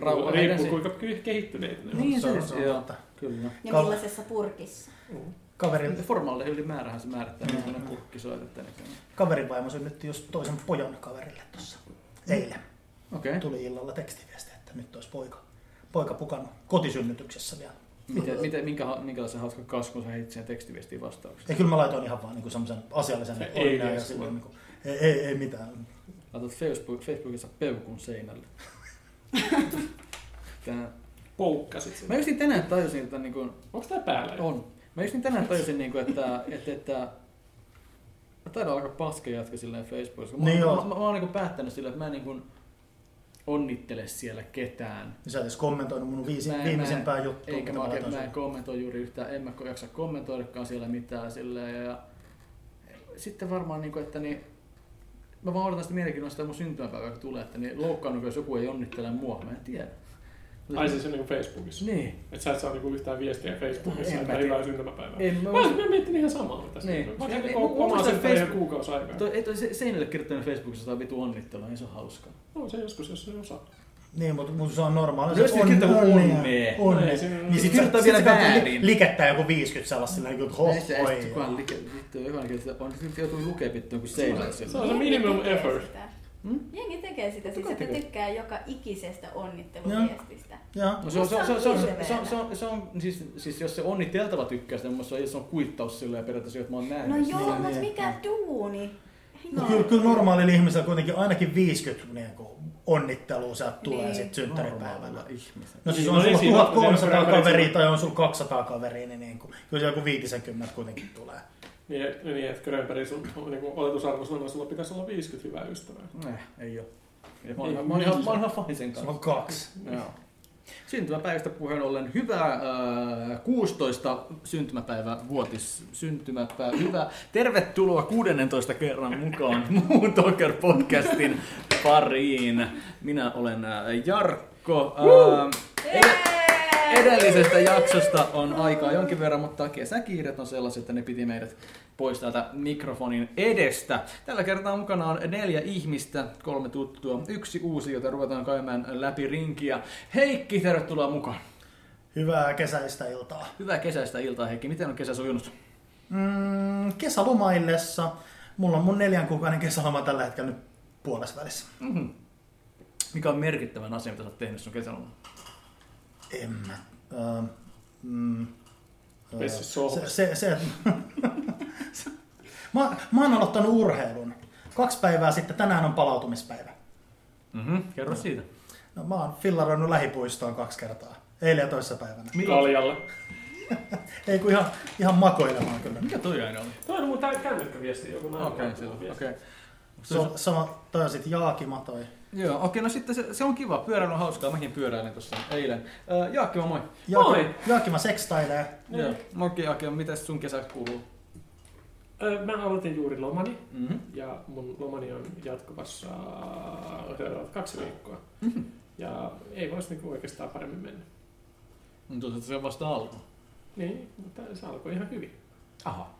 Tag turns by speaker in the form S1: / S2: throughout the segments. S1: Rauha
S2: Riippuu,
S1: heidän
S2: riippuu
S1: se-
S2: kuinka ky- kehittyneet ne on.
S3: Niin se,
S1: se-
S3: se on
S1: joo.
S3: totta. Kyllä.
S4: Ja
S3: Kal-
S4: millaisessa purkissa?
S3: kaverin,
S1: Formalle ylimäärähän se määrittää, niin
S3: Mm.
S1: minkälainen purkki soitat tänne.
S3: kaverin vaimo synnytti just toisen pojan kaverille tuossa eilen.
S1: Okei.
S3: Tuli illalla tekstiviesti, että nyt olisi poika, poika pukannut kotisynnytyksessä vielä. Mm.
S1: Miten, miten, minkä, ha- minkälaisen hauska kasvun sä heitit sen tekstiviestiin vastaukseksi?
S3: Ja kyllä mä laitoin ihan vaan niinku semmoisen asiallisen
S2: Ei,
S3: ei,
S2: ei,
S3: ja
S2: ei,
S3: silloin niinku, ei, ei, ei mitään.
S1: Laitat Facebook, Facebookissa peukun seinälle. Tää.
S2: Poukkasit sen.
S1: Mä justin tänään tajusin, että niin kuin,
S2: Onko tää päällä?
S1: on. Mä justin tänään tajusin, niin kuin, että, että, että Mä taidan aika paska jatka silleen Facebookissa. Mä,
S3: Niin
S1: mä,
S3: joo.
S1: mä, mä, oon niin päättänyt silleen, että mä en niin kuin onnittele siellä ketään.
S3: Sä et edes kommentoinut mun viisi,
S1: Mä en-
S3: viimeisempää
S1: mä en-
S3: juttua,
S1: Eikä
S3: mitä
S1: mä,
S3: mä
S1: oikein,
S3: laitoin
S1: mä en
S3: sulle.
S1: kommentoi juuri yhtään, en mä jaksa kommentoidakaan siellä mitään silleen. Ja... Sitten varmaan, niin kuin, että niin, mä vaan odotan sitä mielenkiinnolla sitä mun syntymäpäivää, kun tulee, että niin loukkaannut, jos joku ei onnittele mua, mä en tiedä.
S2: Ai siis se on niinku Facebookissa.
S1: Niin,
S2: Et sä et saa niinku yhtään viestiä Facebookissa,
S1: En
S2: että
S1: mä tiedä.
S2: hyvää syntymäpäivää.
S1: en mä...
S2: Mä, mä mietin ihan samaa tässä.
S1: Niin.
S2: Niin. Mä
S1: Ei,
S2: kävin
S1: ei, mun
S2: omaa
S1: mielestä
S2: synttäriä
S1: Facebook-
S2: kuukausi aikaa.
S1: Toi, ei toi se- seinälle kirjoittanut Facebookissa sitä vitu onnittelua, niin se on hauskaa.
S2: No se joskus, jos se osaa.
S3: Niin, mutta mun se on normaali.
S1: No jos nyt kirjoittaa
S3: onnea,
S1: onnea.
S3: onnea.
S2: No ei siinä-
S3: Niin sit sä,
S1: Kirjoittaa
S3: sit sä
S1: vielä
S3: katsot li,
S1: väärin.
S3: likettää joku 50 sellaista sillä niin ho,
S1: Ei se ei sit
S3: oi.
S1: kukaan like, vittu, jokainen kirjoittaa, on nyt joutuu lukee pittuun kuin seinälle
S2: Se on
S1: sillä.
S2: se
S4: Jengi
S2: minimum
S4: tekee
S2: effort.
S4: sitä.
S1: Hmm?
S4: Jengi tekee sitä, siis
S1: Kuka
S4: että
S1: tekee?
S4: tykkää joka ikisestä onnitteluviestistä.
S3: Joo.
S1: No se on, se on, se on, se on, se on, se on,
S4: Hirveetä.
S1: se on, se on siis, siis jos se onniteltava tykkää sitä, niin mun mielestä se on kuittaus sillä ja periaatteessa, että mä oon nähnyt.
S4: No
S1: sen.
S4: joo,
S3: niin,
S4: mutta
S3: niin.
S4: mikä duuni?
S3: No. Kyllä, kyllä normaalilla ihmisellä kuitenkin ainakin 50 niin kuin, onnittelua sieltä tulee
S4: Niin.
S3: niin. sitten synttäripäivänä.
S1: Normaalilla ihmisellä.
S3: No siis
S2: Niin,
S3: on
S2: no ei
S3: sulla
S2: siinä-
S3: 1300
S2: siinä-
S3: kaveria tai on sulla 200 kaveria, niin, niin kuin, kyllä se joku 50 kuitenkin tulee.
S2: Niin, et- niin että Grönbergin sun niin oletusarvoisena on, sulla pitäisi olla 50 hyvää ystävää.
S1: Eh, ei oo. Ja Mä oon
S2: Ei
S1: ihan- mä oon ihan- mä oon
S2: millään.
S1: ihan faisen
S3: Sulla on
S1: kanssa.
S3: kaksi.
S1: Joo. Syntymäpäivästä puheen ollen hyvää äh, 16 syntymäpäivä vuotis syntymäpäivä. Hyvä. Tervetuloa 16 kerran mukaan Moon Talker podcastin pariin. Minä olen äh, Jarkko. Äh, ed- edellisestä jaksosta on aikaa jonkin verran, mutta kesäkiiret on sellaiset, että ne piti meidät pois täältä mikrofonin edestä. Tällä kertaa mukana on neljä ihmistä, kolme tuttua, yksi uusi, jota ruvetaan käymään läpi rinkiä. Heikki, tervetuloa mukaan.
S3: Hyvää kesäistä iltaa.
S1: Hyvää kesäistä iltaa, Heikki. Miten on kesä sujunut?
S3: Mm, kesälomaillessa. Mulla on mun neljän kuukauden kesäloma tällä hetkellä nyt puolessa välissä.
S1: Mm-hmm. Mikä on merkittävän asia, mitä sä oot tehnyt sun kesälomalla?
S3: En mä. Ö, mm, ö,
S2: Pessi sohvassa.
S3: se, se, se, se- mä, mä oon aloittanut urheilun. Kaksi päivää sitten, tänään on palautumispäivä.
S1: Mm-hmm. Kerro siitä.
S3: No, mä oon fillaroinut lähipuistoon kaksi kertaa. Eilen ja toisessa päivänä.
S2: Kaljalla.
S3: Ei kun ihan, ihan makoilemaan kyllä.
S1: Mikä toi aina oli?
S2: Toi on mun tää kännykkäviesti, joku näin.
S1: Okei, okay, okei. Okay.
S3: Se on sama, toi on sit Jaakima toi.
S1: Joo, okei, no sitten se, se on kiva. Pyöräily on hauskaa. Mäkin pyöräilin tuossa eilen. Äh, Jaakki, moi.
S2: Moi!
S3: Jaakima sekstailee.
S1: Joo. Okei, okei. Mitäs sun kesä kuuluu?
S2: Öö, Mä aloitin juuri lomani
S1: Mm-hmm.
S2: ja mun lomani on jatkuvassa seuraavat kaksi viikkoa.
S1: Mhm.
S2: Ja ei voisi niinku oikeastaan paremmin mennä.
S1: Tuossa se on vasta alku.
S2: Niin, mutta se alkoi ihan hyvin.
S1: Aha.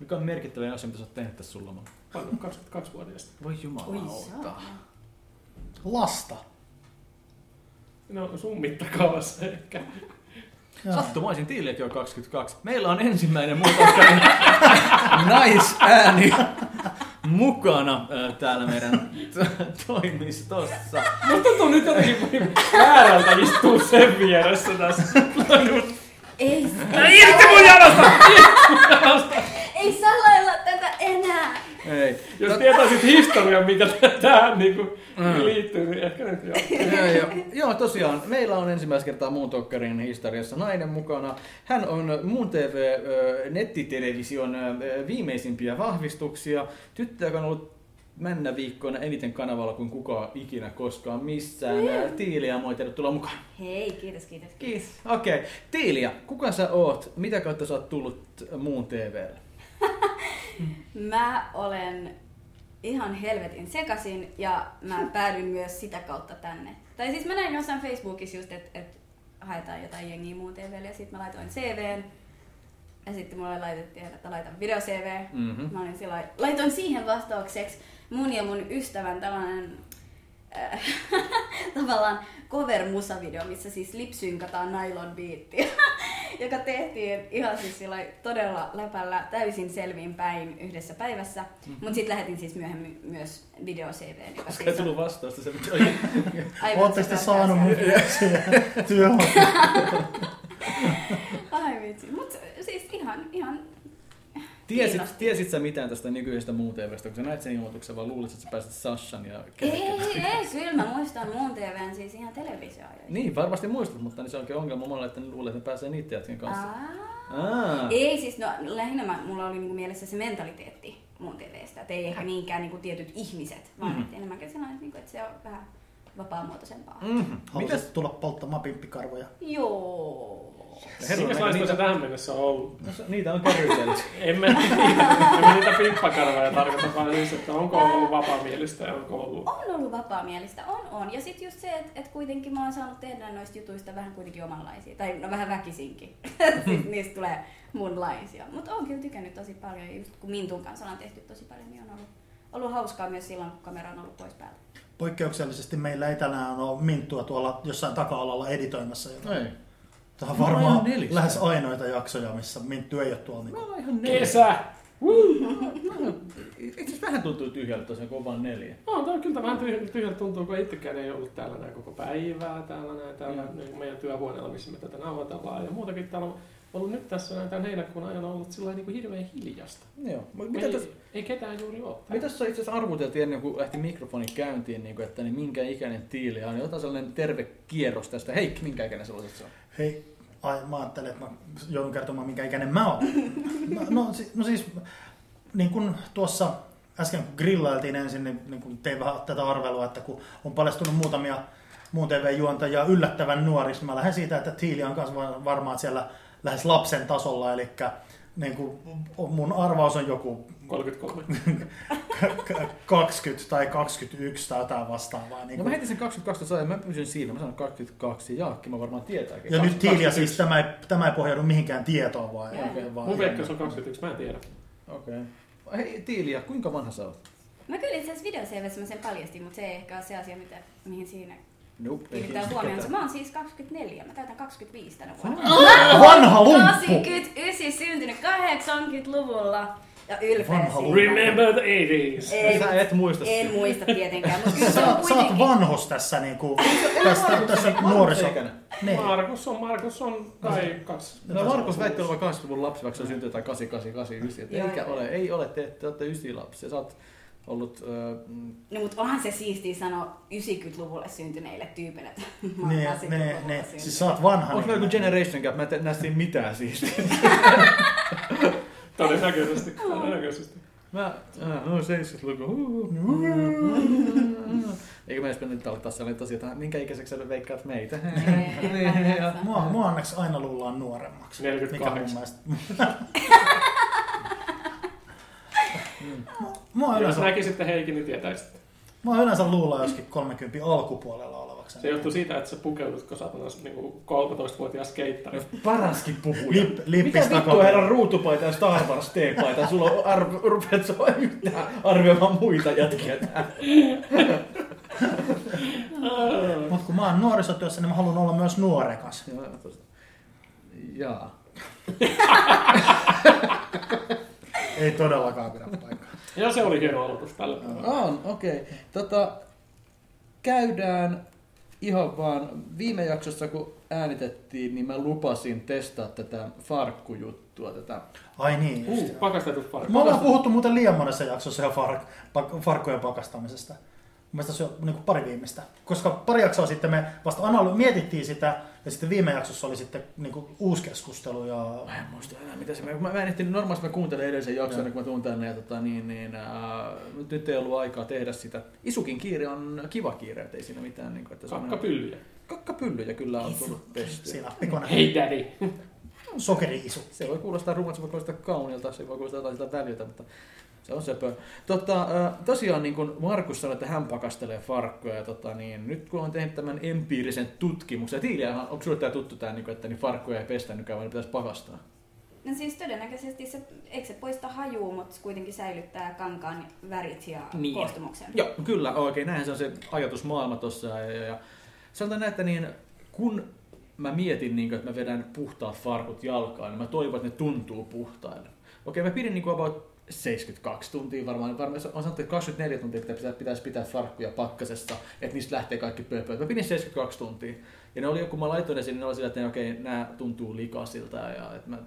S1: Mikä on merkittävä asia, mitä sä oot tehnyt tässä sun lomalla?
S2: Pannut 22-vuotiaasta.
S1: Voi
S4: Oi
S1: jumalauta.
S4: saatana.
S3: Lasta.
S2: No sun mittakaavassa ehkä.
S3: Joo.
S1: Sattumaisin tiillekin on 22. Meillä on ensimmäinen muutakaan naisääni mukana äh, täällä meidän t- toimistossa.
S2: Mutta tuntuu nyt jotenkin väärältä istuu sen vieressä tässä.
S4: Ei, ei,
S2: Irti mun jalasta!
S4: ei salailla tätä enää.
S1: Ei.
S2: Jos tietäisit historian, mikä t- tähän niinku
S1: No. Mm.
S2: liittyy, niin ehkä nyt joo.
S1: joo, joo. joo, tosiaan. Meillä on ensimmäistä kertaa Muun Tokkarin historiassa nainen mukana. Hän on Muun TV ö, nettitelevision ö, viimeisimpiä vahvistuksia. Tyttö, joka on ollut männä viikkoina eniten kanavalla kuin kukaan ikinä koskaan missään. Mm. Tiiliä, moi tervetuloa mukaan.
S4: Hei, kiitos, kiitos.
S1: Kiitos. Okei. Okay. Tiiliä, kuka sä oot? Mitä kautta sä oot tullut Muun TVlle?
S4: Mä olen ihan helvetin sekasin ja mä päädyin myös sitä kautta tänne. Tai siis mä näin jossain Facebookissa just, että et haetaan jotain jengiä muun TVlle ja sitten mä laitoin CVn. Ja sitten mulle laitettiin, että laitan video CV.
S1: Mhm.
S4: Mä olin sillä, laitoin siihen vastaukseksi mun ja mun ystävän tällainen äh, tavallaan cover-musavideo, missä siis lipsynkataan nylon biittiä, joka tehtiin ihan siis sillä lailla todella läpällä täysin selviin päin yhdessä päivässä. Mm-hmm. Mutta sitten lähetin siis myöhemmin myös video CVn, joka
S1: Mhm. Koska ei
S4: siis on
S1: tullut vastausta se, mitä oli.
S4: aivan
S3: Ootte sitten
S4: satapäivässä.
S3: saanut mun työhön.
S4: Ai vitsi, mutta siis ihan, ihan
S1: Tiesit,
S4: Kiinnosti.
S1: tiesit sä mitään tästä nykyisestä muun TVstä, kun sä näit sen ilmoituksen, vaan luulit, että sä pääset Sashan ja
S4: Ei, ei, ei, kyllä mä muistan muun TVn siis ihan televisioajoista.
S1: Niin, varmasti muistat, mutta niin se onkin ongelma monelle, että ne luulee, että ne pääsee niiden jätkien kanssa.
S4: Aa.
S1: Aa.
S4: Ei siis, no lähinnä mä, mulla oli niinku mielessä se mentaliteetti muun TVstä, että ei ehkä niinkään niinku tietyt ihmiset, vaan
S1: Mhm.
S4: mm-hmm. enemmänkin sellainen, niinku, että se on vähän vapaamuotoisempaa. Mm.
S1: Mhm. Mitäs?
S3: Haluaisit tulla polttamaan pimppikarvoja?
S4: Joo.
S1: Herra,
S2: Minkälaista
S1: niitä-
S2: se tähän mennessä on ollut?
S1: No se- Niitä on kärrytelty.
S2: En mä, en mä niitä pimppakarvoja tarkoita, vaan siis, että onko ollut vapaamielistä ja onko ollut...
S4: On ollut vapaamielistä, on on. Ja sitten just se, että et kuitenkin mä oon saanut tehdä noista jutuista vähän kuitenkin omanlaisia. Tai no vähän väkisinkin. siis niistä tulee munlaisia. Mutta oon kyllä tykännyt tosi paljon. Ja just kun Mintun kanssa ollaan tehty tosi paljon, niin on ollut, ollut hauskaa myös silloin, kun kamera on ollut pois päältä.
S3: Poikkeuksellisesti meillä ei tänään ole Minttua tuolla jossain taka-alalla editoimassa. Joka...
S1: No Ei.
S3: Tämä on
S1: No,
S3: varmaan
S1: ihan No. nelistä.
S3: lähes ainoita jaksoja, missä Minttu ei ole tuolla.
S1: Mä
S3: Niin...
S1: oon ihan neljä.
S2: Kesä! Woo!
S1: Itse asiassa vähän tuntuu tyhjältä tosiaan, kun on vaan neljä.
S2: No, tämä on kyllä vähän tyhjältä tyhjäl tuntuu, kun itsekään ei ollut täällä näin koko päivää, täällä näin, täällä
S1: Mm.
S2: mm. niin meidän työhuoneella, missä me tätä nauhoitellaan. Ja muutakin täällä on ollut nyt tässä näin tämän heinäkuun ajan ollut sillä lailla niin kuin hirveän hiljasta.
S1: Joo. Mut
S2: Mitä
S1: Mitä
S2: ei,
S1: tässä
S2: ei ketään juuri ole.
S1: mitä tässä itse asiassa arvuteltiin ennen kuin lähti mikrofoni käyntiin, niin kuin, että niin minkä ikäinen tiili on? Jotain sellainen terve kierros tästä. Hei, minkä ikäinen sä luulet, että se on?
S3: Hei, ai, mä ajattelin, että mä joudun kertomaan, minkä ikäinen mä oon. No, no, si- no siis, niin kuin tuossa äsken kun grillailtiin ensin, niin, niin kun tein vähän tätä arvelua, että kun on paljastunut muutamia muun TV-juontajia yllättävän nuoriksi, niin mä lähden siitä, että Tiili on myös varmaan siellä lähes lapsen tasolla, eli niin kuin, mun arvaus on joku
S2: 33.
S3: k- k- 20 tai 21 tai jotain vastaavaa. Niin
S1: No mä
S3: kuin.
S1: heitin sen 22 sain, mä pysyn siinä, mä sanon 22, ja Jaakki mä varmaan tietääkin.
S3: ja nyt
S1: 22.
S3: Tiilia siis, tämä ei, tämä ei pohjaudu mihinkään tietoon vai?
S4: Joo.
S3: vai
S2: Mun veikkaus on 21, mä en tiedä.
S1: Okei. Hei Tiilia, kuinka vanha sä oot?
S4: Mä kyllä itse asiassa videoseivessä mä sen paljastin, mutta se ei ehkä ole se asia, mitä, mihin siinä
S1: Nope, ei
S4: kiinnittää
S1: kiinnosta
S4: huomioon.
S1: ketään.
S4: Mä oon siis 24, mä täytän 25 tänä vuonna.
S3: Vanha lumppu!
S4: 89 syntynyt 80-luvulla ja ylpeä
S3: Vanha
S4: siitä.
S3: lumppu.
S2: Remember the 80s!
S4: Ei,
S1: Sä et muista
S4: en muista tietenkään, mutta kyllä se on
S3: Sä, sä oot
S4: kuitenkin.
S3: vanhos tässä, niinku, tästä, tässä nuoriso...
S1: Eikäinen.
S3: Niin.
S2: Markus on, Markus on kai kaksi.
S1: No Markus väitti olevan 80-luvun lapsi, vaikka se on syntynyt tai 88, 89,
S4: Joo,
S1: että eikä
S4: joo.
S1: ole, ei ole, te, te olette ysi lapsia, sä oot ollut, ö, mm,
S4: No mutta onhan se siistiä sanoa 90-luvulle syntyneille tyypeille, että mä oon
S3: Ne,
S4: 80-luvulla
S3: ne, ne.
S4: syntynyt.
S3: Siis sä oot vanha.
S1: onko meillä
S3: niin-
S1: joku generation gap, mä en te- näe siinä mitään siis.
S2: Todennäköisesti. Todennäköisesti.
S1: Mä, äh, no Äh, 70-luku, huu. äh, Eikö me edes nyt aloittaa sellainen tosi, niin että minkä ikäiseksi sä veikkaat meitä?
S4: Ei, en mä
S1: ja-
S4: jaksa.
S3: Mua, mua onneksi aina luullaan nuoremmaksi. Mikä mun
S2: 48.
S3: mielestä... Mua
S2: Jos
S3: yleensä,
S2: näkisitte Heikin, niin tietäisitte.
S3: mua yleensä luullaan joskin 30 alkupuolella olevaksi.
S2: Se johtuu siitä, että sä pukeudutko satanas niinku 13-vuotias skeittari.
S1: Paraskin puhuja.
S3: Lip- lippis
S1: Mitä vittua
S3: takaperin.
S1: herran ruutupaita ja Star Wars T-paita? Sulla on arv- rupeat sä yhtään arvioimaan muita jätkiä täällä.
S3: Mutta kun mä oon nuorisotyössä, niin mä haluan olla myös nuorekas.
S1: Joo, tosta. Jaa.
S3: Ei todellakaan pidä paikkaa.
S2: Ja se oli hieno aloitus tällä päivällä.
S1: On, okei. Okay. Tota, käydään ihan vaan viime jaksossa, kun äänitettiin, niin mä lupasin testaa tätä farkkujuttua. Tätä.
S3: Ai niin, just.
S2: Uh, pakastetut farkut.
S3: Me ollaan puhuttu muuten liian monessa jaksossa jo fark, pak, farkkujen pakastamisesta. Mun mielestä se on niin kuin pari viimeistä. Koska pari jaksoa sitten me vasta analy- mietittiin sitä, ja sitten viime jaksossa oli sitten niin kuin uusi keskustelu. Ja...
S1: Mä Oh, en muista enää, mitä se... Mä, mä en ehtinyt, normaalisti mä kuuntelen edellisen jakson, kun mä tuun tänne, ja tota, niin, niin, ää, nyt- nyt ei ollut aikaa tehdä sitä. Isukin kiire on kiva kiire, ettei siinä mitään. Niin kuin, että se on-
S2: Kakkapyllyjä.
S1: Kakkapyllyjä kyllä on tullut testiin.
S3: Siinä pikkuinen
S2: Hei daddy!
S3: sokeri-isu.
S1: Se voi kuulostaa rumalta, se voi kuulostaa kaunilta, se voi kuulostaa jotain siltä väljyltä, mutta se on söpö. Tota, äh, tosiaan niin kuin Markus sanoi, että hän pakastelee farkkoja, ja tota, niin nyt kun on tehnyt tämän empiirisen tutkimuksen, Tiiliähän, onko sinulle tämä tuttu tämä, niin kuin, että niin farkkoja ei pestä nykyään, vaan ne pitäisi pakastaa?
S4: No siis todennäköisesti se, eikö se poista hajuu, mutta se kuitenkin säilyttää kankaan värit ja
S1: Niin.
S4: koostumuksen.
S1: Joo, kyllä, oikein. Näinhän se on se ajatusmaailma tuossa. Ja, ja, ja sanotaan näin, että niin, kun mä mietin, niin kuin, että mä vedän puhtaat farkut jalkaan, niin mä toivon, että ne tuntuu puhtaille. Okei, mä pidin niin kuin about 72 tuntia varmaan, varmaan on sanottu, että 24 tuntia pitää, pitää- pitäisi pitää farkkuja pakkasessa, että niistä lähtee kaikki pöpöt. Mä pidin 72 tuntia. Ja ne oli, kun mä laitoin ne sinne, ne oli sillä, että okei, nämä tuntuu likaisilta ja että mä,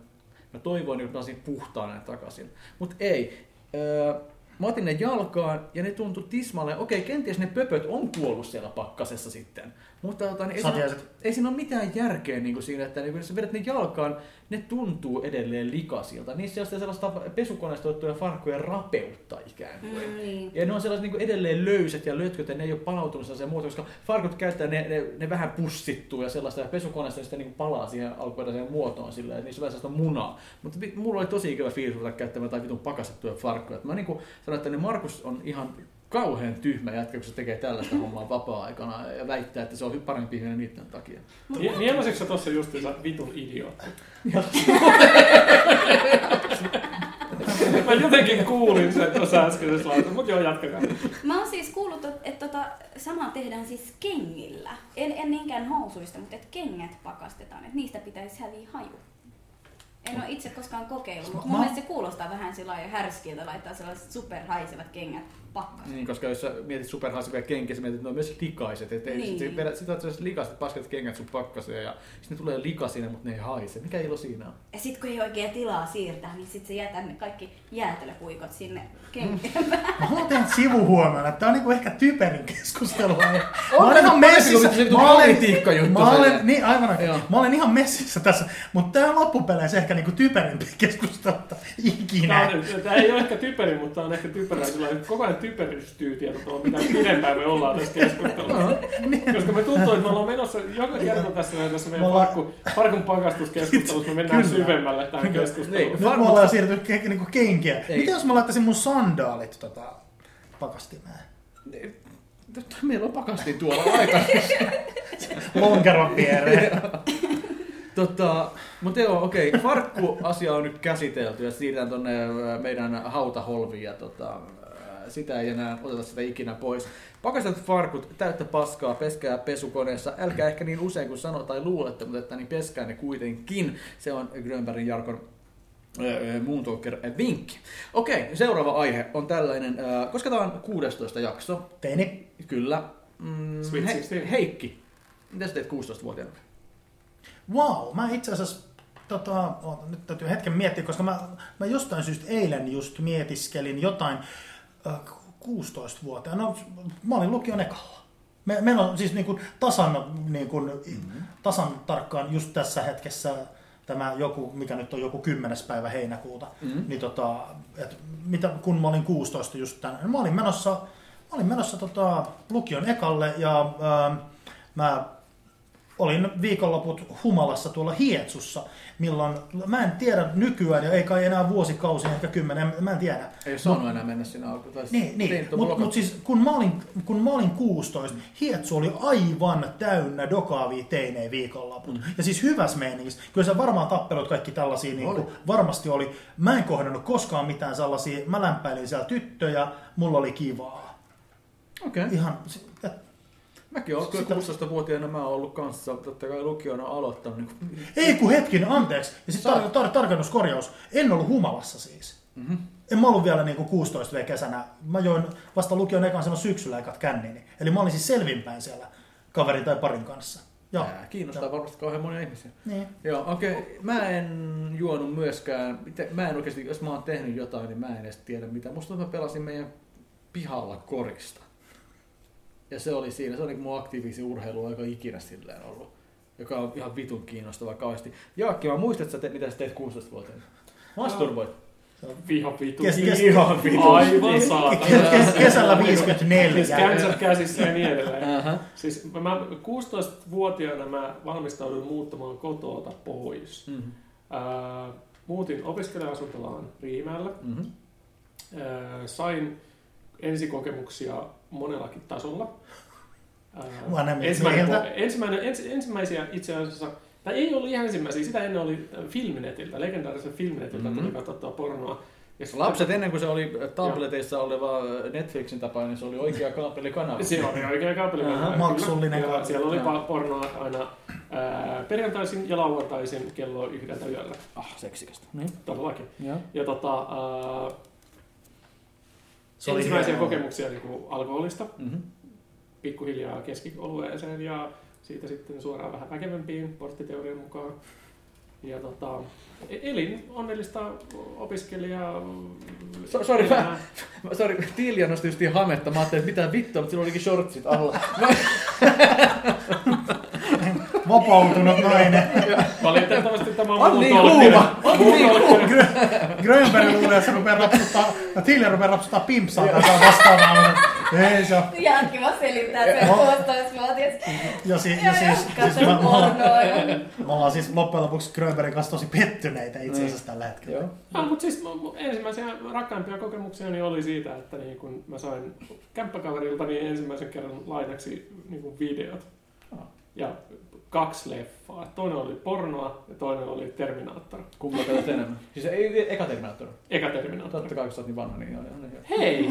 S1: mä toivoin, että mä olisin puhtaana ne takaisin. Mutta ei. Öö, mä otin ne jalkaan ja ne tuntui tismalle. Okei, kenties ne pöpöt on kuollut siellä pakkasessa sitten. Mutta tota, niin ei, siinä,
S3: Satiaiset.
S1: ei siinä ole mitään järkeä niin kuin siinä, että niin, jos sä vedät ne jalkaan, ne tuntuu edelleen likaisilta. Niissä ei ole sitä sellaista pesukoneesta otettuja farkkujen rapeutta ikään kuin.
S4: Mm, niin.
S1: Ja ne on sellaiset niin kuin edelleen löysät ja lötköt ja ne ei ole palautunut sellaiseen muuta, koska farkut käyttää, ne, ne, ne vähän pussittuu ja sellaista ja pesukoneesta ne sitten niin kuin palaa siihen alkuperäiseen muotoon sillä että niissä on vähän sellaista munaa. Mutta vi- mulla oli tosi ikävä fiilis ruveta käyttämään jotain vitun pakastettuja farkkuja. Et Mä niin kuin sanoin, että ne Markus on ihan kauhean tyhmä jätkä, kun se tekee tällaista hommaa vapaa-aikana ja väittää, että se on hy- parempi ihminen niiden takia.
S2: Mie- Mielaisitko sä tossa justiinsa vitun idiootti? Mä jotenkin kuulin sen tuossa äskeisessä lauseessa, mutta joo, jatkakaa.
S4: Mä oon siis kuullut, että et tota, sama tehdään siis kengillä. En, en niinkään housuista, mutta et kengät pakastetaan, että niistä pitäisi häviä haju. En ole itse koskaan kokeillut, mutta
S3: Mä-
S4: mun mielestä se kuulostaa vähän sillä lailla härskiltä laittaa sellaiset superhaisevat kengät pakkaseen.
S1: Niin, koska jos sä mietit superhaisevia kenkiä, sä mietit, että ne on myös likaiset. Että
S4: Niin.
S1: niin. sit, vedät, sit otat sellaiset likaiset paskat kengät sun pakkaseen ja sitten ne tulee likaisina, mutta ne ei haise. Mikä ilo siinä on?
S4: Ja sit kun ei oikein tilaa siirtää, niin sit se jätän ne kaikki jäätelöpuikot sinne kenkään.
S3: Mä haluan tehdä sivuhuomioon, että tää on niinku ehkä typerin keskustelu. Mä olen
S1: tää
S3: ihan
S1: parempi
S3: messissä.
S1: kuin se vittu
S3: Mä olen,
S1: politiikkajuttu
S3: mä
S1: se.
S3: olen, niin, aivan
S1: Joo.
S3: oikein. Mä olen ihan messissä tässä, mutta tää on loppupeleissä ehkä niinku typerimpi keskustelu
S2: Tää,
S3: ikinä.
S2: on, tää ei ole ehkä typeri, mutta tää on ehkä typerää sillä lailla, että koko ajan typeristyy tietoa, mitä pidempään me ollaan tässä keskustelussa. Koska me tuntuu, että me ollaan menossa joka kerta tässä, tässä meidän
S3: Me ollaan-
S2: parkku, parkun pakastuskeskustelussa, me mennään
S3: Kyllä.
S2: syvemmälle tähän
S3: Kyllä.
S2: keskusteluun.
S1: Niin.
S3: Nyt me
S1: Varmasti-
S3: ollaan siirtynyt ke- niinku kenkiä.
S1: Ei.
S3: Mitä jos mä laittaisin mun sandaalit tota, pakastimeen?
S1: Totta, Meillä on pakasti tuolla aikaisemmin.
S3: Lonkeron viereen.
S1: tota, mutta joo, okei. Okay. Farkku-asia on nyt käsitelty ja siirrytään tonne ö, meidän hautaholviin ja tota, ö, sitä ei enää oteta sitä ikinä pois. Pakastetut farkut, täyttä paskaa, peskää pesukoneessa. Älkää ehkä niin usein kuin sano tai luulette, mutta että niin peskää ne kuitenkin. Se on Grönbergin Jarkon Öö, Moontalker ö, vinkki. Okei, seuraava aihe on tällainen, ö, koska tämä on 16 jakso,
S3: Teini.
S1: Kyllä. Mm,
S2: Sweet 16.
S1: Heikki, mitä sä teet 16-vuotiaana?
S3: Wow, mä itse asiassa, tota, oota, nyt täytyy hetken miettiä, koska mä, mä jostain syystä eilen just mietiskelin jotain äh, 16-vuotiaana. No, mä olin lukion ekalla. Me, meillä on siis niin kuin tasan, niin kuin, mm-hmm. tasan tarkkaan just tässä hetkessä tämä joku, mikä nyt on joku 10. päivä heinäkuuta, mm-hmm. niin tota, et mitä, kun mä olin 16 just tänään, niin mä olin menossa, mä olin menossa tota, lukion ekalle ja ähm, mä olin viikonloput humalassa tuolla Hietsussa, milloin, mä en tiedä nykyään ja ei kai enää vuosikausia, ehkä kymmenen, mä en tiedä.
S1: Ei ole saanut enää mennä sinä alkuun. tai
S3: Niin, niin.
S1: teit tuon
S3: mutta
S1: blokan.
S3: mut siis kun mä, olin, kun mä olin 16, Hietsu oli aivan täynnä dokaavia teinejä viikonloput. Mm. Ja siis hyvässä meiningissä. Kyllä sä varmaan tappelut kaikki tällaisia, niin kuin,
S1: Oli.
S3: varmasti oli. Mä en kohdannut koskaan mitään sellaisia, mä lämpäilin siellä tyttöjä, mulla oli kivaa.
S1: Okei. Okay.
S3: Ihan, si- Niin. et,
S1: Mäkin olen kyllä
S3: Sitä-
S1: 16-vuotiaana mä oon ollut kanssa, totta kai lukiona aloittanut. Niin kuin,
S3: Ei kun hetkin, anteeksi. Ja sitten tar- tar- tarkennuskorjaus. En ollut humalassa siis. Mm-hmm. En mä ollut vielä niinku 16 v kesänä. Mä join vasta lukion ekan silloin syksyllä ekat kännini. Eli mä olin siis selvinpäin siellä kaverin tai parin kanssa. Joo.
S1: ää, kiinnostaa
S3: Joo.
S1: varmasti kauhean monia ihmisiä.
S3: Niin.
S1: Joo, okei. Okay. Mä en juonut myöskään. Mitä- Mä en oikeasti, jos mä oon tehnyt jotain, niin mä en edes tiedä mitä. Musta tuntuu, että mä pelasin meidän pihalla korista. Ja se oli siinä, se oli mun aktiivisi urheilu aika ikinä silleen ollut. Joka on ihan vitun kiinnostavaa kauheasti. Jaakki, mä muistat sä, te, mitä sä teit 16-vuotiaana? Masturboit.
S3: Niin.
S2: Viha vitu.
S3: Kes- kes-
S1: Ihan vitun. Niin.
S2: Aivan saatana.
S3: Kes- kes- kesällä
S2: Siis
S3: 54.
S2: känsät käsissä ja niin edelleen.
S1: Ähä.
S2: Siis mä- mä 16-vuotiaana mä valmistauduin muuttamaan kotoota pois.
S1: Mhm.
S2: Ää, muutin opiskelija-asuntolaan Riimäellä.
S1: Mhm.
S2: Ää, sain ensikokemuksia monellakin tasolla. Ää,
S3: Vanhemmilta
S2: ensimmäinen,
S3: miehiltä.
S2: po- ensimmäinen, ens, ensimmäisiä itse asiassa, tai ei ollut ihan ensimmäisiä, sitä ennen oli äh, Filminetiltä, legendaarisen Filminetiltä mm-hmm. tuli katsottua pornoa. Ja sitten-
S1: Lapset ennen kuin se oli tableteissa oleva Netflixin tapainen, se oli oikea kaapelikanava.
S2: Se oli oikein kaapeli.
S3: Aha, maksullinen
S2: Kyllä,
S3: kaapeli.
S2: Siellä oli
S3: Joo.
S2: pa- pornoa aina ää, perjantaisin ja lauantaisin kello yhdeltä yöllä.
S1: Ah, seksikästä. Niin.
S2: Todellakin.
S1: Joo.
S2: Ja tota, ää,
S3: Se oli
S2: ensimmäisiä
S3: hienoa.
S2: kokemuksia niin alkoholista,
S1: Mm-hmm.
S2: pikkuhiljaa keskiolueeseen ja siitä sitten suoraan vähän väkevempiin porttiteorian mukaan. Ja tota, e- elin onnellista opiskelijaa.
S1: So, sorry,
S2: elämää.
S1: mä, sorry, Tilja nosti just hametta. Mä ajattelin, että mitä vittua, mutta sillä olikin shortsit alla.
S3: Vapautunut nainen.
S2: Valitettavasti tämä on,
S1: On
S2: mun
S1: niin
S2: tolkkinen.
S1: kuuma! On
S2: Mun
S1: niin
S2: tolkkinen.
S3: Grönberg luulee, että se rupeaa rapsuttaa, ja Tilja rupeaa rapsuttaa pimpsaa tai jotain vastaavaa. mutta Ei se ole.
S4: Jankki vaan selittää sen
S3: Joo.
S4: 16-vuotias.
S3: Ja, si- ja
S4: Joo,
S3: siis,
S4: joo,
S3: siis mä, mä,
S4: katson pornoa, joo.
S3: ollaan- me ollaan siis loppujen lopuksi Grönbergin kanssa tosi pettyneitä itse asiassa tällä hetkellä.
S1: Joo.
S2: No, mutta siis mun- mun ensimmäisiä rakkaimpia kokemuksia niin oli siitä, että niin kun mä sain kämppäkaveriltani ensimmäisen kerran lainaksi niin kun videot.
S1: Ah.
S2: Ja kaksi leffaa. Toinen oli pornoa ja toinen oli Terminaattor.
S1: Kumpa katsot enemmän? Siis ei, eka Terminator.
S2: Eka Terminaattor.
S1: Totta kai, kun sä oot niin vanha, niin joo, joo, niin joo.
S2: Hei!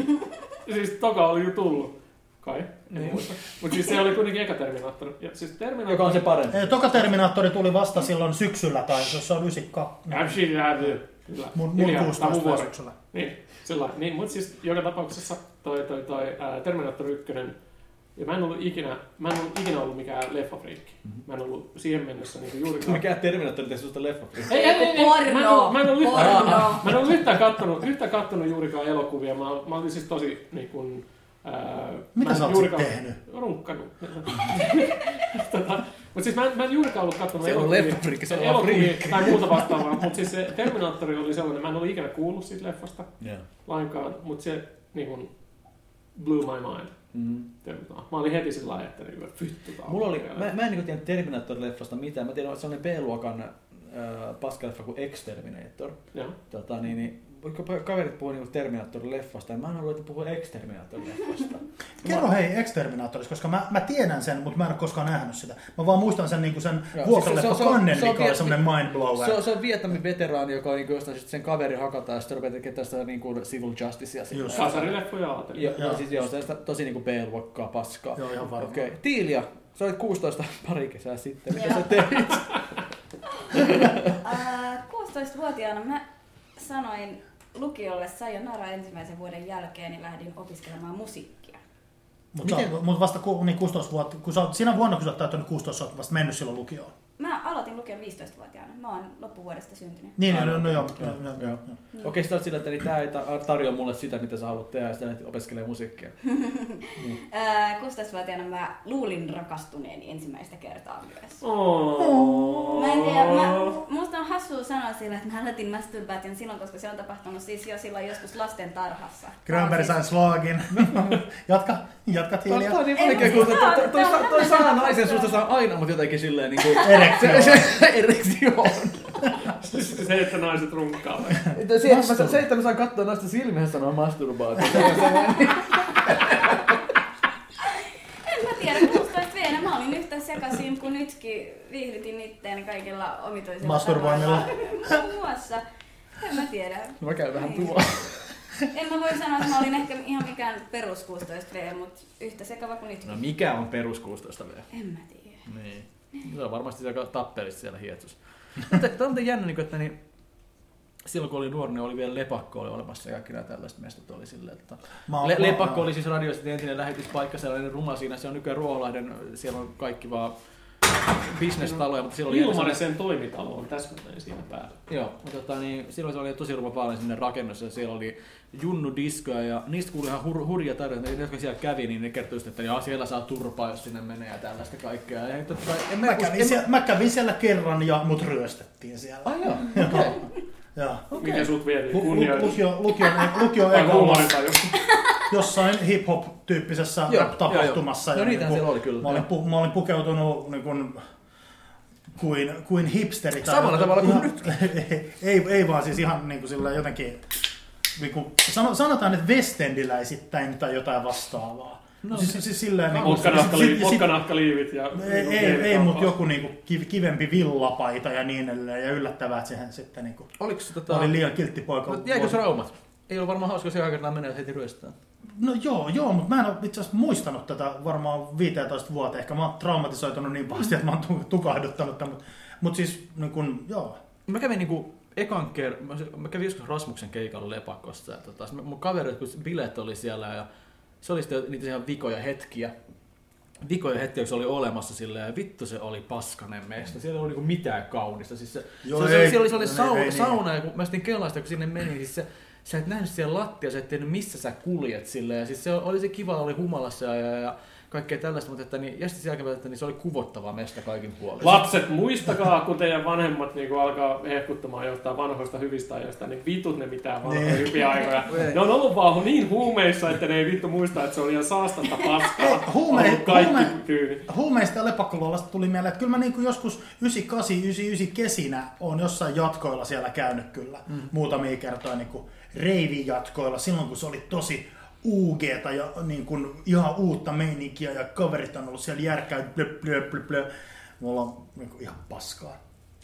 S2: siis toka oli jo tullut. Kai, en
S1: Niin.
S2: muista. Mutta siis se oli kuitenkin eka Terminaattor. Ja siis Terminaattor...
S1: Joka on se parempi.
S3: Ei, Toka Terminaattori tuli vasta silloin syksyllä, tai jos se on 92.
S2: Absolutely. Kyllä.
S3: Mun, mun
S2: Hiljaa, tämä on mun
S3: 16 vuosi
S2: vuoro.
S3: syksyllä.
S2: Niin, sillä lailla. niin, mutta siis joka tapauksessa toi, toi, toi ää, Terminator 1, ja mä en ollut ikinä, mä en ollut ikinä ollut mikään leffafriikki. Mä en ollut siihen mennessä niinku juurikaan.
S1: Mikä Terminator teki susta leffa?
S2: Ei, ei, ei, ei. Mä en
S4: Porno.
S2: ollut, mä en ollut yhtään,
S4: Porno.
S2: mä en ollut yhtään, kattonut, yhtään kattonut juurikaan elokuvia. Mä, mä olin siis tosi niin kun, ää, mä
S3: Mitä
S2: en
S3: sä oot sit
S2: juurikaan-
S3: tehnyt?
S2: Runkkanut. tota, mutta siis mä en, mä en juurikaan ollut katsonut
S1: Se on
S2: elokuvia-
S1: leffafriikki, se on
S2: elokuvia
S1: friikki.
S2: Tai muuta vastaavaa, mutta siis se Terminaattori oli sellainen, mä en ollut ikinä kuullut siitä leffasta
S1: Joo.
S2: lainkaan, mutta se niin kun, blew my mind. Terminaattori. Mä olin heti sillä lailla, että niin kuin, vittu tää on
S1: Mm. Mulla oli,
S2: oikea
S1: mä, mä en niinku tiennyt Terminator-leffasta mitään. Mä tiedän, että sellainen B-luokan äh, paskaleffa kuin Exterminator.
S2: Joo.
S1: Tota, niin, niin, ka- kaverit puhuu niinku Terminator-leffasta ja mä en halua, että puhuu Exterminator-leffasta.
S3: Kerro hei Exterminaattorista, koska mä, mä tiedän sen, mutta mä en ole koskaan nähnyt sitä. Mä vaan muistan sen, niin sen
S1: Joo,
S3: vuokraleffa
S1: siis se- se on-
S3: kannen,
S1: se on
S3: mikä oli
S1: vie-
S3: semmoinen mindblower.
S1: Se on, se on Vietnamin veteraani, joka on niinku jostain syystä sen kaveri hakataan ja sitten rupeaa tekemään tästä niinku civil justicea. sillä
S3: Just.
S1: lailla.
S2: Kasarileffoja aatelin.
S1: Joo,
S3: Joo.
S1: joo. siis joo, sellaista tosi niinku B-luokkaa paskaa.
S3: Joo, ihan varmaan.
S1: Okei, Tiilia, sä olit 16 pari kesää sitten. Mitä
S4: Joo.
S1: sä teit?
S4: Ää, 16-vuotiaana Äh, mä sanoin lukiolle Sayonara ensimmäisen vuoden jälkeen ja lähdin opiskelemaan musiikkia.
S3: Mutta
S1: Miten-
S3: mut vasta ku, niin 16 vuotta, kun sä oot, sinä vuonna kun sä oot täyttänyt 16, sä oot vasta mennyt silloin lukioon.
S4: Mä aloitin lukion 15-vuotiaana. Mä oon loppuvuodesta syntynyt.
S3: Niin,
S1: Ah,
S3: no, no, joo.
S1: joo,
S3: joo, joo,
S1: joo.
S3: joo.
S4: Niin.
S1: Okei, sä oot sillä, että niin tää ei ta- tarjoa mulle sitä, mitä sä haluat tehdä, ja sitten lähdet opiskelemaan musiikkia.
S4: Ää, 16-vuotiaana Äh, mä luulin rakastuneeni ensimmäistä kertaa myös.
S2: Oh.
S4: Mä en tiedä, mä, musta on hassua sanoa sillä, että mä aloitin masturbaation silloin, koska se on tapahtunut siis jo silloin joskus lasten tarhassa.
S3: Grönberg sai slaagin. jatka, jatka
S1: Tää on-
S3: Tiilia.
S1: tää on niin
S4: Ei,
S1: vaikea,
S4: mutta
S1: kun
S4: siis
S1: siis- toi-
S4: tää on-
S1: toi- toi
S4: tää on
S1: sa- toi sana
S4: hämmentävä
S1: naisen
S4: fakta.
S1: suusta saa aina, mutta jotenkin silleen niinku...
S3: Erektio.
S1: Se- se- Erektio on.
S2: se, että naiset runkkaa.
S1: Että Se, että mä saan- se, että mä saan katsoa naisten silmiä sanoa masturbaatio. Se on se-
S4: En mä tiedä, 16 v mä olin yhtä sekaisin kuin nytkin viihdytin itteen kaikilla omituisilla
S3: Masturboinnilla.
S4: tavoilla. Muun muassa. En mä tiedä.
S1: Mä käyn vähän
S4: Niin.
S1: tuolla.
S4: En mä voi sanoa, että mä olin ehkä ihan mikään perus 16 V, mutta yhtä sekava kuin nytkin.
S1: No mikä on perus 16 vielä?
S4: En mä tiedä.
S1: Niin. Se on varmasti aika tappelissa siellä hietsus. Mutta tämä on jännä, niinku, että niin, silloin kun oli nuori, niin oli vielä lepakko oli olemassa ja kaikki nämä tällaiset mestat oli silleen, että...
S3: Mä oon-
S1: Le-
S3: mä-
S1: lepakko
S3: mä-
S1: oli siis radioista entinen lähetyspaikka, sellainen ruma siinä, se on nykyään Ruoholahden, siellä on kaikki vaan bisnestaloja, mutta silloin oli...
S2: Ilmarisen toimitalo on täsmälleen siinä päällä.
S1: Joo, mutta tota, niin, silloin se oli tosi ruma paljon sinne rakennus ja siellä oli Junnu Diskoja ja niistä kuuli ihan hur- hurjia tarinoita. Ja Ne, jotka siellä kävi, niin ne kertoi just, että jaa, siellä saa turpaa, jos sinne menee ja tällaista kaikkea. Ja, totta, kai- en
S3: Mä
S1: us-
S3: kävin,
S1: en
S3: siellä, mä kävin siellä kerran ja mut ryöstettiin siellä.
S1: Ai Ah, joo, okei.
S3: Joo.
S1: Okei.
S2: Mikä sut vie?
S3: Lu- lu-
S2: Kunnian.
S3: Lukio, lukio, lukio
S2: Vai
S3: eka
S2: huumori tai joku.
S3: jossain hip-hop-tyyppisessä
S1: Joo,
S3: tapahtumassa.
S1: joo, joo. No niitähän siellä oli kyllä,
S3: Mä olin,
S1: joo.
S3: pu, mä olin pukeutunut niin kuin, kuin, kuin hipsteri.
S1: Samalla tavalla kuin
S3: ihan, nyt. ei, ei vaan siis ihan niin kuin sillä niinku, jotenkin, niin kuin, sano, sanotaan nyt westendiläisittäin tai jotain vastaavaa. No, siis, siis, siis silleen, niin
S2: Mokkanahkaliivit, mokkanahkaliivit ja...
S3: ei, ei, ei mutta joku niinku kiv- kivempi villapaita ja niin edelleen. Ja yllättävää, että sehän sitten niinku,
S1: Oliko se tota...
S3: oli liian kiltti poika.
S1: No, jäikö se raumat? Ei ole varmaan hauska, jos joka kertaa menee heti ryöstään.
S3: No joo, joo, mutta mä en ole itse asiassa muistanut tätä varmaan 15 vuotta. Ehkä mä oon traumatisoitunut niin pahasti, että mä oon tu- tukahduttanut tämän. Mutta mut siis, niin kun, joo.
S1: Mä kävin niinku ekan kerran, mä, mä kävin joskus Rasmuksen keikalla lepakossa. Ja tota, sit mun kaveri, kun bileet oli siellä ja se oli sitten niitä ihan vikoja hetkiä. Vikoja hetkiä, kun se oli olemassa silleen, ja vittu se oli paskanen meistä. Siellä ei ollut niinku mitään kaunista. Siis se,
S3: Joo,
S1: se, se, oli-
S3: ei,
S1: siellä oli sellainen
S3: no ei,
S1: sauna,
S3: ei niin.
S1: sauna ja kun mä sitten kelaista, kun sinne menin, siis se, sä et nähnyt siellä lattia, sä et tiennyt missä sä kuljet silleen. Ja siis se oli se kiva, oli humalassa ja, ja, ja kaikkea tällaista, mutta että niin, ja sitten sen jälkeen, että niin se oli kuvottavaa meistä kaikin puolin.
S2: Lapset, muistakaa, kun teidän vanhemmat niin alkaa hehkuttamaan jostain vanhoista hyvistä ajoista, niin vitut ne mitään vanhoja
S3: Niin.
S2: hyviä aikoja.
S1: Ei.
S2: Ne on ollut vaan niin huumeissa, että ne ei vittu muista, että se oli ihan saastanta paskaa.
S3: Ei, huume-
S2: On ollut kaikki
S3: huume-
S2: tyyni.
S3: Huumeista ja lepakkoluolasta tuli mieleen, että kyllä mä niin joskus 98-99 kesinä on jossain jatkoilla siellä käynyt kyllä mm. muutamia kertoja niin reivijatkoilla silloin, kun se oli tosi uugeeta ja niin kuin, ihan uutta meininkiä ja kaverit on ollut siellä järkkäin blö, blö, blö, blö. Mulla on niin kuin, ihan paskaa.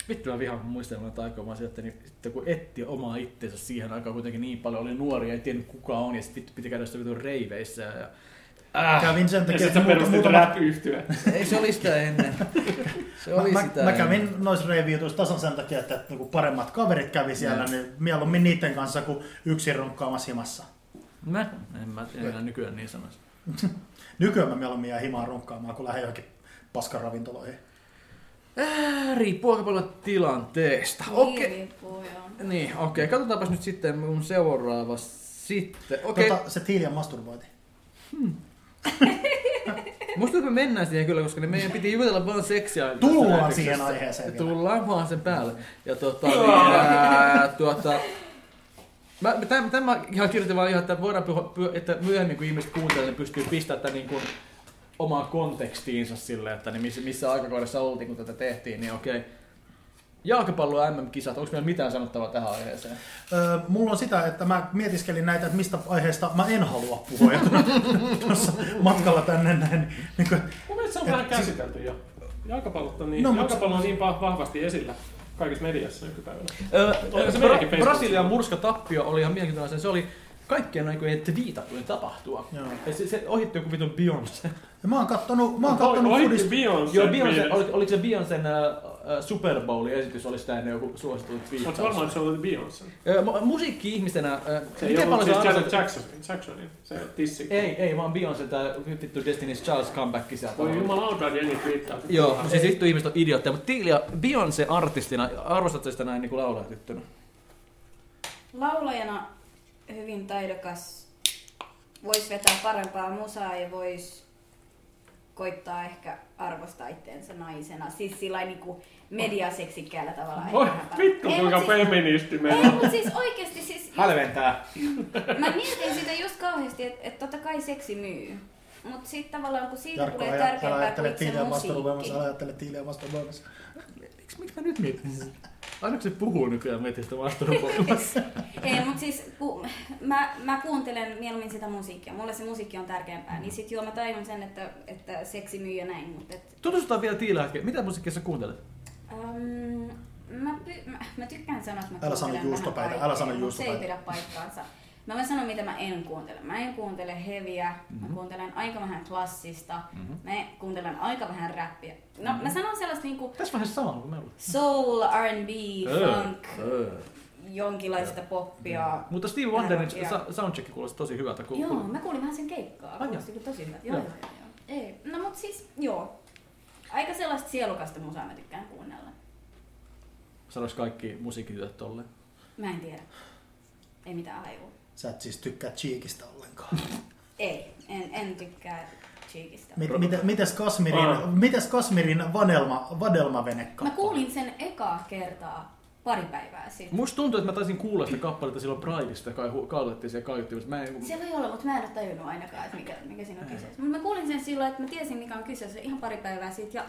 S1: Vittu mä vihaan, kun muistelen noita aikoja, mä olisin, että niin, sitten kun etti omaa itsensä siihen aikaan kuitenkin niin paljon, oli nuori ja ei tiennyt kuka on ja sitten vittu piti käydä sitä vitun reiveissä ja...
S3: Ah,
S1: Äh,
S3: Kävin sen
S2: Ja
S3: takia,
S2: sitten sä
S3: että muuta,
S2: perustit
S3: muutama,
S2: rap yhtyä.
S1: ei se oli sitä ennen. Se
S3: Mä,
S1: oli
S3: mä,
S1: sitä
S3: mä
S1: ennen.
S3: kävin noissa reivijutuissa tasan sen takia, että niinku paremmat kaverit kävi siellä,
S1: Joo.
S3: niin mieluummin niiden kanssa kuin yksin runkkaamassa himassa.
S1: Mä, en mä enää nykyään niin sanoisi.
S3: Nykyään mä mieluummin jää himaan runkkaamaan, kun lähden johonkin paskaravintoloihin.
S1: Äh, riippuu aika paljon tilanteesta. Okei.
S4: Okei. Riippuu, joo.
S1: Niin, okei. Katsotaanpas nyt sitten mun seuraava sitten. Okei,
S3: Tota, se tiilian masturbointi.
S1: Musta tuntuu, että me mennään siihen kyllä, koska ne meidän piti jutella vaan seksiä. tästä
S3: Tullaan
S1: lähetyksestä.
S3: siihen aiheeseen vielä.
S1: Tullaan vaan sen päälle. Ja tota, niin, ää, tuota, Mä, tämän, tämän mä ihan kirjoitin vaan ihan, että voidaan puhua, pyö- että myöhemmin kun ihmiset kuuntelee, niin pystyy pistämään tämän niin kuin omaan kontekstiinsa sille, että niin missä, missä aikakaudessa oltiin, kun tätä tehtiin, niin okei. Jalkapallo MM-kisat, onko meillä mitään sanottavaa tähän aiheeseen?
S3: Öö, mulla on sitä, että mä mietiskelin näitä, että mistä aiheesta mä en halua puhua. Ja tuossa matkalla tänne näin. Niin kuin,
S2: Mun mielestä se on vähän käsitelty jo. Jalkapallot on niin,
S3: No,
S2: no,
S3: mut-
S2: jalkapallo on niin va- vahvasti esillä kaikessa mediassa nykypäivänä.
S1: Öö,
S2: Oliko se meidänkin
S1: Bra-
S2: Facebookissa?
S1: Brasilian murska tappio oli ihan mielenkiintoinen. asia. Se oli kaikkien aikojen viitattuin tapahtua.
S3: Joo.
S1: Ja se, se ohitti joku vitun Beyoncé.
S3: ja mä oon kattonut, mä oon kattonut
S2: Ohi- ohi
S3: fudis-
S2: Beyoncé.
S1: Joo, Beyoncé, oli, oliko se Beyoncén äh, Super Bowl-esitys, oli sitä ennen joku suosittu
S2: Oot
S1: twiittaus?
S2: varma, että se on Beyoncé.
S1: Öö, mu- musiikki-ihmisenä, äh,
S2: Se ei
S1: miten
S2: ollut
S1: paljon
S2: siis
S1: sä
S2: Janet
S1: arvostat-
S2: Jackson, Jacksonin, se tissi.
S1: Ei, ei, vaan Beyoncé tää vittu Destiny's Child's comeback sieltä.
S2: Voi jumalauta, jengi twiittaa.
S1: Joo, siis vittu ihmiset on idiootteja, mutta Tiilia, Beyoncé-artistina, arvostatko sitä näin niinku laulajatyttönä?
S4: Laulajana hyvin taidokas. Voisi vetää parempaa musaa ja voisi koittaa ehkä arvostaa itteensä naisena. Siis sillä niinku mediaseksikkäällä tavalla.
S2: Voi
S4: ehkä vähän.
S2: vittu,
S4: Ei,
S2: kuinka
S4: mut siis-
S2: feministi
S4: Ei,
S2: meillä on.
S4: mutta siis oikeesti siis...
S1: Hälventää.
S4: Mä mietin sitä just kauheasti, että et totta kai seksi myy. Mut sit tavallaan kun siitä
S3: Jarkko,
S4: niin tulee
S3: älä, älä
S4: tärkeämpää
S3: ajattele
S4: kuin itse
S3: tiiliä masturboimassa, älä
S4: musiikki.
S3: ajattele tiiliä masturboimassa.
S1: Miksi miksi mä nyt mietin sitä? Aina kun se puhuu nykyään metistä masturboimassa.
S4: Ei, mut siis kun mä, mä kuuntelen mieluummin sitä musiikkia. Mulle se musiikki on tärkeämpää. Niin sit joo mä tajun sen, että, että seksi myy ja näin. Mut et,
S1: Tutustutaan vielä Tiila hetken. Mitä musiikkia sä kuuntelet?
S4: äm, ähm, mä, py, mä, mä, tykkään sanoa, että mä
S3: Älä sano
S4: kuuntelen
S3: juustopäitä,
S4: vähän
S3: älä sano
S4: kaikkea, mut Se ei
S3: juustopäitä.
S4: pidä paikkaansa. Mä voin sanoa, mitä mä en kuuntele. Mä en kuuntele heviä, mm-hmm. mä kuuntelen aika vähän klassista, mm-hmm. mä kuuntelen aika vähän räppiä. No mm-hmm. mä sanon sellaista niinku
S1: Tässä vähän sama kuin me ollaan.
S4: soul, R&B, funk,
S1: Öö.
S4: jonkinlaista poppia.
S1: Mutta Steve Wonderin
S4: Räppiä.
S1: sa- soundcheck kuulosti tosi hyvältä. Ku-
S4: Joo,
S1: ku-
S4: mä kuulin vähän sen keikkaa.
S1: Ai
S4: Kuulosti kyllä tosi hyvältä. Joo,
S1: Joo.
S4: joo, joo. joo. Ei. No mut siis, joo. Aika sellaista sielukasta musaa mä tykkään kuunnella.
S1: Sanois kaikki musiikkitytöt tolleen.
S4: Mä en tiedä. Ei mitään hajua.
S3: Sä et siis tykkää Cheekistä ollenkaan.
S4: Ei, en, en tykkää Cheekistä.
S3: Mit, mit, mites, Kasmirin,
S2: Ah.
S3: mites Kasmirin vanelma, vadelmavene
S4: Mä kuulin sen ekaa kertaa pari päivää sitten.
S1: Musta tuntuu, että mä taisin kuulla sitä kappaletta silloin Prideista, joka hu- kadotettiin siellä kaiuttimessa. Mä en...
S4: Se voi olla, mutta mä en ole tajunnut ainakaan, että mikä, mikä siinä on kyseessä. Mutta mä kuulin sen silloin, että mä tiesin mikä on kyseessä ihan pari päivää sitten. Ja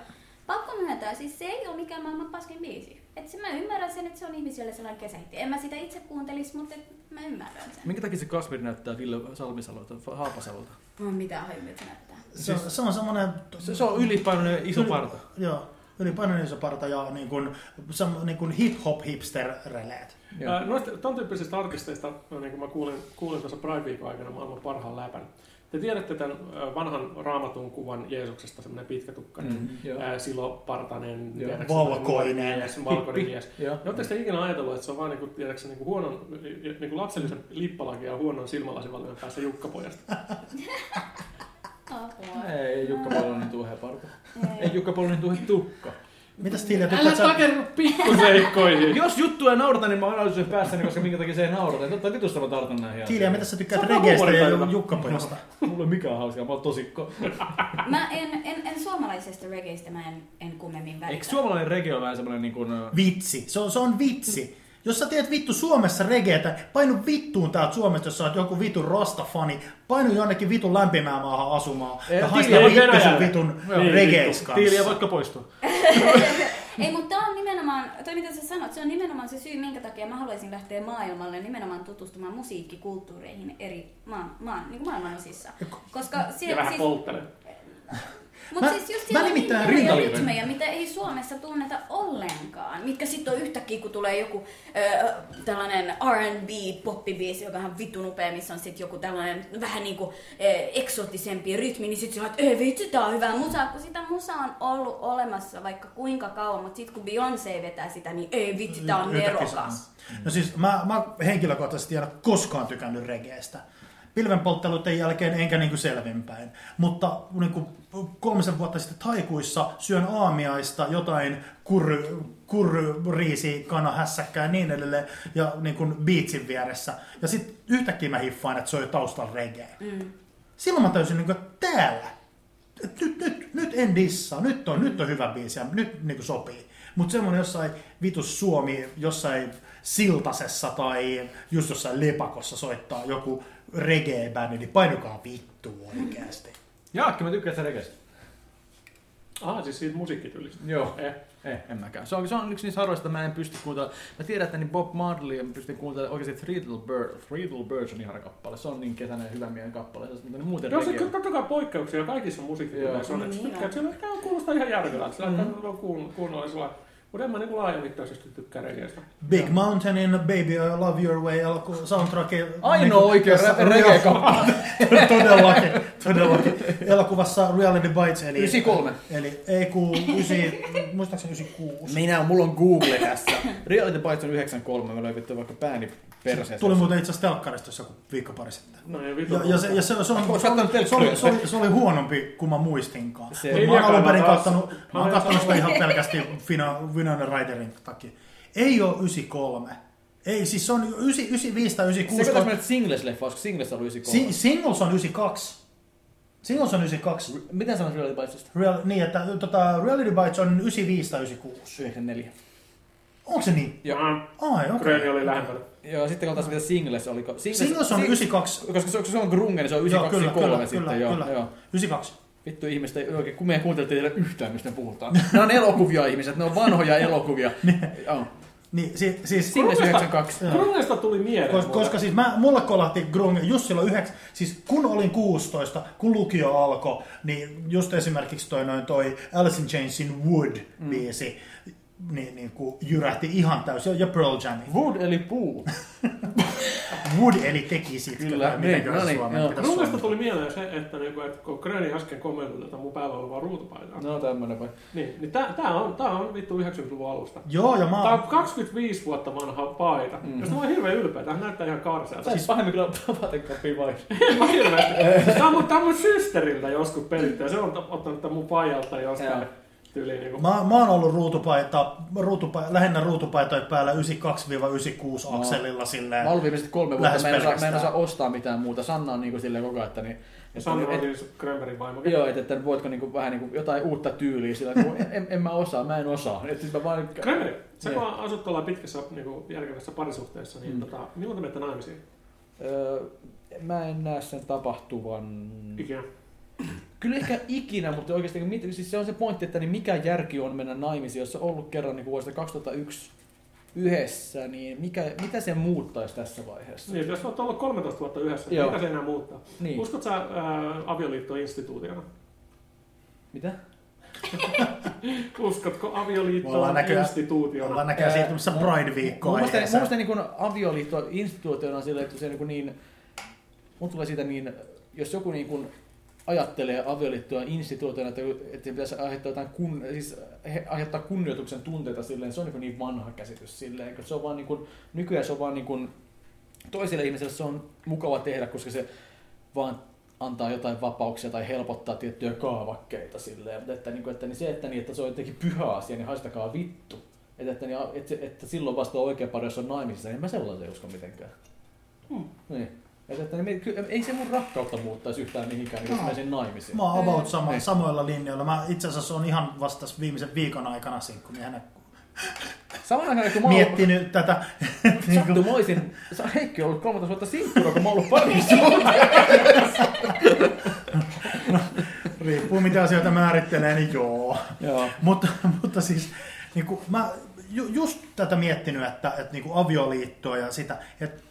S4: pakko myöntää, siis se ei ole mikään maailman paskin biisi. Et se, mä ymmärrän sen, että se on ihmisille sellainen kesähitti. En mä sitä itse kuuntelisi, mutta et mä ymmärrän sen.
S1: Minkä takia se Kasmir näyttää Ville Salmisalolta, Haapasalolta?
S4: Mä en mitään haju, mitä se näyttää.
S3: Se, on- se on semmoinen...
S5: Se, se on ylipainoinen iso
S4: Mm.
S3: Yli-
S5: parta.
S3: Joo, ylipainoinen iso parta ja niin kuin, sam, niin kuin hip-hop hipster-releet.
S1: Joo.
S2: Ää, Noista ton tyyppisistä artisteista, no niin kuin mä kuulin, kuulin tuossa Pride Weekon aikana maailman parhaan läpän. Te tiedätte tämän ää, vanhan raamatun kuvan Jeesuksesta, semmoinen pitkä tukka, mm.
S1: Mm, joo.
S2: silopartainen,
S1: Joo.
S2: tiedätkö,
S3: Valkoinen.
S2: nuori mies, valkoinen
S1: Hippi.
S2: mies.
S1: Joo.
S2: Oletteko te ikinä ajatellut, että se on vain niinku, tiedätkö, niinku huonon, niinku lapsellisen lippalakin ja huonon silmälasivallimen päässä Jukkapojasta?
S4: Apua.
S1: Ei Jukka Polonin tuhe parta. Ei Jukka Polonin tuhe tukka.
S3: Mitäs Tiilia,
S2: Älä
S3: tykkäät sä,
S2: takerru pikkuseikkoihin!
S1: Jos juttua ei naurata, niin mä analysoin päässäni, koska minkä takia se ei naurata. Ja Totta vitusta mä tartun näihin
S3: Tiilia,
S1: asioihin.
S3: mitäs sä tykkäät
S2: Se on vaan
S3: regeistä ja
S2: huumoritajunta.
S3: jukkapojasta?
S1: Mulla ei mikään hauskaa, mä oon tosikko.
S4: Mä en, en, en suomalaisesta regeistä mä en, en kummemmin välitä.
S1: Eikö suomalainen regio ole vähän semmonen niin kuin... ö,
S3: Vitsi, se on, se on vitsi. Jos sä teet vittu Suomessa regeetä, painu vittuun täältä Suomesta, jos sä oot joku vitun rostafani, painu jonnekin vitun lämpimään maahan asumaan
S1: Ei,
S3: ja haista
S1: Tiilia,
S2: ei
S3: vittu sun
S2: Venäjälle.
S3: vitun
S2: Joo, ei
S3: regeis
S2: vittu.
S3: kanssa.
S5: Tiiliä voitko poistua?
S4: Ei, mutta tämä on nimenomaan, toi mitä sä sanot, se on nimenomaan se syy, minkä takia mä haluaisin lähteä maailmalle nimenomaan tutustumaan musiikkikulttuureihin eri maan, maan, niin kuin maailman osissa. Koska
S2: Ja
S4: siellä
S2: vähän
S4: siis,
S2: polttele.
S4: mutta
S3: Mä-
S4: siis just
S3: mä
S4: siellä on
S3: nimittäin
S4: hienoja
S1: rintaliivejä.
S4: rytmejä, mitä ei Suomessa tunneta ollenkaan, mitkä sitten on yhtäkkiä, kun tulee joku ö, tällainen R&B poppibiisi, joka on ihan vitun upea, missä on sitten joku tällainen vähän niinku ö, eksoottisempi rytmi, niin sitten sä oot, ei vitsi, tää on hyvää musaa, kun sitä musaa on ollut olemassa vaikka kuinka kauan, mutta sitten kun Beyoncé vetää sitä, niin ei vitsi, tää on
S3: Mm, Yhtäkkiä
S4: nerokas.
S3: se- No siis mä, mä henkilökohtaisesti en ole koskaan tykännyt regeestä. Pilvenpoltteluiden jälkeen enkä niinku selvinpäin. Mutta niinku kolmisen vuotta sitten taikuissa syön aamiaista jotain kurry, kurry riisi, kana, hässäkkää ja niin edelleen. Ja niinku biitsin vieressä. Ja sitten yhtäkkiä mä hiffaan, että soi taustalla reggae.
S4: Mm.
S3: Silloin mä täysin niinku, että täällä. Et Nyt, nyt, nyt en dissaa, nyt on, nyt on hyvä biisi ja nyt niinku sopii. Mutta semmonen jossain vitus Suomi, jossain Siltasessa tai just jossain Lepakossa soittaa joku reggae-bändi, niin painukaa vittu oikeasti.
S1: Jaakki, mä tykkään sitä regestä.
S2: Aha, siis siitä musiikkityylistä.
S1: Joo.
S2: Eh.
S1: Ei, en mäkään. Se on, se on yksi niistä harvoista, että mä en pysty kuuntelemaan. Mä tiedän, että niin Bob Marley ja mä pystyn kuuntelemaan oikeasti Three Little Bird. Three Little Birds on ihana kappale. Se on niin kesäinen ja hyvä mielen kappale. Se on semmoinen muuten
S2: Joo, se
S1: reggae.
S2: kyllä totta kai poikkeuksia kaikissa
S1: Joo.
S2: musiikkityyleissä on. että
S4: Niin
S2: tykkää,
S4: on.
S2: että Sillä tämä kuulostaa ihan järkevältä, sillä
S1: Mhm.
S3: Mm.
S2: mm-hmm. on kuun- kuunnollisella. Mutta en mä niinku laajamittaisesti tykkää regeistä.
S3: Big Mountainin Baby I Love Your Way alku- soundtrack. niinku
S1: Ainoa oikea
S3: tässä-
S1: rä- reggae-kappale.
S3: todellakin, todellakin. Elokuvassa Reality Bites eli...
S1: 93.
S3: Eli ei ku, ysi, muistaakseni 96.
S1: Minä, mulla on Google tässä. Reality Bites on 93, mä löin vittu vaikka pääni perseestä.
S3: Tuli muuten itse asiassa telkkarista tuossa joku viikko pari sitten.
S2: No ei vitu.
S3: Ja, ja, se, ja se, se, on,
S1: Olis
S3: se,
S1: kattonut
S3: oli, se,
S1: telkkaria?
S3: oli, se, oli, se oli huonompi kuin mä muistinkaan.
S1: Se-
S3: Se, Mut mä oon
S2: Hiljakaan
S3: alun perin
S2: taas.
S3: kattonut, mä oon
S2: Mä
S3: kattonut sitä ihan pelkästään Fina- Winona Riderin takia. Ei oo 93. Ei, siis se on 95 tai
S1: Se
S3: 96.
S1: katsotaan menet Singles-leffa, koska Singles oli 93.
S3: Si, singles on 92. Singles on 92.
S1: Mitä sanot Reality Bitesista?
S3: Real, niin, että tota, Reality Bites on 95 tai 96.
S1: 94.
S3: Onko se niin?
S1: Joo.
S3: Ai, okei.
S2: Kreeni oli lähempänä.
S1: Joo, sitten kun taas mitä Singles oli. ko- Singles,
S3: Singles on
S1: Sing-
S3: 92.
S1: Koska se, koska se on grunge, niin se on
S3: Joo, kyllä,
S1: 923
S3: kyllä,
S1: sitten.
S3: kyllä,
S1: joo,
S3: kyllä.
S1: Joo.
S3: 92.
S1: Vittu ihmiset ei oikein, kun me ei kuuntele teille yhtään, mistä me puhutaan. Ne on elokuvia ihmiset, ne on vanhoja elokuvia. Joo.
S3: Niin, si, siis...
S1: Singles
S2: Kuulostaa-
S1: 92.
S3: Joo.
S2: Grunesta tuli mieleen.
S3: Koska,
S2: mulle.
S3: koska siis mä, mulle kolahti grunge just silloin yhdeksän, siis kun olin 16, kun lukio alkoi, niin just esimerkiksi toi noin toi Alice in Chainsin Wood-biisi, mm. niin, niin kuin jyrähti ihan täysin, ja Pearl Jam.
S1: Wood eli puu.
S3: Wood eli teki sit,
S1: Kyllä,
S3: kyllä,
S1: niin,
S3: miten
S1: no niin, joo.
S2: Grunesta tuli mieleen se, että, niinku, että kun Kreeni äsken kommentoi tätä mun päällä olevaa ruutupaitaa,
S1: No tämmönen vai.
S3: Siis-
S2: niin, niin tää, tää, on, tää on vittu 90-luvun alusta.
S3: Joo, ja mä
S2: Tää on
S3: oon,
S2: 25 vuotta vanha paita. Mm. Jos mä oon hirveän ylpeä, tää näyttää ihan karsealta.
S1: Siis pahemmin kyllä Patenkoppi vai.
S2: Mä hirveästi. Siis Tää on mun, tää on mun systeriltä joskus peritty ja se on ottanut tän mun paijalta jostain
S1: Joo.
S2: tyyliin. Niinku.
S3: mä, mä oon ollut ruutupaita, ruutupa, lähinnä ruutupaitoja päällä 92-96
S1: No.
S3: akselilla silleen.
S1: Mä olin viimeiset kolme vuotta,
S3: Lähes
S1: mä en, osaa, mä en
S3: pelkästään.
S1: osaa ostaa mitään muuta. Sanna on niinku silleen koko ajan, että niin...
S2: Ja
S1: Että,
S2: Sanna on
S1: et-
S2: siis Grönbergin vaimo.
S1: Joo, että, että voitko niinku vähän niinku jotain uutta tyyliä sillä, kun en, en, en mä osaa, mä en osaa. Että sit mä vaan...
S2: Grönberg, sä
S1: Joo.
S2: kun asut tuolla pitkässä niinku, järkevässä parisuhteessa, niin
S1: Mm.
S2: tota, milloin te menette naimisiin?
S1: Öö, mä en näe sen tapahtuvan...
S2: Ikinä.
S1: Kyllä ehkä ikinä, mutta oikeasti mit- siis se on se pointti, että niin mikä järki on mennä naimisiin, jos se on ollut kerran niin vuodesta 2001 yhdessä, niin mikä, mitä se muuttaisi tässä vaiheessa?
S2: Niin, jos olet ollut 13 vuotta yhdessä,
S1: Joo.
S2: Joo. mitä se enää muuttaa?
S1: Niin.
S2: Niin. Uskot sä ää, avioliittoinstituutiona?
S1: Mitä?
S2: Uskotko
S3: Me ollaan
S2: avioliittoon
S3: näköjään-
S2: instituutiona?
S3: Ollaan näköjään siirtymässä Pride-viikkoon.
S1: Mun mielestä, mun mielestä niin kuin avioliitto instituutiona sillä, että se niin, kuin niin mun tulee siitä niin, jos joku niin kuin ajattelee avioliittoa instituutiona, että, että se pitäisi aiheuttaa, jotain kun, siis he- aiheuttaa kunnioituksen tunteita silleen, se on niin, kuin niin vanha käsitys silleen, kun se on vaan niin kuin, nykyään se on vaan niin kuin, toiselle ihmiselle se on mukava tehdä, koska se vaan antaa jotain vapauksia tai helpottaa tiettyjä kaavakkeita silleen, mutta että, niin kuin, että niin se, että, niin, että se on jotenkin pyhä asia, niin haistakaa vittu. Että, että, niin, että, että silloin vasta on oikea pari, jos on naimisissa, en mä sellaisen usko mitenkään.
S2: Hmm.
S1: Niin. Että, että, niin, ky- ei se mun rakkautta muuttaisi yhtään mihinkään, niin jos
S3: No.
S1: mä sen naimisiin.
S3: Mä oon about sama,
S1: Niin.
S3: samoilla linjoilla. Mä itse asiassa on ihan vastas viimeisen viikon aikana sinkkumiehenä
S1: Samaan aikaan, kun mä oon ollut-
S3: miettinyt tätä. niin kuin,
S1: sattumoisin, sä oot Heikki ollut 13 vuotta sinkkuna, kun mä oon ollut parisuhteessa.
S3: riippuu mitä asioita määrittelee, niin joo.
S1: Joo.
S3: mutta, mutta siis niin kuin, mä ju, just tätä miettinyt, että, että niin kuin avioliittoa ja sitä, että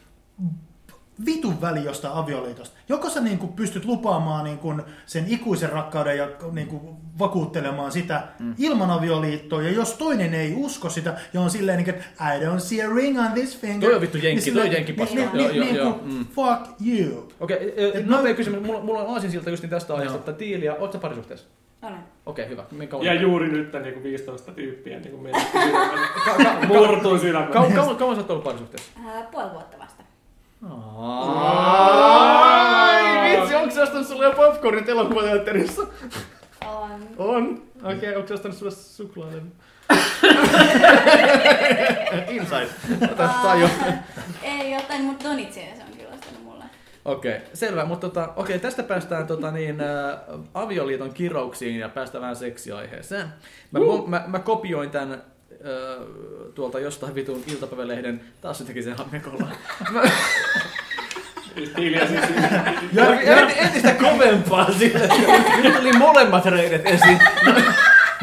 S3: vitun väli jostain avioliitosta. Joko sä niin kuin, pystyt lupaamaan niin kuin, sen ikuisen rakkauden ja niin kuin, vakuuttelemaan sitä mm. ilman avioliittoa, ja jos toinen ei usko sitä, ja on silleen, niin kuin, I don't see a ring on this finger.
S1: Toi on vittu jenki,
S3: niin silleen,
S1: toi on jenki
S3: niin,
S1: paskaa.
S3: niin,
S1: Joo,
S3: niin,
S1: joo,
S3: niin
S1: joo,
S3: kuin,
S1: mm.
S3: Fuck you.
S1: Okei,
S3: Et
S1: okay,
S3: mä-
S1: nopea kysymys. Mulla, mulla on aasinsilta just tästä aiheesta, että Tiili ja oot sä parisuhteessa?
S4: Olen.
S1: Okei, okay, hyvä. Minkä
S2: Ja juuri nyt niin kuin 15 tyyppiä niin meni
S1: Ka- ka-
S2: murtuu sydämellä.
S1: Kau- kauan, kauan sä oot ollut parisuhteessa?
S4: Ää, puoli vuotta vasta.
S1: Ai vitsi, onko se ostanut sulle jo popcornit elokuvateatterissa?
S4: On.
S1: On. Okei, okay, onko se ostanut sulle suklaalevy? Inside. Tää jo.
S4: Ei jotain, mutta donitseja se on kyllä ostanut mulle.
S1: Okei, okay, selvä. Mutta tota, okei, okay, tästä päästään tota, niin, ä, avioliiton kirouksiin ja päästään vähän seksiaiheeseen. Mä, uh. mä, mä kopioin tämän ä, tuolta jostain vitun iltapäivälehden. Taas se teki sen hammekolla. Mä,
S2: Tiiliä siis
S1: Ja entistä kovempaa sille. Nyt tuli molemmat reidet esiin.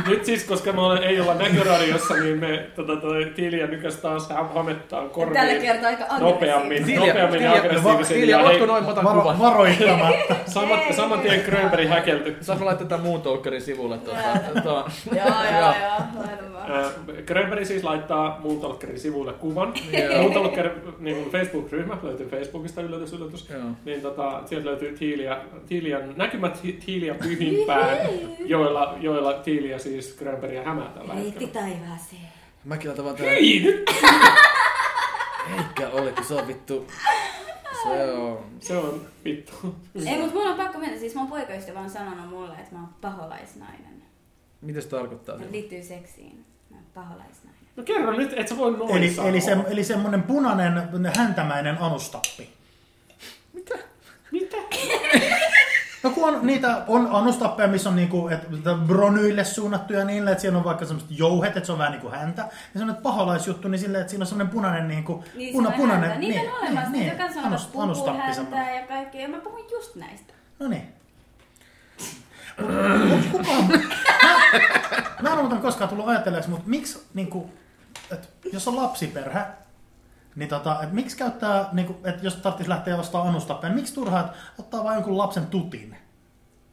S2: Nyt siis, koska me ollaan, ei olla näköradiossa, niin me tota, toi, Tiiliä nykäs taas hamettaa korviin.
S4: Tällä kertaa aika
S2: Nopeammin.
S4: aggressiivisesti.
S1: Silja,
S2: Nopeammin ja
S1: Silja,
S2: aggressiivisesti.
S1: Silja,
S2: Ja
S1: ootko
S2: hei-
S1: noin, mä otan
S3: Varo,
S1: kuvan.
S3: varoittamatta.
S2: Saman, saman tien Grönberg häkelty.
S1: Saanko laittaa tämän muun toukkarin sivulle tuota?
S4: Joo.
S1: tuota-
S4: Joo, joo, joo. laita vaan.
S2: Äh, Grönberg siis laittaa Muuntalkkerin sivulle kuvan.
S1: Joo.
S2: Muuntalkker niin kuin Facebook-ryhmä löytyy Facebookista, yllätys, yllätys.
S1: Joo.
S2: Niin tota, sieltä löytyy tiiliä, tiiliä, näkymät hi- tiiliä pyhimpään, joilla, joilla tiiliä siis Grönbergia hämää tällä
S4: Riitti
S2: hetkellä.
S4: taivaaseen.
S1: Mäkin laitan vaan täällä.
S2: Hyi nyt!
S1: Eikä ole, kun se on vittu. Se on.
S2: Se on vittu.
S4: Ei, mutta mulla on pakko mennä. Siis mun poikaystävä on sanonut mulle, että mä oon paholaisnainen.
S1: Mitä se tarkoittaa?
S4: Se liittyy seksiin. Mä oon paholaisnainen.
S2: No kerro nyt, et sä voi noin
S3: Eli,
S2: sanoa.
S3: eli, se, eli semmonen punainen häntämäinen anustappi.
S2: Mitä?
S3: No kun on niitä on anustappeja, missä on niinku, et, että bronyille suunnattuja niille, että siinä on vaikka semmoiset jouhet, että se on vähän niinku häntä. Ja se on paholaisjuttu, niin silleen, että siinä on semmoinen punainen niinku,
S4: Niin,
S3: puna,
S4: se on
S3: punainen.
S4: häntä. Niitä on olemassa. Niin, niin. Joka
S3: anus-
S4: sanoo, että puhuu
S3: anustappi
S4: häntää
S3: semmoinen.
S4: ja kaikkea. Ja mä puhun just näistä.
S3: No niin. Mut kukaan, mä, mä en muuten koskaan tullut ajatelleeksi, mutta miksi, niinku, et, jos on lapsiperhe, niin tota, et miksi käyttää, niinku, et jos tarvitsisi lähteä ostamaan anustappeja, niin miksi turhaa, että ottaa vain jonkun lapsen tutin?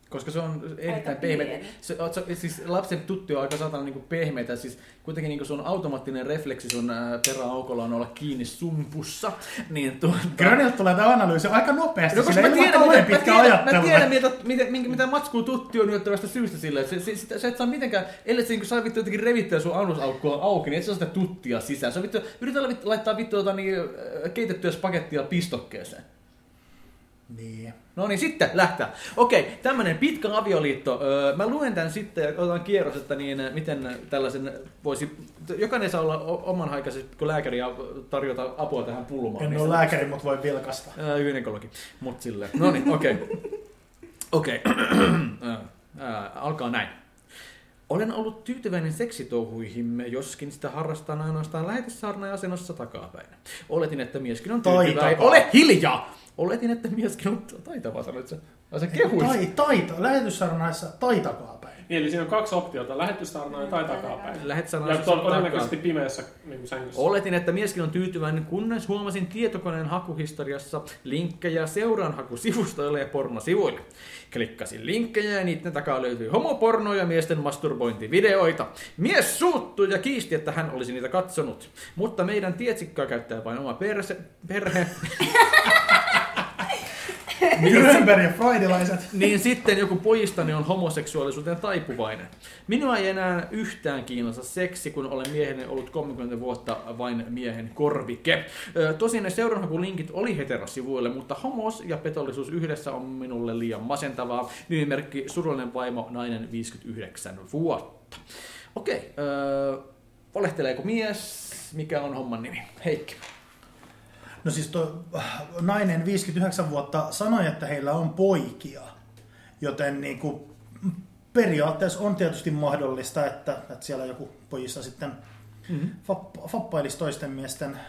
S1: Koska se on erittäin
S4: Aika pieni.
S1: pehmeä. Se, oot sä- siis lapsen tuttu on aika satana niinku pehmeitä. Siis kuitenkin niinku sun automaattinen refleksi sun ää, peräaukolla on olla kiinni sumpussa. Niin tuota...
S3: Grönilta tulee tämä analyysi aika nopeasti,
S1: No,
S3: no,
S1: koska
S3: sillä
S1: mä
S3: ei ole
S1: tiedän,
S3: kauhean
S1: mitä, mä
S3: pitkä
S1: tiedän, mä
S3: ajattelu.
S1: tiedän mitä, mitä, minkä, mitä matskua tutti on yöttävästä syystä sillä. että Se, se, sitä, sä et saa mitenkään, ellei se niin saa vittu jotenkin revittyä sun anusaukkoa auki, niin et saa sitä tuttia sisään. Se on vittu, yritän vittu, laittaa vittu jotain niin, äh, keitettyä spagettia pistokkeeseen.
S3: Niin.
S1: No niin, sitten lähtää. Okei, tämmönen pitkä avioliitto. Öö, Mä luen tämän sitten ja otan kierros, että niin, äh, miten tällaisen voisi... Jokainen saa olla o- oman haikaisesti, kun lääkäri ja tarjota apua tähän pulmaan.
S3: En
S1: niin
S3: ole
S1: se-
S3: lääkäri, mutta voi vilkasta.
S1: Ää, gynekologi, mut silleen. No niin, okei. Okei. Ää, ää, Alkaa näin. Olen ollut tyytyväinen seksitouhuihimme, joskin sitä harrastan ainoastaan lähetyssaarna asennossa takapäin. Oletin, että mieskin on
S3: Taitava.
S1: tyytyväinen. Ole hiljaa! Oletin, että mieskin on taitava, sanoit sä. Vai sä kehuit?
S3: Tai, taita, lähetyssarnaissa taitakaa päin.
S2: Niin, eli siinä on kaksi optiota, lähetystarnoja tai takapäin.
S1: Lähet
S2: Ja
S1: sanaa
S2: to- todennäköisesti pimeässä niin kuin sängyssä.
S1: Oletin, että mieskin on tyytyväinen, kunnes huomasin tietokoneen hakuhistoriassa linkkejä seuranhakusivustoille ja pornosivuille. Klikkasin linkkejä ja niiden takaa löytyi homopornoja ja miesten masturbointivideoita. Mies suuttui ja kiisti, että hän olisi niitä katsonut. Mutta meidän tietsikkaa käyttää vain oma perse, perhe,
S3: Grönberg ja freudilaiset.
S1: niin sitten joku pojistani on homoseksuaalisuuteen taipuvainen. Minua ei enää yhtään kiinnosta seksi, kun olen miehenne ollut 30 vuotta vain miehen korvike. Ö, Tosin ne seuranhakulinkit oli heterosivuille, mutta homos ja petollisuus yhdessä on minulle liian masentavaa. Nimimerkki surullinen vaimo, nainen 59 vuotta. Okei, öö, valehteleeko mies? Mikä on homman nimi? Heikki.
S3: No siis tuo äh, nainen 59 vuotta sanoi, että heillä on poikia. Joten niin kuin, periaatteessa on tietysti mahdollista, että, että siellä joku pojissa sitten
S1: Mm-hmm.
S3: fapp- fappailisi toisten miesten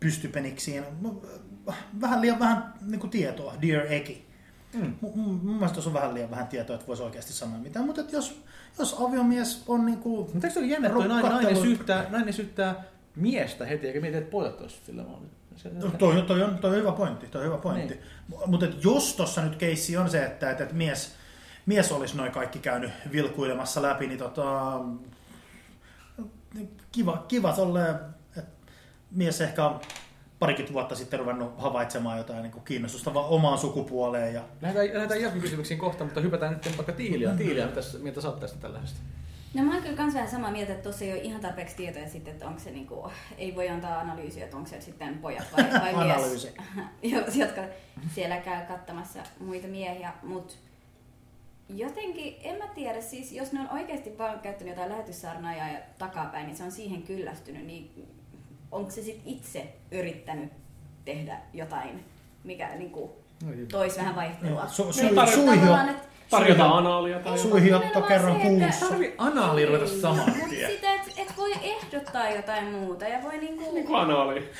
S3: pystypeniksiin. No, äh, Vähän liian vähän niin kuin tietoa, Dear Eki.
S1: Mm.
S3: Mun, mun mun mielestä tuossa on vähän liian vähän tietoa, että voisi oikeasti sanoa mitään. Mutta et jos, jos aviomies on niin kuin,
S1: Mutta eikö se ole jännä, että toi nainen,
S3: Rokkattelu.
S1: nainen, syyttää, nainen syyttää miestä heti, eikä mieti, että pojat olisivat sillä mallilla. Se-
S3: No, Toi, toi, on, toi on hyvä pointti, toi on hyvä pointti.
S1: Niin.
S3: Mutta jos tossa nyt keissi on se, että, että, että mies, mies olisi noin kaikki käynyt vilkuilemassa läpi, niin tota, kiva, kiva tolleen, että mies ehkä on parikymmentä vuotta sitten ruvennut havaitsemaan jotain niin kuin kiinnostusta vaan omaan sukupuoleen. Ja,
S1: Lähdetään, lähdetään jatkokysymyksiin kohta, mutta hypätään nyt vaikka tiiliä. Tiiliä, mitä, mitä sä oot tästä tällä hetkellä?
S4: No mä oon kyllä kans vähän samaa mieltä, että tossa ei ole ihan tarpeeksi tietoja sitten, että onko se niinku, ei voi antaa analyysiä, että onko se sitten pojat vai, vai mies,
S3: Analyysi.
S4: jo- jotka siellä käy kattamassa muita miehiä, mut jotenkin, en mä tiedä, siis jos ne on oikeasti vaan käyttänyt jotain lähetyssarnaa ja takapäin, niin se on siihen kyllästynyt, niin onko se sitten itse yrittänyt tehdä jotain, mikä niinku toisi vähän vaihtelua?
S3: No, su, su,
S2: Niin, tarjotaan-
S3: suihin
S4: Tavallaan,
S3: on-
S4: että
S2: Tarjota anaalia tai
S3: Su-
S2: jotain.
S3: Suihiotto
S4: Nimenomaan
S3: kerran
S4: se, että-
S3: kuussa.
S1: Tarvi anaali ruveta saman
S4: Mut
S1: tien.
S4: sitä, että et voi ehdottaa jotain muuta ja voi
S2: Niin
S4: niinku,
S2: kuin anaali.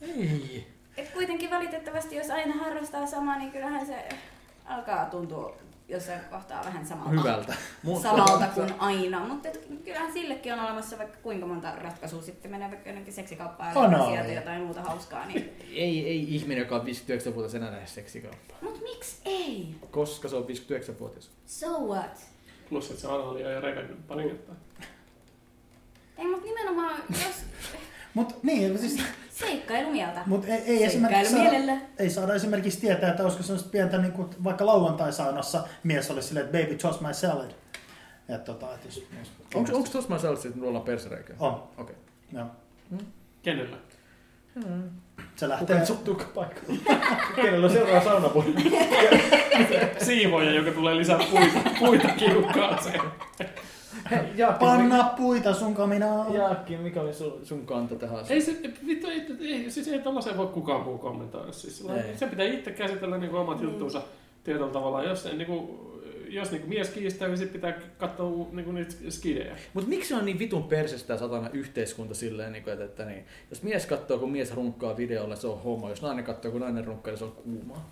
S1: Ei.
S4: et kuitenkin valitettavasti jos aina harrastaa samaa, niin kyllähän se alkaa tuntua jossain kohtaa vähän samalta.
S1: Hyvältä.
S4: Samalta kuin aina, mutta kyllähän sillekin on olemassa vaikka kuinka monta ratkaisua sitten menee vaikka jonnekin seksikauppaan ja
S3: Anaalia.
S4: sieltä jotain muuta hauskaa. Niin.
S1: Ei, ei ihminen, joka on 59-vuotias enää lähde seksikauppaan.
S4: Mut miksi ei?
S1: Koska se on 59-vuotias.
S4: So what?
S2: Plus, että se anaalia ja rekannut pari kertaa.
S4: Ei, mut nimenomaan jos
S3: Mut, niin, siis,
S4: seikkailumieltä.
S3: mut ei, ei esimerkiksi...
S4: Seikkailu mielellä.
S3: ei saada esimerkiksi tietää, että olisiko semmoista pientä niin kuin, vaikka lauantai-saunassa mies oli silleen, että baby toss my salad. Ja tota, että jos, jos
S1: Onko onko tossa mä sellaiset, että mulla on persereikä?
S3: On,
S1: Okei.
S3: joo.
S2: Kenellä?
S3: Se
S1: Kuka
S3: lähtee,
S1: ei suttuuka paikalla? Kenellä on seuraava saunapuoli?
S2: Siivoja, joka tulee lisää puita, puita kiukkaaseen.
S3: panna puita sun kaminaan.
S1: Jaakki, mikä oli sun, sun kanta tähän asiaan?
S2: Ei se, vittu, ei, ei, siis ei tällaiseen voi kukaan muu kommentoida. Siis, sillä-
S1: Ei.
S2: se pitää itse käsitellä niin kuin omat
S4: Niin.
S2: juttuunsa tietyllä tavalla. Jos, niin kuin, jos niin kuin mies kiistää, niin sit pitää katsoa niin kuin niitä skidejä.
S1: Mutta miksi on niin vitun persistä satana yhteiskunta silleen, niinku, että, että niin, jos mies katsoo, kun mies runkkaa videolla, se on homo. Jos nainen katsoo, kun nainen runkkaa, niin se on kuumaa.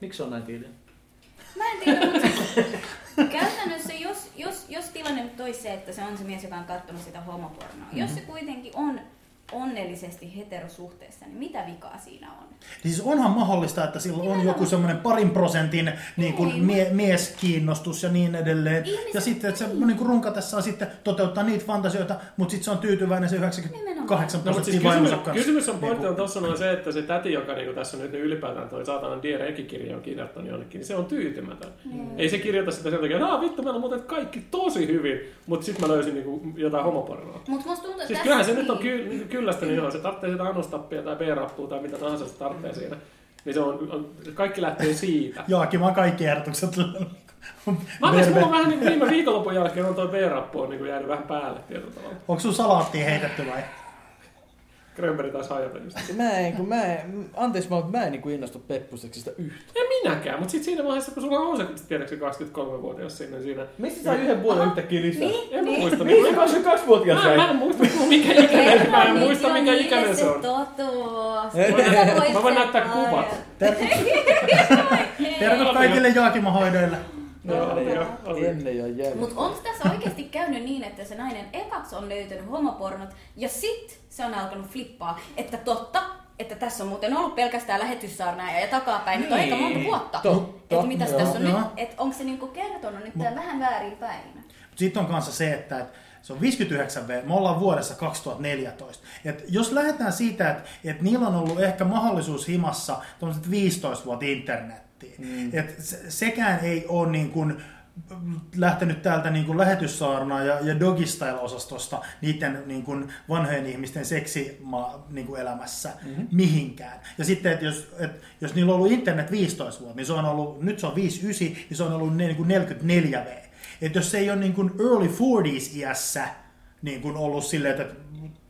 S1: Miksi se on näin tyyliä?
S4: Mä en tiedä, mutta siis käytännössä jos, jos, jos tilanne nyt olisi se, että se on se mies, joka on katsonut sitä homopornoa, mm-hmm.
S2: Mhm.
S4: jos se kuitenkin on onnellisesti heterosuhteessa, niin mitä vikaa siinä on?
S3: Siis onhan mahdollista, että sillä on joku semmoinen parin prosentin niin
S4: Ei,
S3: kuin mie- mieskiinnostus ja niin edelleen.
S4: Ihmiset-
S3: ja sitten, että se niin kuin runkatessaan sitten toteuttaa niitä fantasioita, mutta sitten se on tyytyväinen se 98
S2: No, mutta siis
S3: prosenttia
S2: kysymys,
S3: vaimonsa kanssa.
S2: kysymys on pointti on
S3: Niinku-
S2: tuossa noin se, että se täti, joka niin tässä nyt ylipäätään toi saatanan Die Reki-kirja on kirjoittanut jonnekin, niin se on tyytymätön.
S4: Mm.
S2: Ei se kirjoita sitä sen takia, että "Aa, vittu, meillä on muuten kaikki tosi hyvin, mutta sitten mä löysin niin kuin, jotain homopornoa.
S4: Mutta musta tuntuu, että
S2: Siis
S4: No tässä-
S2: kyllähän se nyt on ky- niin kuin kyllästynyt johon, se tarvitsee sitä annostappia tai B-rappua tai mitä tahansa se tarvitsee siinä. Niin se on, on, kaikki lähtee siitä.
S3: Jaakin vaan kaikki ehdotukset.
S2: Mä anteeksi, mulla on vähän niin kuin viime viikonlopun jälkeen on toi B-rappu on niin kuin jäänyt vähän päälle tietyllä tavalla.
S3: Onko sun salaattia heitetty vai?
S2: Grönberg taas hajota just.
S1: Mä en, kun mä en, anteeksi vaan, mä en niin innostu peppuseksista yhtään.
S2: En minäkään, mutta sitten siinä vaiheessa, kun sulla on se tiedätkö 23-vuotias sinne niin siinä.
S1: Mistä saa yhden vuoden yhtäkkiä lisää?
S4: Niin,
S2: En mä
S4: niin. niin,
S2: muista, mikä,
S1: Joka on se kaksivuotias
S2: mä, mä en muista, mikä ikäinen, mä en
S4: Kerro
S2: muista,
S4: nyt jo
S2: mikä
S4: niille
S2: ikäinen se on.
S4: totuus.
S1: Ei.
S4: Kuinka voit
S2: Mä voin
S4: sen
S2: näyttää kuvat.
S4: ajatella?
S3: Terve
S4: Ei.
S3: kaikille Jaakimahoidoille.
S2: Joo,
S1: Ennen ja-
S2: joo, oli.
S1: Ennen ja jälkeen.
S4: Mutta onko tässä oikeasti käynyt niin, että se nainen ekaksi on löytänyt homopornot ja sit se on alkanut flippaa, että totta, että tässä on muuten ollut pelkästään lähetyssaarnaaja ja takapäin, niin. aika monta vuotta.
S1: Totta,
S4: Että mitäs
S1: joo,
S4: tässä on
S3: joo.
S4: nyt, että onko se niinku kertonut nyt tää vähän väärin päin?
S3: Sitten on kanssa se, että et se on 59 V, me ollaan vuodessa 2014. Et jos lähdetään siitä, että et niillä on ollut ehkä mahdollisuus himassa tuommoiset 15 vuotta internettiin, mm. et se, sekään ei ole niin kuin lähtenyt täältä niin kuin lähetyssaarna ja, ja Dogistyle-osastosta niiden niin kuin vanhojen ihmisten seksima, niin kuin elämässä mm-hmm. mihinkään. Ja sitten, että jos, että jos niillä on ollut internet 15 vuotta, niin se on ollut, nyt se on 59, niin se on ollut niin kuin 44 V. Että jos se ei ole niin kuin early 40s iässä niin kuin ollut silleen, että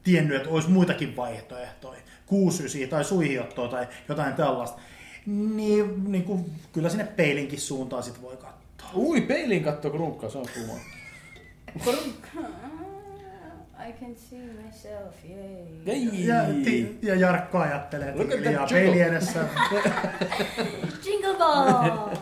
S3: tiennyt, että olisi muitakin vaihtoehtoja, 69 tai suihiottoa tai jotain tällaista, niin, niin kuin, kyllä sinne peilinkin suuntaan sit voi katsoa.
S1: Ui, peilin katto krunkka, se on kuva.
S4: I can see myself, yay.
S1: Ei.
S3: Ja, ti, ja Jarkko ajattelee, että
S1: Niin. Look at
S3: hiljaa
S1: that
S3: peili
S1: juggle.
S3: edessä.
S4: Jingle ball!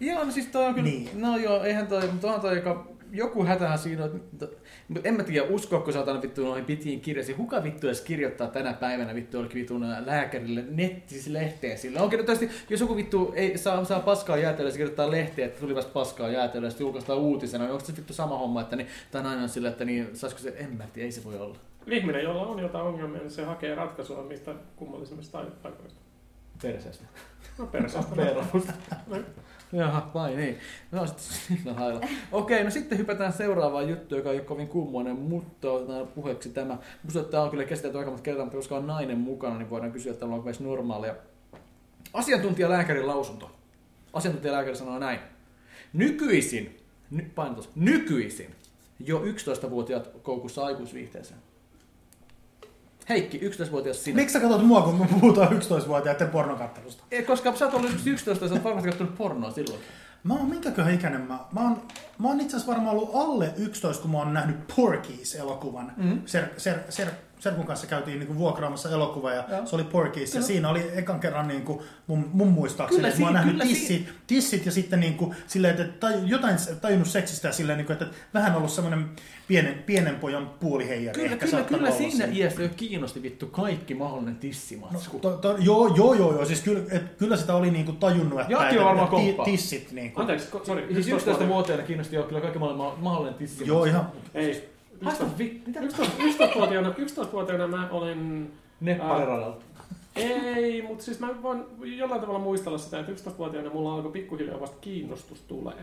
S1: Joo, no siis toi on kyllä,
S3: Niin.
S1: niin. no joo, eihän toi, mutta onhan toi joka, joku hätähän siinä on, että- mutta en mä tiedä, uskoako satana vittu noihin pitkiin kirjasiin, kuka vittu edes kirjoittaa tänä päivänä vittu jollekin vittu lääkärille nettislehteen sillä. Onkin tietysti, jos joku vittu ei saa, saa paskaa jäätelöä, se kirjoittaa lehteen, että tuli vasta paskaa jäätelöä, sitten julkaistaan uutisena, niin onko se vittu sama homma, että niin, tai nainen on sillä, että niin, saisiko se, en mä tiedä, ei se voi olla.
S2: Ihminen, jolla on jotain ongelmia, niin se hakee ratkaisua niistä kummallisimmista paikoista.
S1: Perseestä.
S2: No
S1: Niin.
S2: persoista.
S1: Perusta. Jaha, vai niin. No, sit, no aivan. Okei, no sitten hypätään seuraavaan juttuun, joka ei ole kovin kummoinen, mutta otetaan puheeksi tämä. Musta tämä on kyllä käsitelty aika monta kertaa, mutta koska on nainen mukana, niin voidaan kysyä, että ollaanko edes normaalia. Asiantuntijalääkärin lausunto. Asiantuntijalääkäri sanoo näin. Nykyisin, ny, painotus, nykyisin jo 11-vuotiaat koukussa aikuisviihteeseen. Heikki, 11-vuotias sinä.
S3: Miksi sä katsot mua, kun me puhutaan 11-vuotiaiden pornokattelusta?
S1: Ei, Eh, Koska sä oot ollut 11, sä oot varmasti kattonut pornoa silloin.
S3: Mä oon minkäköhän ikäinen mä Mä oon, mä oon itse asiassa varmaan ollut alle 11, kun mä oon nähnyt Porkies-elokuvan. Mm-hmm. Ser, ser, ser, Serkun kanssa käytiin niinku vuokraamassa elokuva ja
S1: Joo.
S3: se oli Porkies. Ja siinä oli ekan kerran niinku mun, mun muistaakseni,
S1: Kyllä
S3: että mä oon
S1: siinä-
S3: nähnyt
S1: kyllä
S3: tissit, tissit ja sitten niinku silleen, että taju, jotain tajunnut seksistä ja silleen, niinku, että vähän ollut semmoinen pienen, pienen pojan puoliheijari.
S1: Kyllä,
S3: ehkä
S1: kyllä,
S3: saattanut
S1: kyllä
S3: olla
S1: siinä
S3: siinä.
S1: iässä jo kiinnosti vittu kaikki mahdollinen tissimatsku.
S3: No, To, to, joo, joo, joo, joo. Siis kyllä, et, kyllä sitä oli niinku tajunnut, että,
S1: Jaakki on
S3: että,
S1: varmaan
S3: että ti-
S1: komppaa.
S3: tissit. Niinku.
S2: Anteeksi, ko- sori.
S1: siis 11
S2: vuotta.
S1: vuotiaana kiinnosti jo kyllä kaikki maailman mahdollinen tissimatsku.
S3: Joo, ihan.
S2: Ei.
S1: Haista vittu, mitä?
S2: 11-vuotiaana, 11-vuotiaana mä olin...
S1: Neppareradalta.
S2: Ei, mutta siis mä voin jollain tavalla muistella sitä, että 11-vuotiaana mulla alkoi pikkuhiljaa vasta kiinnostus tulee.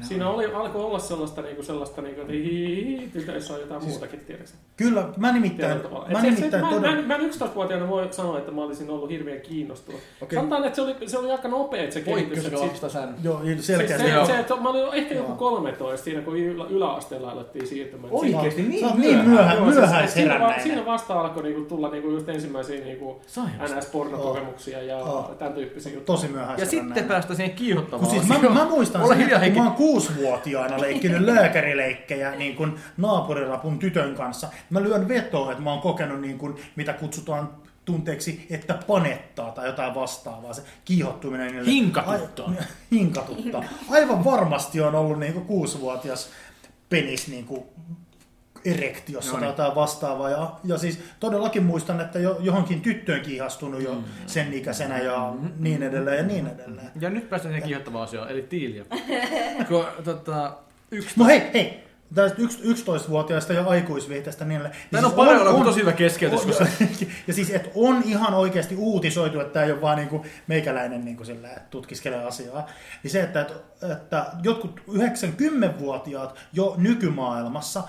S2: Siinä oli, alkoi olla sellaista, niinku, sellaista niinku, että hihihi, tytöissä on jotain muutakin, tiedätkö?
S3: Kyllä, mä nimittäin,
S2: Tietyllä tavalla.
S3: mä
S2: Et se- se-
S3: nimittäin
S2: Mä mä
S3: todella...
S2: en- mä en 11-vuotiaana voi sanoa, että mä olisin ollut hirveän kiinnostunut.
S1: Okei.
S2: Sanotaan, että se oli, se oli aika nopea se kehitys.
S1: Poikkeus,
S2: että
S1: joka
S2: sit-
S1: lapsista säännöt.
S3: Joo,
S2: Siis
S3: selkeästi.
S2: se,
S1: Joo.
S2: se, että mä olin ehkä joku
S3: Joo.
S2: 13 siinä, kun ylä, yläasteella alettiin siirtymään.
S1: Oi,
S2: Siinä-
S1: Oikeesti niin
S3: Sä oot
S1: myöhään.
S3: niin myöhään,
S2: Joo, siis- siinä, va-
S3: myöhäisherännäinen.
S2: siinä vasta alkoi niinku tulla niinku just ensimmäisiä niinku
S1: Sairasta.
S2: NS-pornokokemuksia ja
S3: Joo.
S2: tämän tyyppisiä juttuja.
S3: Tosi
S1: Ja
S3: myöhäisherännäinen.
S1: sitten päästä siihen
S3: kun
S1: kiihottavaan
S3: siis mä,
S1: asiaan.
S3: mä muistan
S1: Ole
S3: sen,
S1: hiljaa,
S3: että kun
S1: Heikki.
S3: mä oon kuusivuotiaana leikkinyt lääkärileikkejä niin kun naapurirapun tytön kanssa. Mä lyön vetoa, että mä oon kokenut niin kun, mitä kutsutaan tunteeksi, että panettaa tai jotain vastaavaa. Se kiihottuminen. niille-
S1: Hinkatuttaa.
S3: Ai- hinkatuttaa. Aivan varmasti on ollut niin kun kuusivuotias penis niin kun, erektiossa
S1: No niin.
S3: tai jotain vastaavaa. Ja, ja siis todellakin muistan, että jo, johonkin tyttöön kiihastunut
S1: Mm.
S3: jo sen ikäisenä ja
S1: Mm-hmm.
S3: niin edelleen ja niin edelleen.
S1: Ja nyt päästään siihen kiihottavaan asiaan, eli tiiliä. Kun tota... Yksi...
S3: No hei, hei! Tästä yks- 11-vuotiaista ja aikuisviihteistä niille. Niin
S1: Tän on pare olla tosi hyvä keskeytys, koska...
S3: ja siis, että on ihan oikeasti uutisoitu, että tämä ei ole vaan niinku meikäläinen niinku sillä, että tutkiskelee asiaa. Niin se, että, että jotkut 90-vuotiaat jo nykymaailmassa,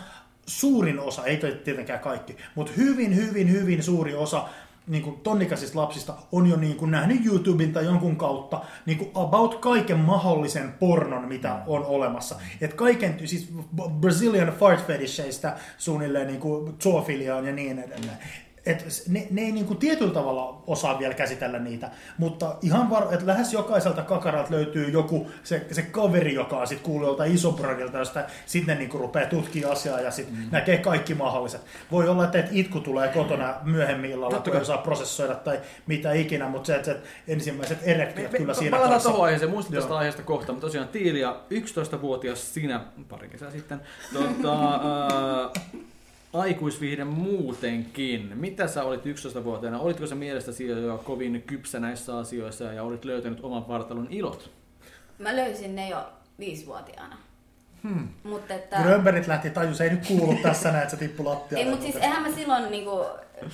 S3: suurin osa, ei toi tietenkään kaikki, mutta hyvin, hyvin, hyvin suuri osa niin kuin tonnikäisistä lapsista on jo niin kuin nähnyt YouTuben tai jonkun kautta niin kuin about kaiken mahdollisen pornon, mitä
S1: Mm.
S3: on olemassa. Et kaiken, siis Brazilian fart fetisheistä suunnilleen niinku niin kuin zoofiliaan ja niin edelleen. Et s- ne, ne ei niinku tietyllä tavalla osaa vielä käsitellä niitä, mutta ihan var, et lähes jokaiselta kakaralta löytyy joku se, se kaveri, joka on sitten kuullut joltain isobradilta, josta sitten niinku rupeaa tutkimaan asiaa ja sitten mm. näkee kaikki mahdolliset. Voi olla, että et itku tulee kotona myöhemmin illalla,
S1: Totta
S3: kun
S1: kai.
S3: ei osaa prosessoida tai mitä ikinä, mutta se, että se, et ensimmäiset erektiot kyllä siinä
S1: Palataan
S3: kanssa.
S1: tuohon aiheeseen, muistan tästä
S3: Joo.
S1: aiheesta kohta, mutta tosiaan Tiilia, 11-vuotias sinä, pari kesää sitten, tota, ää, aikuisviihde muutenkin. Mitä sä olit 11-vuotiaana? Olitko sä mielestäsi jo kovin kypsä näissä asioissa ja olit löytänyt oman vartalon ilot?
S4: Mä löysin ne jo viisivuotiaana. Hmm. Mutta että...
S3: Grönbergit lähti tajus, ei nyt kuulu tässä näin, että se tippui lattialle.
S4: Ei, mutta siis eihän mä silloin niinku,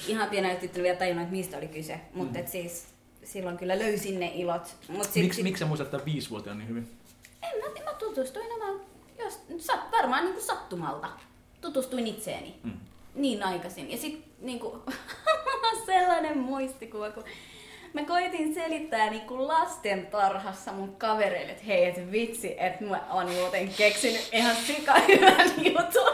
S4: ihan pienenä tyttönä vielä tajunnut, että mistä oli kyse. Mutta mm. siis silloin kyllä löysin ne ilot. Mut sit,
S1: Miksi
S4: sit-
S1: miksi sä muistat tämän viisivuotiaan niin hyvin?
S4: En mä, mä tutustuin enää, jos, sat, varmaan niinku sattumalta. Tutustuin itseeni. Mm. Niin aikaisin. Ja sit niinku, sellainen muistikuva, kun mä koitin selittää niinku lasten tarhassa mun kavereille, että hei, et vitsi, että mä oon muuten keksinyt ihan sika hyvän jutun.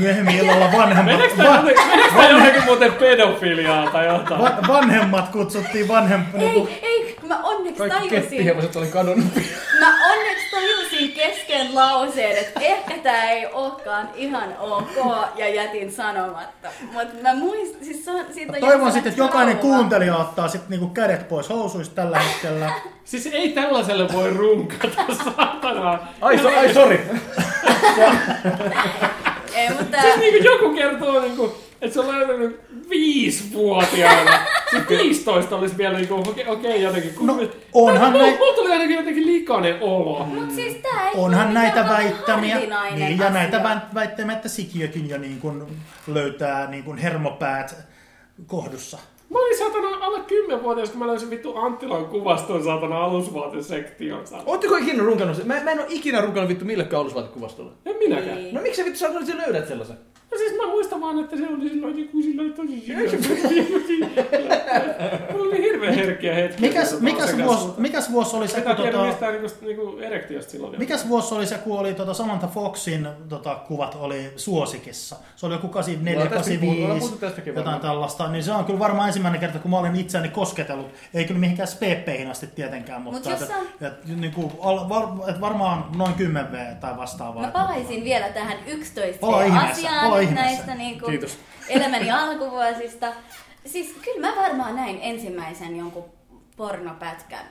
S3: Myöhemmin illalla vanhemmat,
S2: Meneekö
S3: va-
S2: tää jonnekin- meneekö tää jonnekin muuten pedofiliaa tai jotain?
S3: va- vanhemmat kutsuttiin niinku- vanhemmat.
S4: Ei, ei, kun mä onneksi
S1: Kaikki
S4: tajusin.
S1: keppihevoset oli kadonnut.
S4: Mä onneksi tajusin kesken lauseen, että ehkä tää ei olekaan ihan ok ja jätin sanomatta. Mut mä muistin, siis se on, siitä
S3: Mä
S4: on
S3: toivon
S4: jäänyt
S3: sitten, että jokainen
S4: trauma.
S3: kuuntelija ottaa sitten niinku kädet pois housuista tällä hetkellä.
S2: Siis ei tällaiselle voi runkata, saatana.
S1: Ai, so, ai sori.
S4: Ei, mutta
S2: Siis niinku joku kertoo niinku, että se on löytänyt viisivuotiaana. Siis 15 olisi vielä niinku, okei, okei jotenkin. Kun
S3: No, onhan
S2: mulla,
S3: näin-
S2: mulla tuli ainakin jotenkin likainen olo.
S4: mut siis tää ei
S3: Onhan
S4: ole
S3: näitä
S4: mikään
S3: väittämiä,
S4: harvinainen
S3: niin, ja
S4: asia.
S3: näitä vä- väittämättä sikiökin jo niin kun löytää niin kun hermopäät kohdussa.
S2: Mä olin saatana alle 10-vuotias, kun mä löysin vittu Anttilan kuvaston saatana alusvaatesektion. saatana.
S1: Ootteko ikinä runkannut? sen? Mä, mä en oo ikinä runkannut vittu millekään alusvaatekuvastolle.
S2: En minäkään.
S4: Niin.
S1: No miksi sä vittu sanoit, että sä löydät sellaisen?
S2: No siis mä muistan vaan, että se oli silloin joku silloin tosi Mulla oli hirveän herkkiä hetki.
S3: Mikäs,
S2: Tota,
S3: mikäs,
S2: sekä
S3: vuosi,
S2: suuta.
S3: mikäs vuosi oli se,
S2: Mä
S3: kun
S2: en tiedä
S3: tota,
S2: mistään niinku, niinku erektiosta silloin vielä.
S3: mikäs vuosi oli se, kun oli tota Samantha Foxin tota, kuvat oli suosikissa? Se oli joku 84,
S1: Ollaan tästäkin puhuttu, ollaan
S3: 85,
S1: puhuttu tästäkin
S3: jotain
S1: varmaan.
S3: tällaista. Niin se on kyllä varmaan ensimmäinen kerta, kun mä olen itseäni kosketellut. Ei kyllä mihinkään speppeihin asti tietenkään, mutta
S4: jos
S3: et,
S4: sä-
S3: et, niin kuin, var, et varmaan noin 10 V tai vastaavaa.
S4: Mä palaisin vielä tähän 11
S3: Palaa ihmeessä,
S4: asiaan
S3: palaa
S4: nyt
S3: ihmeessä.
S4: näistä niin kuin
S1: Kiitos.
S4: elämäni alkuvuosista. Siis kyllä mä varmaan näin ensimmäisen jonkun pornopätkän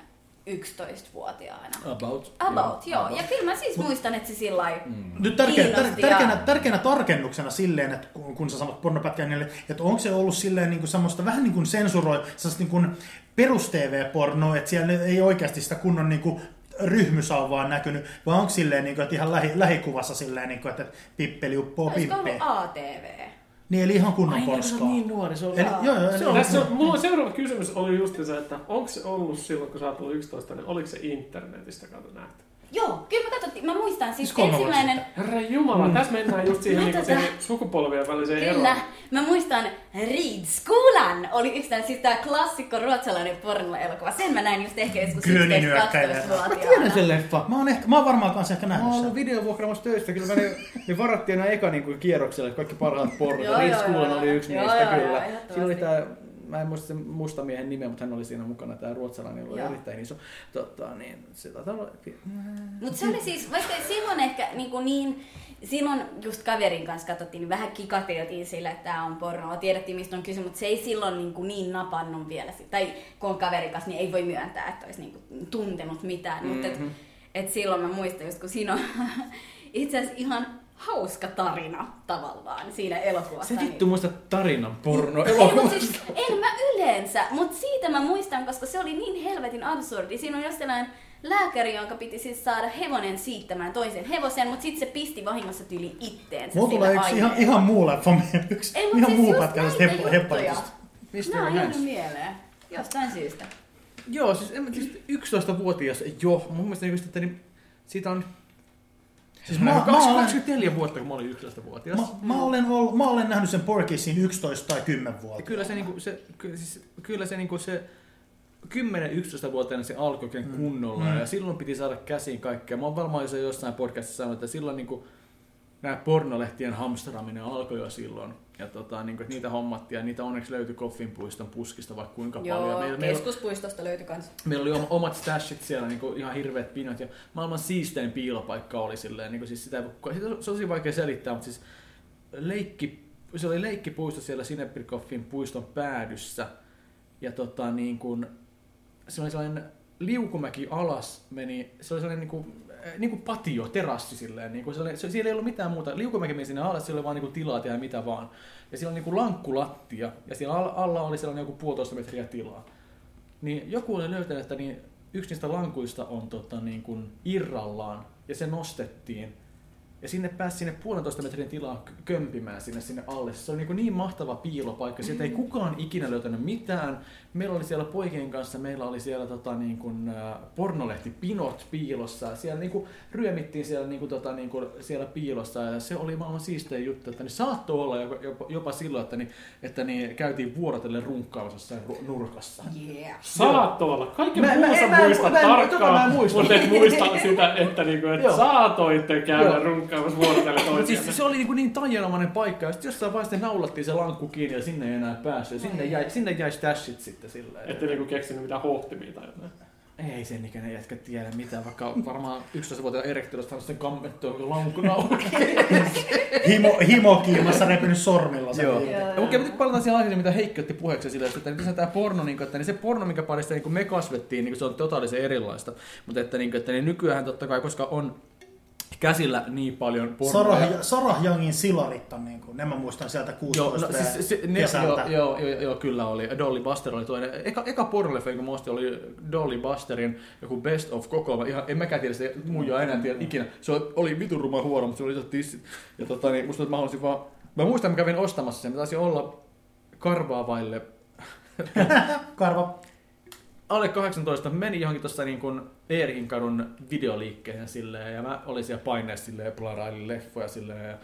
S4: 11-vuotiaana.
S1: About.
S4: About, joo. Ja kyllä mä siis muistan, että se sillä
S3: Nyt tärkeä, tär,
S4: Kiinnosti
S3: tärkeänä,
S4: ja-
S3: tärkeänä tarkennuksena silleen, että kun, kun sä sanot pornopätkää niille, että onko se ollut silleen niin kuin semmoista vähän niin kuin sensuroi, sellaista niin kuin perus-TV-pornoa, että siellä ei oikeasti sitä kunnon niin kuin ryhmysauvaa näkynyt, vai onko silleen, niin kuin, että ihan lähi, lähikuvassa silleen, niin kuin, että pippeli uppoo
S4: Olisiko ollut
S3: pimppeen.
S4: ATV?
S3: Niin, eli ihan kunnon porskaa.
S1: niin nuori, se on
S3: Eli, joo, joo,
S1: Se
S3: eli,
S1: on-
S2: Tässä on, mulla on seuraava kysymys oli just se, että onko se ollut silloin, kun sä oot ollut 11, niin oliko se internetistä kato nähty?
S4: Joo, kyllä mä katsottiin. Mä muistan siis
S3: Siis kolme vuotta
S4: ensimmäinen...
S2: Herra Jumala, mm. tässä mennään just siihen,
S4: Mä
S2: niinku,
S4: tota-
S2: siihen sukupolvien väliseen
S4: Kyllä.
S2: eroon.
S4: Mä muistan Reed Skulan oli yksi tämän, siis tää klassikko ruotsalainen pornoelokuva. Sen mä näin just ehkä joskus
S3: Kyönin nyökkäilee.
S4: 11-12-vuotiaana.
S1: se leffa.
S3: Mä oon, ehkä, mä oon varmaan kanssa ehkä
S1: Mä
S3: nähnyt
S1: oon
S3: sen.
S1: ollut videovuokraamassa töistä, kyllä mä ne, ne varattiin aina eka niin kierrokselle, kaikki parhaat
S4: Joo,
S1: porno. Reed
S4: joo,
S1: Schoolan
S4: joo,
S1: oli yksi
S4: joo,
S1: niistä
S4: joo, joo,
S1: kyllä.
S4: ehdottomasti.
S1: Siinä oli tää, mä en muista sen musta miehen nimeä, mutta hän oli siinä mukana, tää ruotsalainen, jolla
S4: Joo.
S1: oli erittäin iso. Tota, niin, se taitaa olla...
S4: Mutta se oli siis, vaikka silloin ehkä niin, kuin niin silloin just kaverin kanssa katsottiin, niin vähän kikateltiin sillä, että tämä on pornoa, tiedettiin mistä on kyse, mutta se ei silloin niin, kuin niin napannut vielä, sit- tai kun on kaverin kanssa, niin ei voi myöntää, että olisi niin kuin tuntenut mitään, mm-hmm. mutta et, et silloin mä muistan just, kun siinä on itse asiassa ihan hauska tarina tavallaan siinä elokuvassa.
S1: Se
S4: niin-
S1: vittu muista tarinan porno
S4: ei, mut
S1: elokuvasta.
S4: siis, en mä yleensä, mutta siitä mä muistan, koska se oli niin helvetin absurdi. Siinä on just sellainen lääkäri, jonka piti siis saada hevonen siittämään toisen hevosen, mutta sitten se pisti vahingossa tyli itteensä.
S3: Mulla tulee
S4: sillä
S3: yksi ihan,
S4: aineella.
S3: ihan muu leffa, mieleen, yksi
S4: Ei, mut
S3: ihan
S4: siis
S3: muu
S4: just
S3: pätkä tästä
S4: näitä
S3: heppa-
S4: juttuja.
S3: hepparitusta.
S4: Nää
S1: Mystery
S4: on jäänyt
S1: Hands.
S4: mieleen. Jostain syystä.
S1: Joo, siis, en, mä- siis 11-vuotias jo. Mun mielestä just, että niin, siitä on
S3: Siis
S1: mä,
S3: mä, mä, olen,
S1: 24 vuotta, kun mä olin 11-vuotias.
S3: Mä, mä, olen ollut, mä olen nähnyt sen Porkisin 11 tai 10
S1: Ja
S3: vuotta.
S1: Kyllä se, niinku, se, ky, siis, kyllä se, niinku, se 10-11-vuotiaana se alkoi oikein kunnolla
S3: Mm.
S1: mm. ja silloin piti saada käsiin kaikkea. Mä oon varmaan jo se jossain podcastissa sanonut, että silloin niinku, nämä pornolehtien hamstraminen alkoi jo silloin. Ja tota, niin kuin, niitä hommattiin ja niitä onneksi löytyi Koffinpuiston puskista vaikka kuinka paljon.
S4: Joo,
S1: Meillä, meillä,
S4: keskuspuistosta löytyi kans.
S1: meillä oli oma- omat stashit siellä, niin kuin ihan hirveät pinot ja maailman siistein piilopaikka oli silleen, niin kuin, siis sitä, ei voi- sitä on tosi vaikea selittää, mutta siis leikki, se oli leikkipuisto siellä Sinepirkoffin puiston päädyssä ja tota, niin kuin, se oli sellainen liukumäki alas meni, se oli sellainen niin kuin, niin kuin patio, terassi silleen, niin kuin sellainen, se, siellä ei ollut mitään muuta, liukumäki meni sinne alas, siellä oli vaan niin kuin tilaa tehdä mitä vaan ja siellä oli niin kuin lankkulattia ja siellä al- alla oli sellainen joku puolitoista metriä tilaa niin joku oli löytänyt, että niin yksi niistä lankuista on tota, niin kuin irrallaan ja se nostettiin. Ja sinne pääsi sinne puolentoista metrin tilaan k- kömpimään sinne, sinne alle. Se oli niin, kuin niin mahtava piilopaikka. Sieltä ei kukaan ikinä löytänyt mitään. Meillä oli siellä poikien kanssa, meillä oli siellä tota, niin kuin, ä, pornolehti Pinot piilossa. Siellä niin kuin, ryömittiin siellä, niin kuin, tota, niin kuin, siellä piilossa ja se oli maailman siistein juttu. Että, niin saattoi olla jopa, jopa, jopa silloin, että, niin, että niin, käytiin vuorotellen runkkaamassa jossain ru- nurkassa.
S4: Yeah.
S2: Saattoi olla. Kaikki
S1: Mä-
S2: mä,
S1: mä-
S2: muu
S1: en-
S2: sä
S1: mä en-
S2: muistat
S1: mä en- tota mä
S2: tarkkaan,
S1: en muista.
S2: mutta et muista sitä, että, niinku, et
S1: Joo.
S2: saatoitte käydä
S1: Joo.
S2: runkkaamassa vuorotelle
S1: Mut
S2: toisiaan.
S1: Siis se oli niinku niin tajanomainen paikka, ja sitten jossain vaiheessa naulattiin se lankku kiinni ja sinne ei enää päässyt. Ja sinne jäi, sinne jäi stashit sitten sillä
S2: Ette niinku keksinyt mitään hohtimia tai jotain.
S1: Ei sen ikäinen jätkä tiedä mitään, vaikka varmaan 11-vuotiaan erektiolla saanut sen kammettua kun lankkun auki.
S3: Himo, himokiimassa repinyt sormilla sen.
S1: Joo.
S3: kiinni.
S1: Okei, okay, nyt palataan siihen aiheeseen, mitä Heikki otti puheeksi sillä, että nyt tämä porno, niin, että niin se porno, minkä parissa niin me kasvettiin, niin se on totaalisen erilaista. Mutta että, niin, että niin nykyään totta kai, koska on käsillä niin paljon pornoa. ja-
S3: Sarah, Sarah Youngin silarit on niin kuin, ne mä muistan sieltä 16
S1: joo, no, siis, se, ne, joo,
S3: kesältä.
S1: joo, joo, joo, kyllä oli. Dolly Buster oli toinen. Eka, eka pornoleffa, jonka mä ostin, oli Dolly Busterin joku Best of kokoelma. Ihan, en mäkään tiedä, se muija enää tiedä ikinä. Se oli, oli vitun ruma huono, mutta se oli isot tissit. Ja tota, niin, musta mä halusin vaan... Mä muistan, mä kävin ostamassa sen. Mä taisin olla karvaa vaille
S3: Karva.
S1: alle 18 meni johonkin tuossa niin kuin Eerin kadun videoliikkeeseen silleen, ja mä olin siellä paineessa silleen, plarailin leffoja silleen, ja,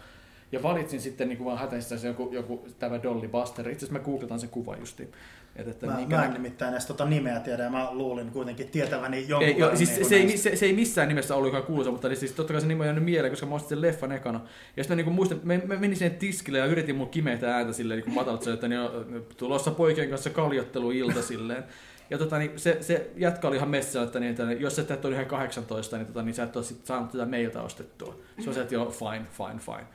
S1: ja valitsin sitten niin kuin vaan hätäisesti sen joku, joku tämä Dolly Buster. Itse asiassa mä googletan sen kuva justiin. Että, että
S3: Mä,
S1: minkä
S3: mä en
S1: näkö-
S3: nimittäin edes tota nimeä tiedä ja mä luulin kuitenkin tietäväni jonkun.
S1: ei, joo,
S3: verran
S1: siis
S3: niinku
S1: se, se, ei,
S3: näistä.
S1: se, se, ei, missään nimessä ollut joka kuuluisa, mutta siis totta kai se nimi on jäänyt mieleen, koska mä ostin sen leffan ekana. Ja sitten niin muistan, mä, mä menin sinne tiskille ja yritin mun kimeitä ääntä silleen niin matalat, että niin, on tulossa poikien kanssa kaljotteluilta silleen. Ja tota, niin se, se jätkä oli ihan messissä, että, niin, että jos sä et ole yhden 18, niin, tota, niin sä et ole sit saanut tätä meiltä ostettua. Se on se, että joo, fine, fine, fine.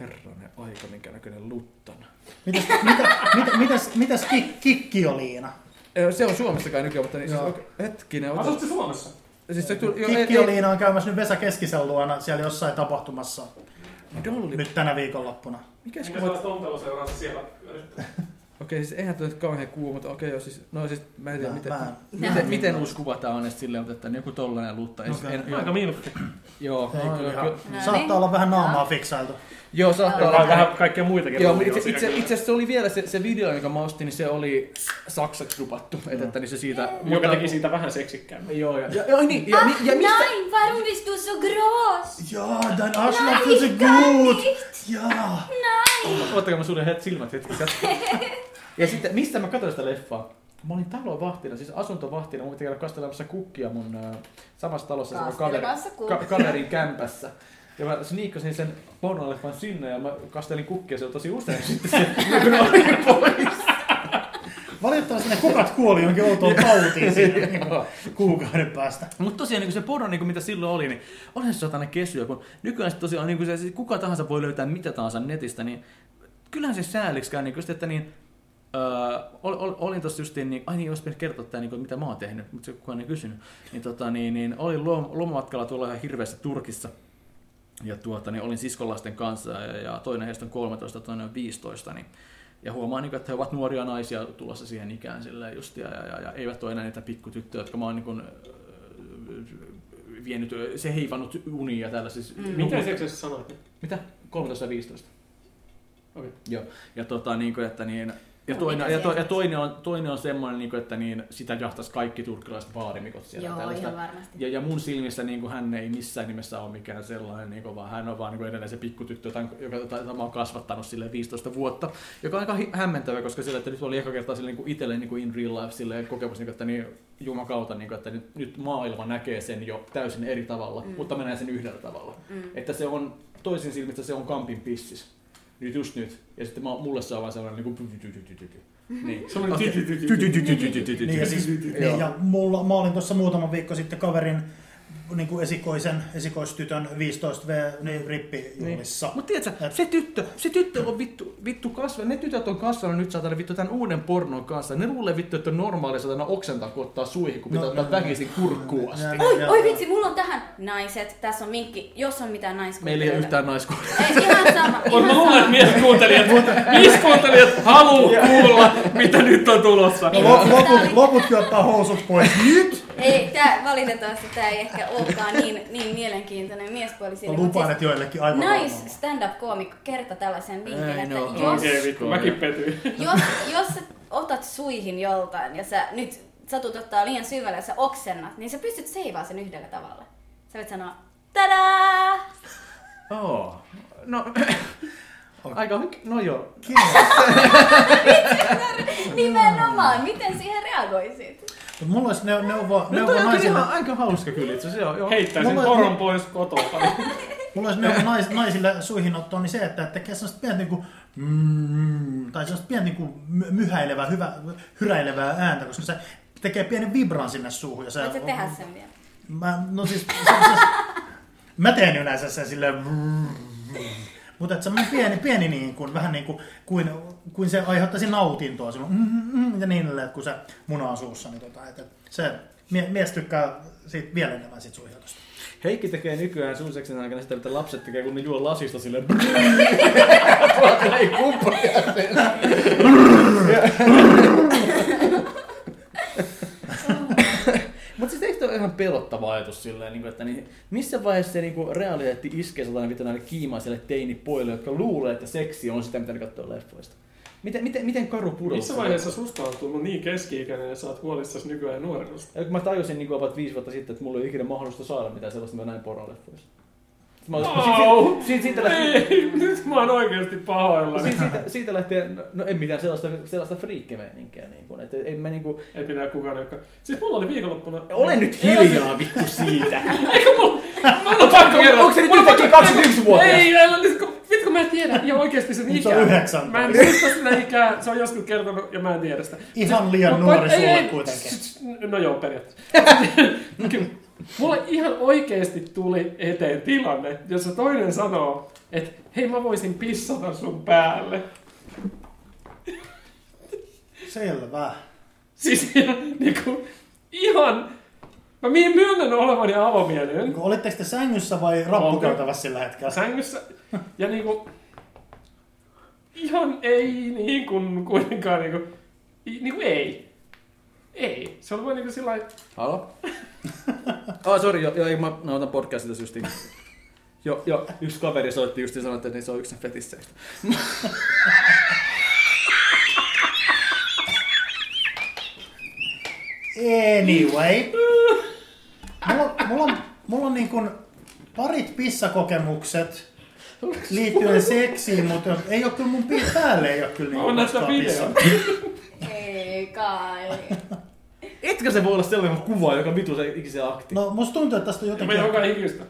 S1: Herranen aika, minkä näköinen luttana.
S3: Mitäs, mitä, mitä, mitäs, mitäs kik, kikkioliina?
S1: Ö, Se on Suomessa kai nykyään, mutta niin, siis,
S3: Joo.
S1: okei, hetkinen. ota-
S2: Asutte Suomessa?
S1: Siis se tuli, joo, ei- ei-
S3: Kikkioliina on käymässä nyt Vesa Keskisen luona siellä jossain tapahtumassa
S1: Dolly.
S3: nyt tänä viikonloppuna.
S1: Mikäs
S2: Minkä
S1: kuva
S2: saa Tontelo seurassa siellä?
S1: Okei, siis eihän tuo nyt kauhean kuuma, mutta okei, joo, siis, no siis mä en tiedä,
S3: Mä-
S1: miten,
S3: mä en-
S1: miten, miten uusi kuva tää on edes silleen, mutta että joku tollanen lutta. No,
S3: Okei.
S1: en, joo,
S2: Aika milkki.
S1: joo,
S3: Ei
S1: no, joo,
S3: kyllä ihan-
S1: kyllä-
S4: niin.
S3: Saattaa olla vähän naamaa fiksailtu.
S1: joo, saattaa
S2: Vaan
S1: olla.
S2: vähän kaikkea muitakin.
S1: Joo,
S2: roolia
S1: mutta itse,
S2: siinä
S1: itse,
S2: kyllä.
S1: itse asiassa se oli vielä se, se video, jonka mä ostin, niin se oli saksaksi rupattu. Et, että niin se siitä...
S2: Joka teki siitä vähän seksikkäämmän.
S1: Joo, ja, ja, ja, niin,
S3: ah!
S1: ja,
S4: Ah,
S1: ja, ja mistä...
S4: Nein, warum bist du so groß?
S3: Jaa, dein Arschloch ist so gut! Jaa!
S1: Ottakaa mä suljen het silmät hetkeksi. ja sitten, mistä mä katsoin sitä leffaa? Mä olin talonvahtina, siis asuntovahtina. Mä olin käydä kastelemassa kukkia mun ää, samassa talossa se mun kaveri,
S4: Kastelemassa
S1: ka-
S4: kukkia.
S1: kaverin kämpässä. Ja mä sniikkasin sen pornoleffan sinne ja mä kastelin kukkia siellä tosi usein sitten se, kun ne oli pois.
S3: Valitettavasti ne kukat kuoli jonkin outoon tautiin siinä
S1: Joo.
S3: niin kuukauden päästä.
S1: Mutta tosiaan niin se porno, niin mitä silloin oli, niin olihan se satana kesyä, kun nykyään se tosiaan niin se, siis kuka tahansa voi löytää mitä tahansa netistä, niin kyllähän se sääliksi käy, niin just, että niin, öö, ol, ol, olin tossa justiin, niin, ai niin, olisi pitänyt kertoa tämän, niin, mitä mä oon tehnyt, mutta se kukaan ei kysynyt, niin, tota, niin, niin olin lom, lomamatkalla tuolla ihan hirveässä Turkissa, ja tuota, niin olin siskolasten kanssa ja, ja toinen heistä on 13, toinen on 15, niin ja huomaan, niin, että he ovat nuoria naisia tulossa siihen ikään silleen just, ja, ja, ja, ja eivät ole enää niitä pikkutyttöjä, jotka mä oon niin kuin, äh, vienyt, äh, se heivannut unia ja tällaisia. Mm.
S2: Mitä seksissä sanoit?
S1: Mitä? 13 ja 15.
S2: Okei.
S1: Joo. Ja, tota, niin kuin, että niin, ja,
S4: No,
S1: toinen,
S4: mitä
S1: ja, to,
S4: siellä?
S1: ja toinen, on, toinen on semmoinen, niin kuin, että niin, sitä jahtas kaikki turkkilaiset vaarimikot siellä.
S4: Joo,
S1: tällaista.
S4: ihan varmasti.
S1: Ja, ja mun silmissä niin kuin hän ei missään nimessä ole mikään sellainen, niin kuin, vaan hän on vaan niin kuin edelleen se pikkutyttö, jota- joka jota, jota mä oon kasvattanut sille 15 vuotta, joka on aika hi- hämmentävä, koska sillä, että nyt oli eka kertaa sille, niin kuin itselle niin kuin in real life sille, kokemus, niin kuin, että niin, jumakauta, niin kuin, että nyt, nyt maailma näkee sen jo täysin eri tavalla, mm. mutta mä näen sen yhdellä tavalla. Mm. Että se on, toisin silmistä se on kampin pissis. nyt just nyt. Ja sitten mä, mulle se on vaan sellainen niinku... Niin.
S2: Sellainen
S1: Okei.
S2: tytytytytyty.
S1: Tytytytytytytyty.
S3: Niin, ja, siis, niin, ja mulla, mä olin tuossa muutama viikko sitten kaverin niin kuin esikoisen, esikoistytön 15V niin, rippijuhlissa.
S1: Mutta tiedätkö, se tyttö, se tyttö on vittu, vittu kasvanut, ne tytöt on kasvanut nyt saatana vittu tämän uuden pornon kanssa. Ne luulee vittu, että on normaali saatana oksentaa, kun ottaa suihin, kun pitää
S3: No,
S1: ottaa
S3: no,
S1: väkisin kurkkuun asti.
S3: Ja-
S4: Oi,
S3: ja-
S4: oi vitsi, mulla on tähän naiset. Tässä on minkki, jos on mitään naiskuuntelijoita.
S1: Meillä ei ole yhtään naiskuulia.
S4: Ei, ihan sama.
S2: On mä
S4: ihan
S2: luulen, että
S4: sama.
S2: mieskuuntelijat, mieskuuntelijat haluu kuulla, mitä nyt on tulossa.
S4: Ei,
S3: Lo-
S4: tää
S3: Loput,
S4: oli-
S3: loputkin ottaa housut pois. Nyt!
S4: Ei, tää, valitettavasti tämä ei ehkä olekaan niin, niin mielenkiintoinen miespuolisille.
S3: Mä
S4: mut
S3: lupaan,
S4: siis
S3: että joillekin aivan
S4: Nais
S3: varmaan.
S4: stand-up-koomikko kertoi tällaisen vinkin,
S1: Ei,
S4: että
S1: no,
S4: jos,
S2: Okei, vittu, mäkin petyin.
S4: jos, jos sä otat suihin joltain ja sä nyt satut ottaa liian syvälle ja sä oksennat, niin sä pystyt seivaamaan sen yhdellä tavalla. Sä voit sanoa, tadaa!
S1: Oo. No, aika hyk... No joo.
S4: Nimenomaan, miten siihen reagoisit?
S3: Mut Mulla olisi ne, neuvoa,
S1: No toi
S3: neuvoa
S1: on kyllä
S3: naisille,
S1: ihan aika hauska kyllä itse asiassa. Joo, joo.
S2: Heittää sen
S3: No mä-
S2: poron pois kotoa.
S3: mulla olisi neuvoa nais, naisille suihinottoon niin se, että tekee sellaista pientä niinku, mm, tai sellaista pientä niinku my- myhäilevää, hyvä, hyräilevää ääntä, koska se tekee pienen vibran sinne suuhun. Ja se,
S4: Voit sä tehdä sen vielä?
S3: Mä, no siis, siis, mä teen yleensä sen silleen... Mutta että semmoinen pieni, pieni niin kuin, vähän niin kuin, kuin, kuin se aiheuttaisi nautintoa sinun, mm, mm, mm, ja niin edelleen, kun se muna on suussa, niin tota, että se mie, mies tykkää siitä vielä enemmän siitä suihjatusta.
S1: Heikki tekee nykyään sun seksin aikana sitä, mitä lapset tekee, kun ne juo lasista silleen. ei kumpaa. Mutta siis eikö toi ole ihan pelottava ajatus silleen, niinku, että niin, missä vaiheessa se niinku, realiteetti iskee sellainen vittu näille kiimaisille teinipoille, jotka luulee, että seksi on sitä, mitä ne katsoo leffoista? Miten, miten, miten karu pudotus?
S2: Missä vaiheessa susta on tullut niin keski-ikäinen ja sä oot huolissasi nykyään nuoruudesta?
S1: Ja kun mä tajusin niin about viisi vuotta sitten, että mulla ei ole ikinä mahdollista saada mitään sellaista, mitä mä näin pornoleffoissa. Mä olin-
S2: Au! Niin.
S1: si- si- si- siitä, lähtien,
S2: Ei, nyt mä oon oikeesti pahoillani.
S1: si- siitä, siitä lähtien, no- no ei mitään sellaista, sellaista friikkimeininkiä. Niin kuin, että en mä niin kuin,
S2: Ei pidä kukaan joka... Siis mulla oli viikonloppuna...
S1: ole nyt hiljaa vittu siitä.
S2: Eikö mulla... Mulla on pakko kertoa.
S1: Onko se nyt
S2: Mulla on pakko-
S1: yhtäkkiä 21-vuotias?
S2: Ei, älä nyt, kun- vittu kun mä en tiedä. Ja oikeesti sen
S3: Nyt se on
S2: ikää.
S3: 19.
S2: Mä en muista sitä ikää. Se on joskus kertonut ja mä en tiedä sitä.
S3: Ihan liian
S2: No,
S3: nuori
S2: pa- ei,
S3: sulle
S2: ei,
S3: kuitenkin.
S2: s- s- No joo, periaatteessa. Kyllä. Mulle ihan oikeesti tuli eteen tilanne, jossa toinen sanoo, että hei mä voisin pissata sun päälle.
S3: Selvä.
S2: Siis ihan, niinku, ihan... Mä mi- myönnän olevani avomielinen.
S3: Niin, Olitteko te sängyssä vai rappukäytävässä sillä hetkellä?
S2: sängyssä. Ja niinku... Ihan ei niinku kuitenkaan niinku... i- Niinku ei. Ei. Se oli vaan niinku sillä lailla,
S1: Halo? Oh, sori, joo, joo, ei, mä, mä otan podcastista justiin. Joo, joo, yksi kaveri soitti justiin sanoi, että niin se on yksin fetisseistä.
S3: Anyway. Mulla, mulla on, mulla on niin kuin parit pissakokemukset liittyen seksiin, mutta ei ole kyllä mun pi- päälle ei ole kyllä niin
S2: on näistä video.
S4: Ei kai.
S1: Etkä se voi olla sellainen kuva, joka vitu se ikisen akti.
S3: No musta tuntuu, että tästä on
S2: Mä
S3: jotenkin...
S2: joka ikistä.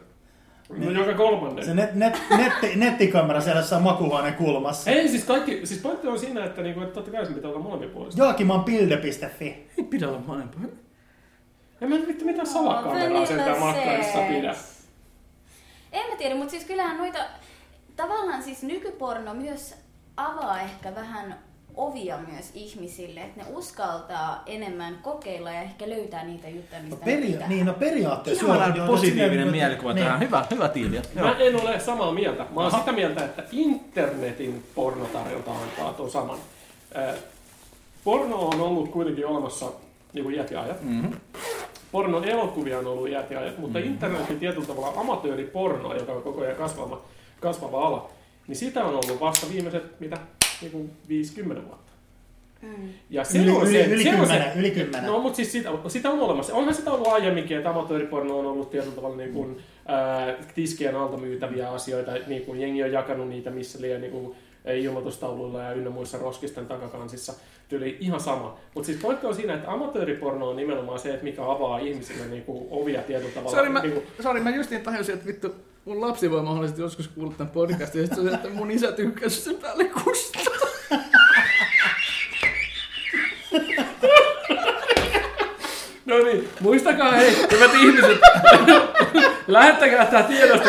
S2: No, joka kolmannen.
S3: Se net, net, netti, nettikamera siellä jossain makuuhuoneen kulmassa.
S2: Ei, siis kaikki, siis pointti on siinä, että niinku, että totta kai se pitää olla molemmin puolesta.
S3: Jaakiman pilde.fi.
S1: Ei pidä olla vanhempaa.
S2: En mä nyt vittu mitään salakameraa sentään makkarissa pidä.
S4: En mä tiedä, mutta siis kyllähän noita, tavallaan siis nykyporno myös avaa ehkä vähän ovia myös ihmisille, että ne uskaltaa enemmän kokeilla ja ehkä löytää niitä juttuja,
S3: No,
S4: mistä ne
S3: peria-
S4: pitää.
S3: niin, no periaatteessa...
S1: Ihanan
S3: joo, joo,
S1: positiivinen
S3: silleen-
S1: mielikuva
S3: niin.
S1: tähän. Hyvä, hyvä tiili.
S2: Mä en ole samaa mieltä. Mä oon sitä mieltä, että internetin pornotarjonta antaa tuon saman. Äh, Porno on ollut kuitenkin olemassa niin jätiajat. Mm-hmm. Pornoelokuvia on ollut jätiajat,
S3: Mm.
S2: mutta mm-hmm. internetin tietyllä tavalla amatööripornoa, joka on koko ajan kasvava, kasvava ala, niin sitä on ollut vasta viimeiset, mitä, niin kuin 50 vuotta.
S4: Mm.
S2: Ja se
S3: Yli,
S2: on
S3: yli,
S2: se,
S3: yli,
S2: se on se,
S3: kymmenen, yli kymmenen.
S2: No, mutta siis sitä, sitä on olemassa. Onhan sitä ollut aiemminkin, että amatööriporno on ollut tietyllä tavalla niin kuin, ää, tiskien alta myytäviä asioita. Niin kuin jengi on jakanut niitä missä liian niin kuin, ä, ilmoitustauluilla ja ynnä muissa roskisten takakansissa. Tyli ihan sama. Mutta siis pointti on siinä, että amatööriporno on nimenomaan se, että mikä avaa ihmisille niin kuin, ovia tietyllä tavalla.
S1: Sori, mä,
S2: niin kuin,
S1: sorry, mä justiin tajusin, että vittu, mun lapsi voi mahdollisesti joskus kuulla tämän podcastin, ja sit se on se, että mun isä tykkäsi sen päälle kusta.
S2: No niin, muistakaa hei, hyvät ihmiset, lähettäkää tämä tiedosto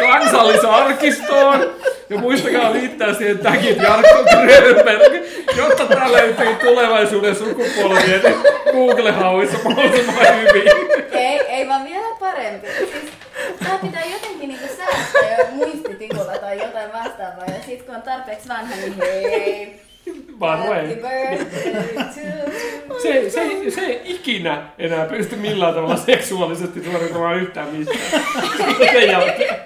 S2: kansallisarkistoon ja muistakaa liittää siihen tagit Jarkko Grönberg, jotta tämä löytyy tulevaisuuden sukupolvien Google-hauissa mahdollisimman hyvin.
S4: Ei, ei vaan vielä parempi. Siis, tää pitää jotenkin niinku säästää jo muistitikulla tai jotain vastaavaa. Ja sit kun on tarpeeksi vanha, niin hei.
S2: By the
S4: Happy
S2: way,
S4: birthday to you.
S2: se, se, se ei ikinä enää pysty millään tavalla seksuaalisesti suorittamaan yhtään mistään. Sen jälkeen.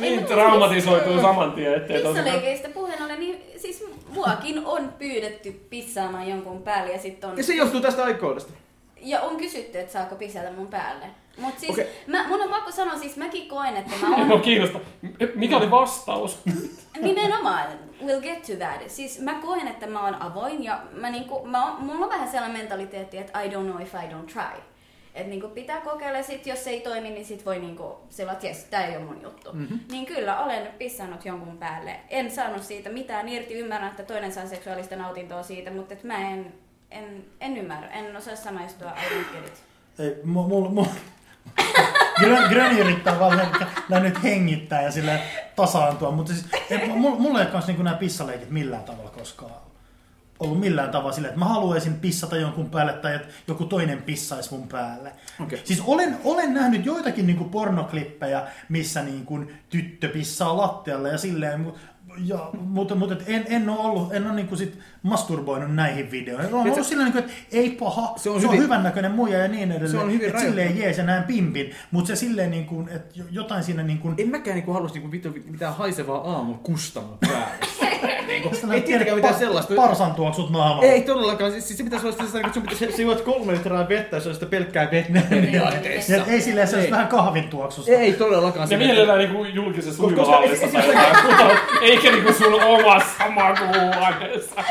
S2: Niin traumatisoituu saman tien, ettei tosiaan.
S4: Pissaleikeistä puheen ollen, niin siis muakin on pyydetty pissaamaan jonkun päälle ja sit on...
S1: Ja se johtuu tästä aikoudesta.
S4: Ja on kysytty, että saako pisata mun päälle. Mut siis,
S1: Okei.
S4: mä, mun on pakko sanoa, siis mäkin koen, että mä oon
S2: Mua kiinnostaa. Mikä oli vastaus?
S4: Nimenomaan, we'll get to that. Siis mä koen, että mä oon avoin ja mä niinku, mä oon, mulla on vähän sellainen mentaliteetti, että I don't know if I don't try. Et niinku pitää kokeilla, sit jos se ei toimi, niin sit voi niinku sillä, että jes, tää ei ole mun juttu. Mm-hmm. Niin kyllä, olen pissannut jonkun päälle. En saanut siitä mitään irti, ymmärrän, että toinen saa seksuaalista nautintoa siitä, mutta et mä en, en, en ymmärrä, en osaa samaistua, I don't get it.
S3: Ei, mu- mulla... Mul, Grön, Grön yrittää vaan lä- lä- nyt hengittää ja sille tasaantua, mutta siis, ei, mulla, mulla ei ole kans niinku nämä pissaleikit millään tavalla koskaan ollut millään tavalla silleen, että mä haluaisin pissata jonkun päälle tai että joku toinen pissaisi mun päälle.
S1: Okei.
S3: Siis olen, olen nähnyt joitakin niinku pornoklippejä, missä niinku tyttö pissaa lattialle ja silleen, mu- ja, mutta, mutta et en, en ole ollut, en ole niinku sit masturboinut näihin videoihin. Olen ollut silleen, niinku, että ei paha, se on, se on
S1: hyvin-
S3: hyvän näköinen muija ja niin edelleen.
S1: Se on hyvin
S3: et
S1: rajoitettu.
S3: silleen jees ja näen pimpin, mutta se silleen niin kuin, että jo- jotain siinä niin kuin...
S1: En mäkään niinku halus niinku vittu mitään haisevaa aamukusta mun päälle. ei tietenkään mitään sellaista.
S3: Parsan tuoksut naamalla.
S1: Ei todellakaan, siis, siis se pitäisi olla sitä, että sun pitäisi, sä juot kolme litraa vettä, se on sitä pelkkää vettä.
S3: Niin. Ja et ei silleen se
S1: Ei.
S3: olisi vähän kahvin tuoksusta.
S1: Ei todellakaan.
S2: Ja
S1: se-
S2: mielellään niinku julkisessa
S1: Koska-
S2: uimahallissa
S1: koska-
S2: tai jotain, eikä niinku sun omassa makuuhuoneessa.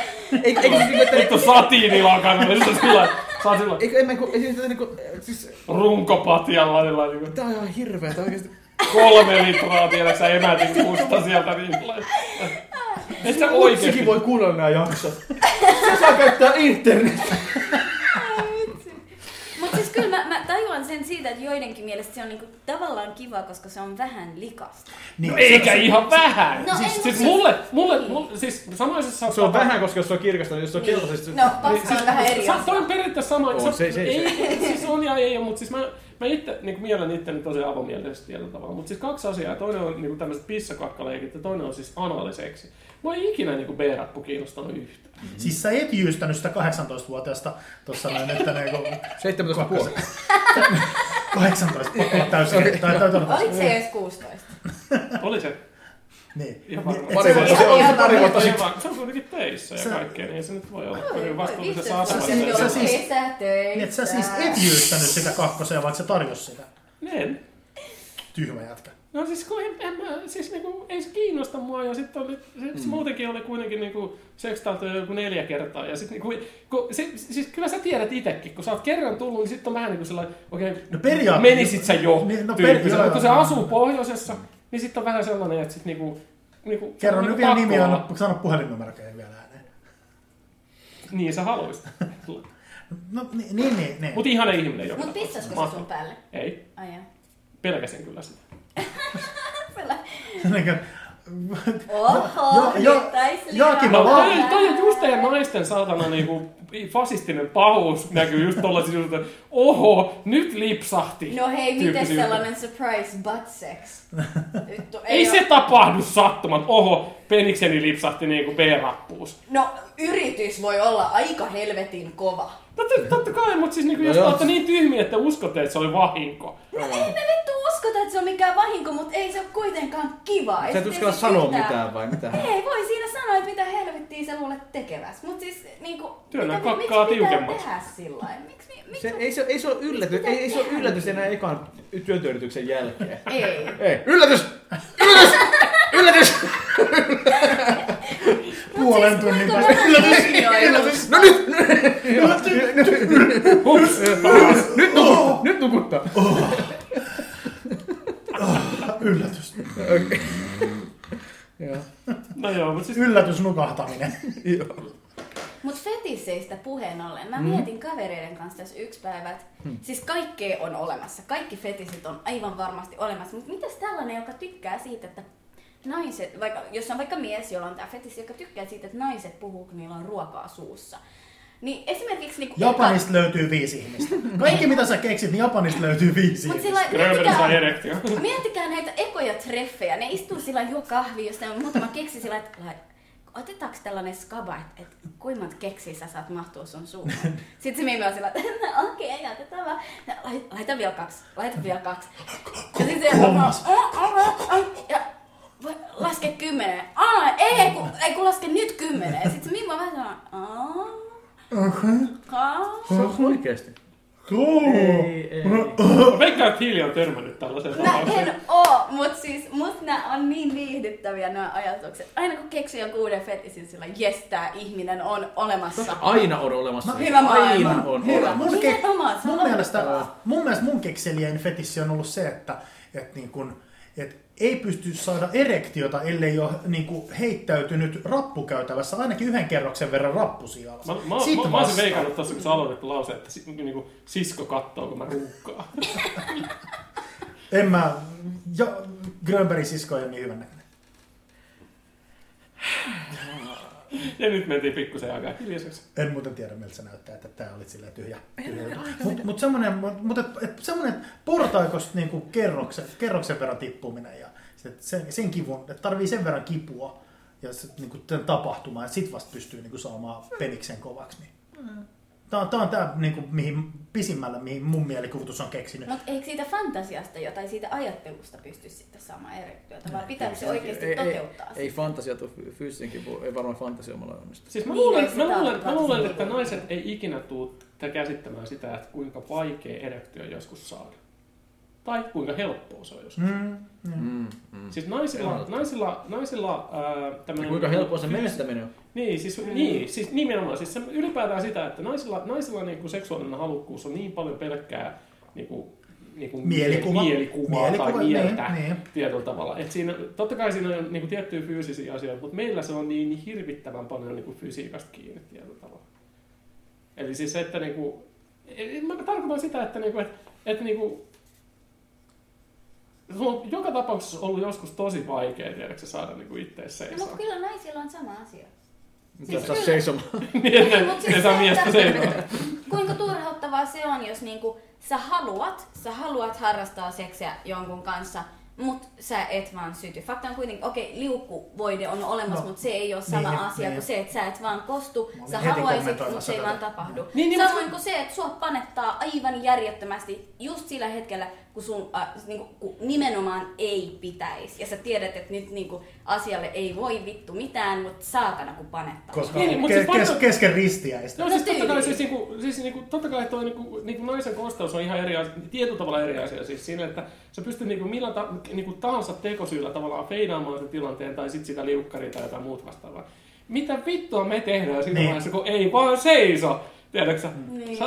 S1: Ei, ei, siis niinku, että-
S2: Vittu satiinilakan, niin sä sillä saat sillä
S1: Eikö en mä kun, siis, tätä niinku, siis,
S2: runkopatjalla sillä niinku
S1: tää on ihan hirveetä oikeesti.
S2: kolme litraa tiedäks sä emätin kusta sieltä niin Et sä
S1: Oikeesti
S2: oikeesti
S1: Ah. voi kuunnella nää jaksot. Se saa käyttää internet.
S4: Mutta siis kyllä mä, mä tajuan sen siitä, että joidenkin mielestä se on niinku tavallaan kiva, koska se on vähän likasta.
S3: Niin,
S2: No eikä ihan vähän!
S4: No ei,
S2: siis,
S4: mut
S2: siis
S4: siis-
S2: mulle, mulle, mulle, siis samaisessa...
S1: Se on vähän, koska jos se on kirkasta, niin jos se on keltaisesti.
S4: No, paska on vähän eri
S2: Sa-
S4: asia.
S2: Toi on periaatteessa sama.
S1: On,
S2: sa-
S1: se- se-
S2: ei, Siis on ja ei ole, mutta siis mä, mä itse niin mielen itteni tosi avomielisesti tietyllä tavalla. Mutta siis kaksi asiaa. Toinen on niin tämmöiset pissakakkaleikit ja toinen on siis analiseksi. Mua ei ikinä niin B-rappu kiinnostanut yhtään.
S3: Siis sä et jyystänyt sitä 18-vuotiaasta tuossa näin, että ne kun...
S1: 17 puoli.
S3: 18, pakko olla täysin. Okay. Tai, tai, tai,
S4: Oliko se edes 16?
S2: Oli se.
S3: niin.
S2: Ihan
S3: Niin,
S2: varmaan.
S3: et
S1: Pari
S3: se-
S1: vuotta, se on pari vuotta
S2: Se
S1: sitten.
S2: on, se on kuitenkin töissä ja
S3: Sä-
S2: kaikkea, niin ei se nyt voi olla
S4: Voi
S2: kovin vastuullisessa
S4: vittu,
S2: asemassa.
S3: sä-
S4: se on
S3: sä siis-
S4: kesätöissä.
S3: niin, Et sä siis et jyystänyt sitä kakkoseen, vaikka se tarjosi sitä.
S2: Niin.
S3: Tyhmä jätkä.
S2: No siis, kun en, en mä, siis niinku, ei se kiinnosta mua ja sitten oli,
S3: Mm.
S2: se, se muutenkin oli kuitenkin niinku sekstautunut joku neljä kertaa ja sit niinku, kun, se, siis kyllä sä tiedät itekin, kun sä oot kerran tullut, niin sitten on vähän niinku sellainen, okei, okay,
S3: No periaatteessa-
S2: menisit sä jo
S3: Niin,
S2: niin,
S3: no
S2: no
S3: per-
S2: tyyppisenä,
S3: joo,
S2: mutta kun se
S3: joo.
S2: asuu pohjoisessa, niin sitten on vähän sellainen, että sit niinku, niinku
S1: No,
S3: Kerro
S2: niinku
S3: nyt vielä
S2: pakko
S3: nimi,
S2: olla.
S3: anna, sano puhelinnumerokin vielä ääneen.
S2: Niin sä haluisit.
S3: No niin, niin, niin. niin.
S2: Mut ihana ihminen joka
S4: Mut
S2: tapauksessa.
S4: pissasko se sun päälle?
S2: Ei,
S4: Ai jaa.
S2: pelkäsin kyllä sitä.
S3: Niin kuin,
S4: Oho,
S3: Jo- jo-
S4: nyt taisi liikaa.
S3: Joakim,
S2: No,
S3: Tavallaan-
S2: toi, toi on just teidän naisten saatana niinku fasistinen pahuus näkyy just tollaisissa jutut, että oho, nyt lipsahti.
S4: No hei, miten
S2: tyyppisiä
S4: sellainen surprise butt sex? Nyt on-
S2: juttuja. Ei se
S4: oo-
S2: tapahdu sattumat, oho, penikseni lipsahti niinku B-rappuus.
S4: No, yritys voi olla aika helvetin kova.
S2: Totta, totta kai, mutta siis niinku,
S1: No
S2: jos
S1: joo.
S2: te olette niin tyhmiä, että uskotte, että se oli vahinko.
S4: No ei me vittu uskota, että se on mikään vahinko, mutta ei se ole kuitenkaan kivaa. Ei
S1: Sä et
S4: se
S1: uskalla
S4: tietysti
S1: sanoa
S4: yhtään-
S1: mitään vai mitä?
S4: Ei voi siinä sanoa, että mitä helvettiä sä luulet tekeväs. Mut siis niinku...
S2: Työnnä
S4: mitä- miksi
S2: kakkaa
S4: pitää
S2: tiukemmaksi.
S4: tehdä sillä Miksi mi- miksi
S1: Se, ei, se, ei se ole yllätys, ei, ei se ole yllätys enää ekan työntöyrityksen jälkeen.
S4: Ei.
S1: Ei, yllätys! Yllätys! Yllätys!
S4: siis
S3: puolen tunnin päästä.
S4: Yllätys!
S1: No nyt! Nyt nukuttaa!
S3: Oh,
S2: No siis
S4: No,
S3: yllätysnukahtaminen.
S4: Mutta fetisseistä puheen ollen,
S3: Mm.
S4: mä mietin kavereiden kanssa tässä yksi päivä, että
S3: Hmm.
S4: siis kaikkea on olemassa. Kaikki fetisit on aivan varmasti olemassa. Mutta mitäs tällainen, joka tykkää siitä, että naiset, vaikka, jos on vaikka mies, jolla on tämä fetissi, joka tykkää siitä, että naiset puhuu, kun niillä on ruokaa suussa. Niin esimerkiksi... Niin
S3: Japanista löytyy viisi ihmistä. Kaikki mitä sä keksit, niin Japanista löytyy viisi
S4: Mut
S3: ihmistä.
S4: sillä
S2: Gröberi saa
S4: miettikää-
S2: erektio.
S4: Miettikää näitä ekoja treffejä. Ne istuu sillä juo kahvi, josta on muutama keksi sillä, että lai- otetaanko tällainen skaba, että, että kuinka monta keksiä sä saat mahtua sun suuhun. Sitten se miimi on sillä, että no okei, okay, otetaan vaan. No, lai- laita vielä kaksi, laita vielä kaksi. Ja sitten se on
S3: Kolmas.
S4: ja voi- laske kymmenen. Aa, ei, ei kun, ei, kun laske nyt kymmenen. Sitten se miimi on vähän sellainen, aa, kaa.
S1: Se on oikeesti.
S3: Ei,
S1: ei.
S2: Mä veikkaan, että Hilja on törmännyt tällaiseen
S4: Mä
S2: tapaukseen.
S4: en oo, mut siis mut nää on niin viihdyttäviä nämä ajatukset. Aina kun keksii jonkun uuden fetisin, sillä jes, tää ihminen on olemassa.
S1: Aina on olemassa.
S4: No, Hyvä maailma.
S1: Aina on
S4: Hyvä.
S1: olemassa.
S3: Mun, ke-
S4: Nimenomaan, se on
S3: mun, mielestä,
S4: loistavaa.
S3: mun mielestä mun kekseliäin fetissi on ollut se, että, että, niin kun, että ei pysty saada erektiota, ellei ole niin kun, heittäytynyt rappukäytävässä ainakin yhden kerroksen verran rappusia alas.
S2: Mä, mä, mä,
S3: Sit
S2: mä, mä olisin
S3: vasta.
S2: veikannut tässä, kun sä aloitit lause, että si, niinku, sisko kattoo, kun mä ruukkaan.
S3: En mä... Ja, Grönbergin sisko ei ole niin hyvän näköinen.
S2: Ja nyt mentiin pikkusen aikaa hiljaiseksi.
S3: En muuten tiedä, miltä se näyttää, että tää oli sillä tyhjä. tyhjä. Mutta mut semmonen, mut, mut et, et, semmonen et portaikosta niinku kerroksen, kerroksen verran tippuminen ja sit sen, sen kivun, että tarvii sen verran kipua ja sit, niinku, tämän tapahtumaan, ja sit vasta pystyy niinku, saamaan
S2: Mm.
S3: peniksen kovaksi. Niin. Tää on, tää on tää, niinku, mihin pisimmällä, mihin mun mielikuvitus on keksinyt.
S4: Mut eikö siitä fantasiasta ja tai siitä ajattelusta pysty sitten saamaan erektiota, vai pitääkö se
S1: Ei-
S4: oikeasti
S1: ei-
S4: toteuttaa
S1: Ei fantasia tuu fyysisenkin, puol- ei varmaan fantasia omalla onnistu.
S2: Siis mä
S4: Niin,
S2: luulen,
S4: ei sitä
S2: mä luulen, mä
S4: ole
S2: luulen
S4: tarkoitus.
S2: että naiset ei ikinä tuu tä- käsittämään sitä, että kuinka vaikea erektio joskus saada. Tai kuinka helppoa se on joskus.
S3: Mm, mm.
S1: Mm, mm.
S2: Siis naisilla,
S1: Ehdottomasti.
S2: naisilla, naisilla ää,
S1: Ja
S2: tämmönen,
S1: kuinka helppoa se menestäminen on?
S2: Niin, siis, mm. niin, siis nimenomaan. Siis se ylipäätään sitä, että naisilla, naisilla niinku seksuaalinen halukkuus on niin paljon pelkkää niinku, niinku
S3: Mielikuva.
S2: mielikuvaa
S3: Mielikuva,
S2: tai
S3: niin,
S2: mieltä
S3: niin.
S2: tietyllä tavalla. Et siinä, totta kai siinä on niinku tiettyjä fyysisiä asioita, mutta meillä se on niin hirvittävän paljon niinku fysiikasta kiinni tietyllä tavalla. Eli siis se, että niinku, en- mä tarkoitan sitä, että niinku, et, et niinku, sulla on joka tapauksessa ollut joskus tosi vaikea tiedätkö, saada niinku ittees
S4: No,
S2: seisomaan.
S4: mutta kyllä naisilla on sama asia.
S1: Mitä
S4: Siis
S1: sä
S4: kyllä.
S1: seisomaan?
S2: niin, että
S4: Mut siis
S2: ne saa miestä seinään.
S4: Kuinka turhauttavaa se on, jos niinku sä haluat, sä haluat harrastaa seksiä jonkun kanssa, mut sä et vaan syty. Fakta on kuitenkin, okei, liukkuvoide on olemassa,
S3: No,
S4: no, mutta se ei ole sama
S3: niin,
S4: niin, asia
S3: niin.
S4: kuin se, että sä et vaan kostu,
S3: olin
S4: sä
S3: heti
S4: haluaisit,
S3: kommentoimassa
S4: mutta se ei
S3: tätä.
S4: vaan tapahdu.
S2: Niin,
S4: Niin,
S2: niin,
S4: niin, Samoin kuin se, että sua panettaa aivan järjettömästi just sillä hetkellä, kun sun äh, niinku, kun nimenomaan ei pitäisi. Ja sä tiedät, että nyt niinku, asialle ei voi vittu mitään, mutta saatana kun panettaa.
S3: Koska
S2: Niin, mut
S3: ke-
S2: siis
S3: kes-
S2: vaikka-
S3: kesken ristiäistä.
S2: No siis
S4: No
S2: totta kai,
S4: tyyliin.
S2: siis, niinku, siis niinku, totta kai toi niinku, niinku naisen kosteus on ihan eri asia, tietyllä tavalla eri asia siis siinä, että sä pystyt niinku millä ta, niinku tahansa tekosyyllä tavallaan feidaamaan sen tilanteen tai sit sitä liukkaria tai jotain muut vastaavaa. Mitä vittua me tehdään siinä
S3: Niin.
S2: vaiheessa, kun ei vaan seiso? Tiedätkö sä?
S4: Niin.
S2: Sä-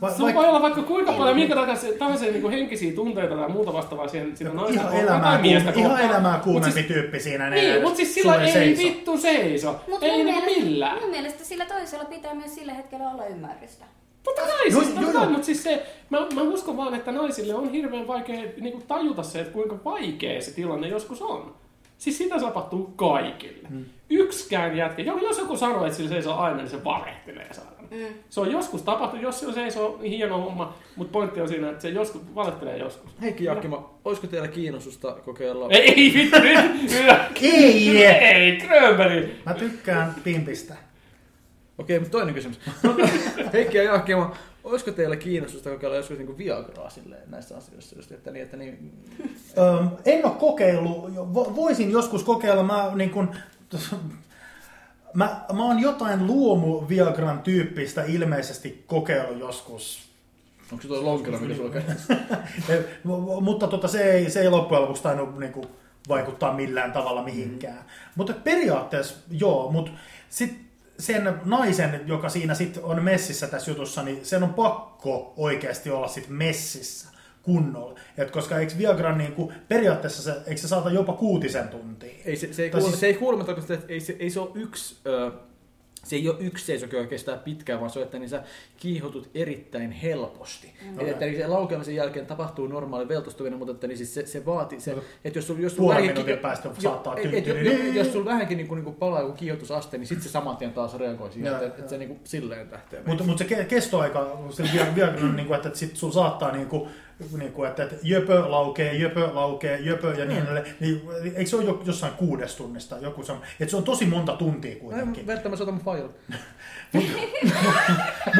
S3: Va-
S2: Sulla
S3: vaikka-
S2: voi olla vaikka kuinka paljon, minkä tahansa, tahansa niinku henkisiä tunteita tai muuta vastaavaa siihen, siinä naista
S3: Ihan elämää,
S2: tai No, miestä
S3: kuume- ihan
S2: kohtaan.
S3: elämää
S2: Mut
S3: kuumempi
S2: siis-
S3: tyyppi siinä.
S2: Niin,
S3: näin
S2: mutta siis sillä
S3: sulle
S2: ei
S3: seiso.
S2: vittu seiso.
S4: Mut
S2: ei
S4: mun,
S2: niinku millään.
S4: mielestä, mun mielestä sillä toisella pitää myös sillä hetkellä olla ymmärrystä.
S2: Totta kai,
S3: Joo,
S2: siis, totta
S3: joo,
S2: kai
S3: joo.
S2: mutta siis se, mä, mä uskon vaan, että naisille on hirveän vaikea niin tajuta se, että kuinka vaikea se tilanne joskus on. Siis sitä tapahtuu kaikille. Mm. Yksikään jätkä, jo- jos joku sanoo, että sillä seisoo aina, niin se valehtelee saadaan. Mm. Se on joskus tapahtunut, jos sillä seisoo, niin hieno homma, mutta pointti on siinä, että se joskus valehtelee joskus.
S1: Heikki Jakkima, olisiko teillä kiinnostusta kokeilla?
S2: Ei, ei vittu, nyt- nyt-
S3: Ei!
S2: ei, Grönberg.
S3: Mä tykkään pimpistä.
S1: Okei, mutta toinen kysymys. Heikki ja Jakkima, olisiko teillä kiinnostusta kokeilla joskus niinku Viagraa silleen näissä asioissa? Just, että niin, että niin,
S3: Öm, en ole kokeillut, jo- vo- voisin joskus kokeilla, mä niin kun, Mä, mä oon jotain luomu Viagran tyyppistä ilmeisesti kokeillut joskus,
S1: onko se tuo lonkero, mikä sulla käy?
S3: Eh, mu- mutta tota, se, ei, se ei loppujen lopuksi tainnut niin kuin, vaikuttaa millään tavalla mihinkään. Mutta periaatteessa joo, mutta sitten sen naisen, joka siinä sit on messissä tässä jutussa, niin sen on pakko oikeasti olla sit messissä. kunnolla. Et koska eikö Viagra niin kuin, periaatteessa se, eikö se saata jopa kuutisen tuntia?
S1: Ei se, se, ei
S3: Tai
S1: kuulema,
S3: siis-
S1: se ei kuulema tarkoita, että ei se, ei se ole yksi... Ö, se ei ole yksi seisokö, joka kestää pitkään, vaan se on, että niin sä kiihotut erittäin helposti. Mm. Eli, että niin se laukeamisen jälkeen tapahtuu normaali veltostuminen, mutta että niin siis se, se vaatii se, että jos sulla jos sul
S3: Mm. Puolen
S1: vähänkin-
S3: minuutin päästä saattaa
S1: et- et-
S3: tyttyri-
S1: jo- Jos sulla vähänkin niin kuin, niin kuin palaa joku kiihotusaste, niin sitten se saman tien taas reagoi siihen,
S3: Joo,
S1: että, että
S3: joo.
S1: se niin kuin silleen tähtee.
S3: Mutta mut se ke- kestoaika, sillä Viag- Viagra, niin kuin, että, että sit sulla saattaa niin kuin, niin kuin, että, että jöpö laukee, jöpö laukee, jöpö ja niin edelleen. Niin, eikö se ole jo- jossain kuudes tunnista? Joku se, että se on tosi monta tuntia kuitenkin.
S1: Verta mä soitan mun faijalle.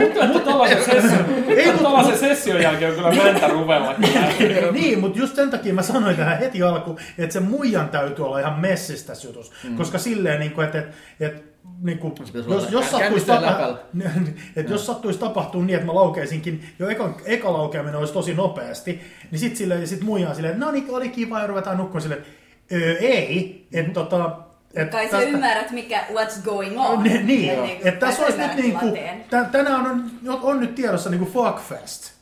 S2: Mutta nyt tällaisen session,
S3: Ei,
S2: nyt
S3: mut-
S2: tällaisen session jälkeen on kyllä mäntä ruvella. kyllä.
S3: niin, mutta just sen takia mä sanoin tähän heti alkuun, että se muijan täytyy olla ihan messissä tässä jutussa. Mm. Koska silleen, niin kuin, että, että, että niin kuin,
S1: pitäisi olla
S3: jos,
S1: kä-
S3: jos, sattuisi
S1: kännistään
S3: tapa,
S1: läpällä.
S3: että jos sattuisi tapahtua niin, että mä laukeisinkin, jo eka, eka laukeaminen olisi tosi nopeasti, niin sitten sille, sit muijaan silleen, että no niin, oli kiva ja ruvetaan nukkumaan silleen, että öö, ei, että
S1: Mm-hmm.
S3: tota, että
S4: Kai sä
S3: tästä-
S4: ymmärrät, mikä what's going on.
S3: Ne, niin,
S4: Ja
S3: niin
S4: niinku,
S3: että tässä
S4: kai
S3: olisi
S4: sä
S3: nyt
S4: ymmärrät
S3: niin kuin,
S4: tilanteen.
S3: tänään on, on nyt tiedossa niin kuin fuckfest.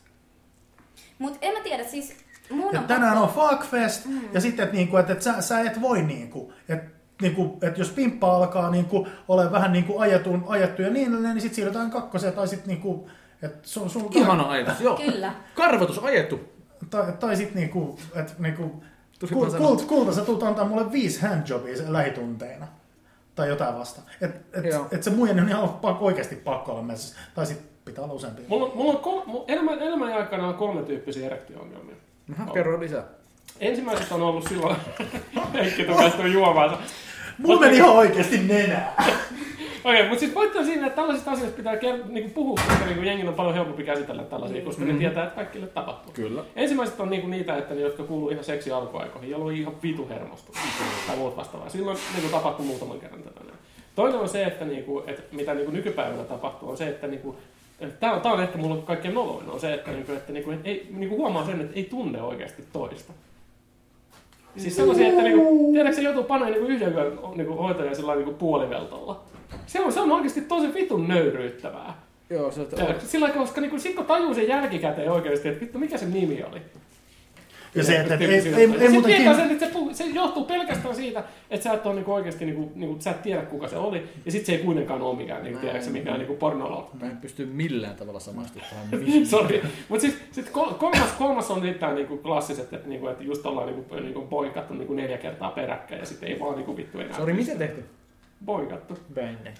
S4: Mut en mä tiedä, siis mun
S3: Ja
S4: on
S3: tänään on fuckfest, mm. ja sitten, että niinku, et, et sä, sä et voi, niinku, että niinku, et jos pimppa alkaa niinku, ole vähän niinku ajetun, ajettu ja niin edelleen, niin sitten siirrytään kakkoseen, tai sitten niinku, et sun, sun,
S1: Ihana ajatus, joo.
S4: Kyllä.
S1: Karvotus ajettu.
S3: tai, tai sitten niinku, et, niinku,
S1: Tosi
S3: kul,
S1: hyvä
S3: kult, kulta, sä tulet antaa mulle viisi handjobia se- lähitunteina. Tai jotain vasta. Et, et,
S1: Joo.
S3: et se muiden on ihan pakko- oikeasti pakko olla messissä. Tai sitten pitää olla useampia.
S2: Mulla, on- mulla on kol, mulla, elämän, elämän aikana on kolme tyyppisiä erektio-ongelmia.
S1: Mä kerron lisää.
S2: Ensimmäiset on ollut silloin, Heikki tukastuu juomaansa.
S3: Mulla meni ihan oikeasti nenää.
S2: Okei, mutta siis pointti on siinä, että tällaisista asioista pitää ker- niinku puhua, koska niinku jengin on paljon helpompi käsitellä tällaisia, koska ne tietää, että kaikille tapahtuu.
S1: Kyllä.
S2: Ensimmäiset on niinku niitä, että ne, jotka kuuluu ihan seksi alkuaikoihin, jolloin oli ihan vitu hermostunut tai muut vastaavaa. Silloin niinku tapahtui muutaman kerran tätä näin. Toinen on se, että niinku, et mitä niinku nykypäivänä tapahtuu, on se, että niinku, Tämä on, tää on ehkä mulla kaikkein noloin, on se, että, niinku, että niinku, et ei, niinku huomaa sen, että ei tunne oikeasti toista. Siis sellaisia, että niinku, tiedätkö, se joutuu paneen niinku yhden yön niinku hoitajan sillä lailla niinku puoliveltolla. Se on, se on oikeasti tosi vitun nöyryyttävää.
S1: Joo, se että
S2: Tiedätkö, Sillä lailla, koska niinku, sit kun tajuu sen jälkikäteen oikeasti, että vittu mikä se nimi oli.
S3: Ja se, että et, ei, ei,
S2: Sitten
S3: ei, ei muuta
S2: tietää
S3: kiinni.
S2: sen, että se, puhu, se johtuu pelkästään siitä, että sä et ole niinku oikeasti, niinku, niinku, sä et tiedä kuka se oli, ja sit se ei kuitenkaan ole mikään, niinku, tiedätkö, se mikään niinku pornolog.
S1: mä en pysty millään tavalla samastumaan tähän
S2: Sorry. Mutta siis sit kol- kolmas, kolmas on nyt tää niinku klassiset, että niinku, et just ollaan niinku, niinku boikattu niinku neljä kertaa peräkkäin ja sitten ei vaan niinku vittu enää.
S1: Sori, miten tehty?
S2: Boikattu.
S1: Bänne.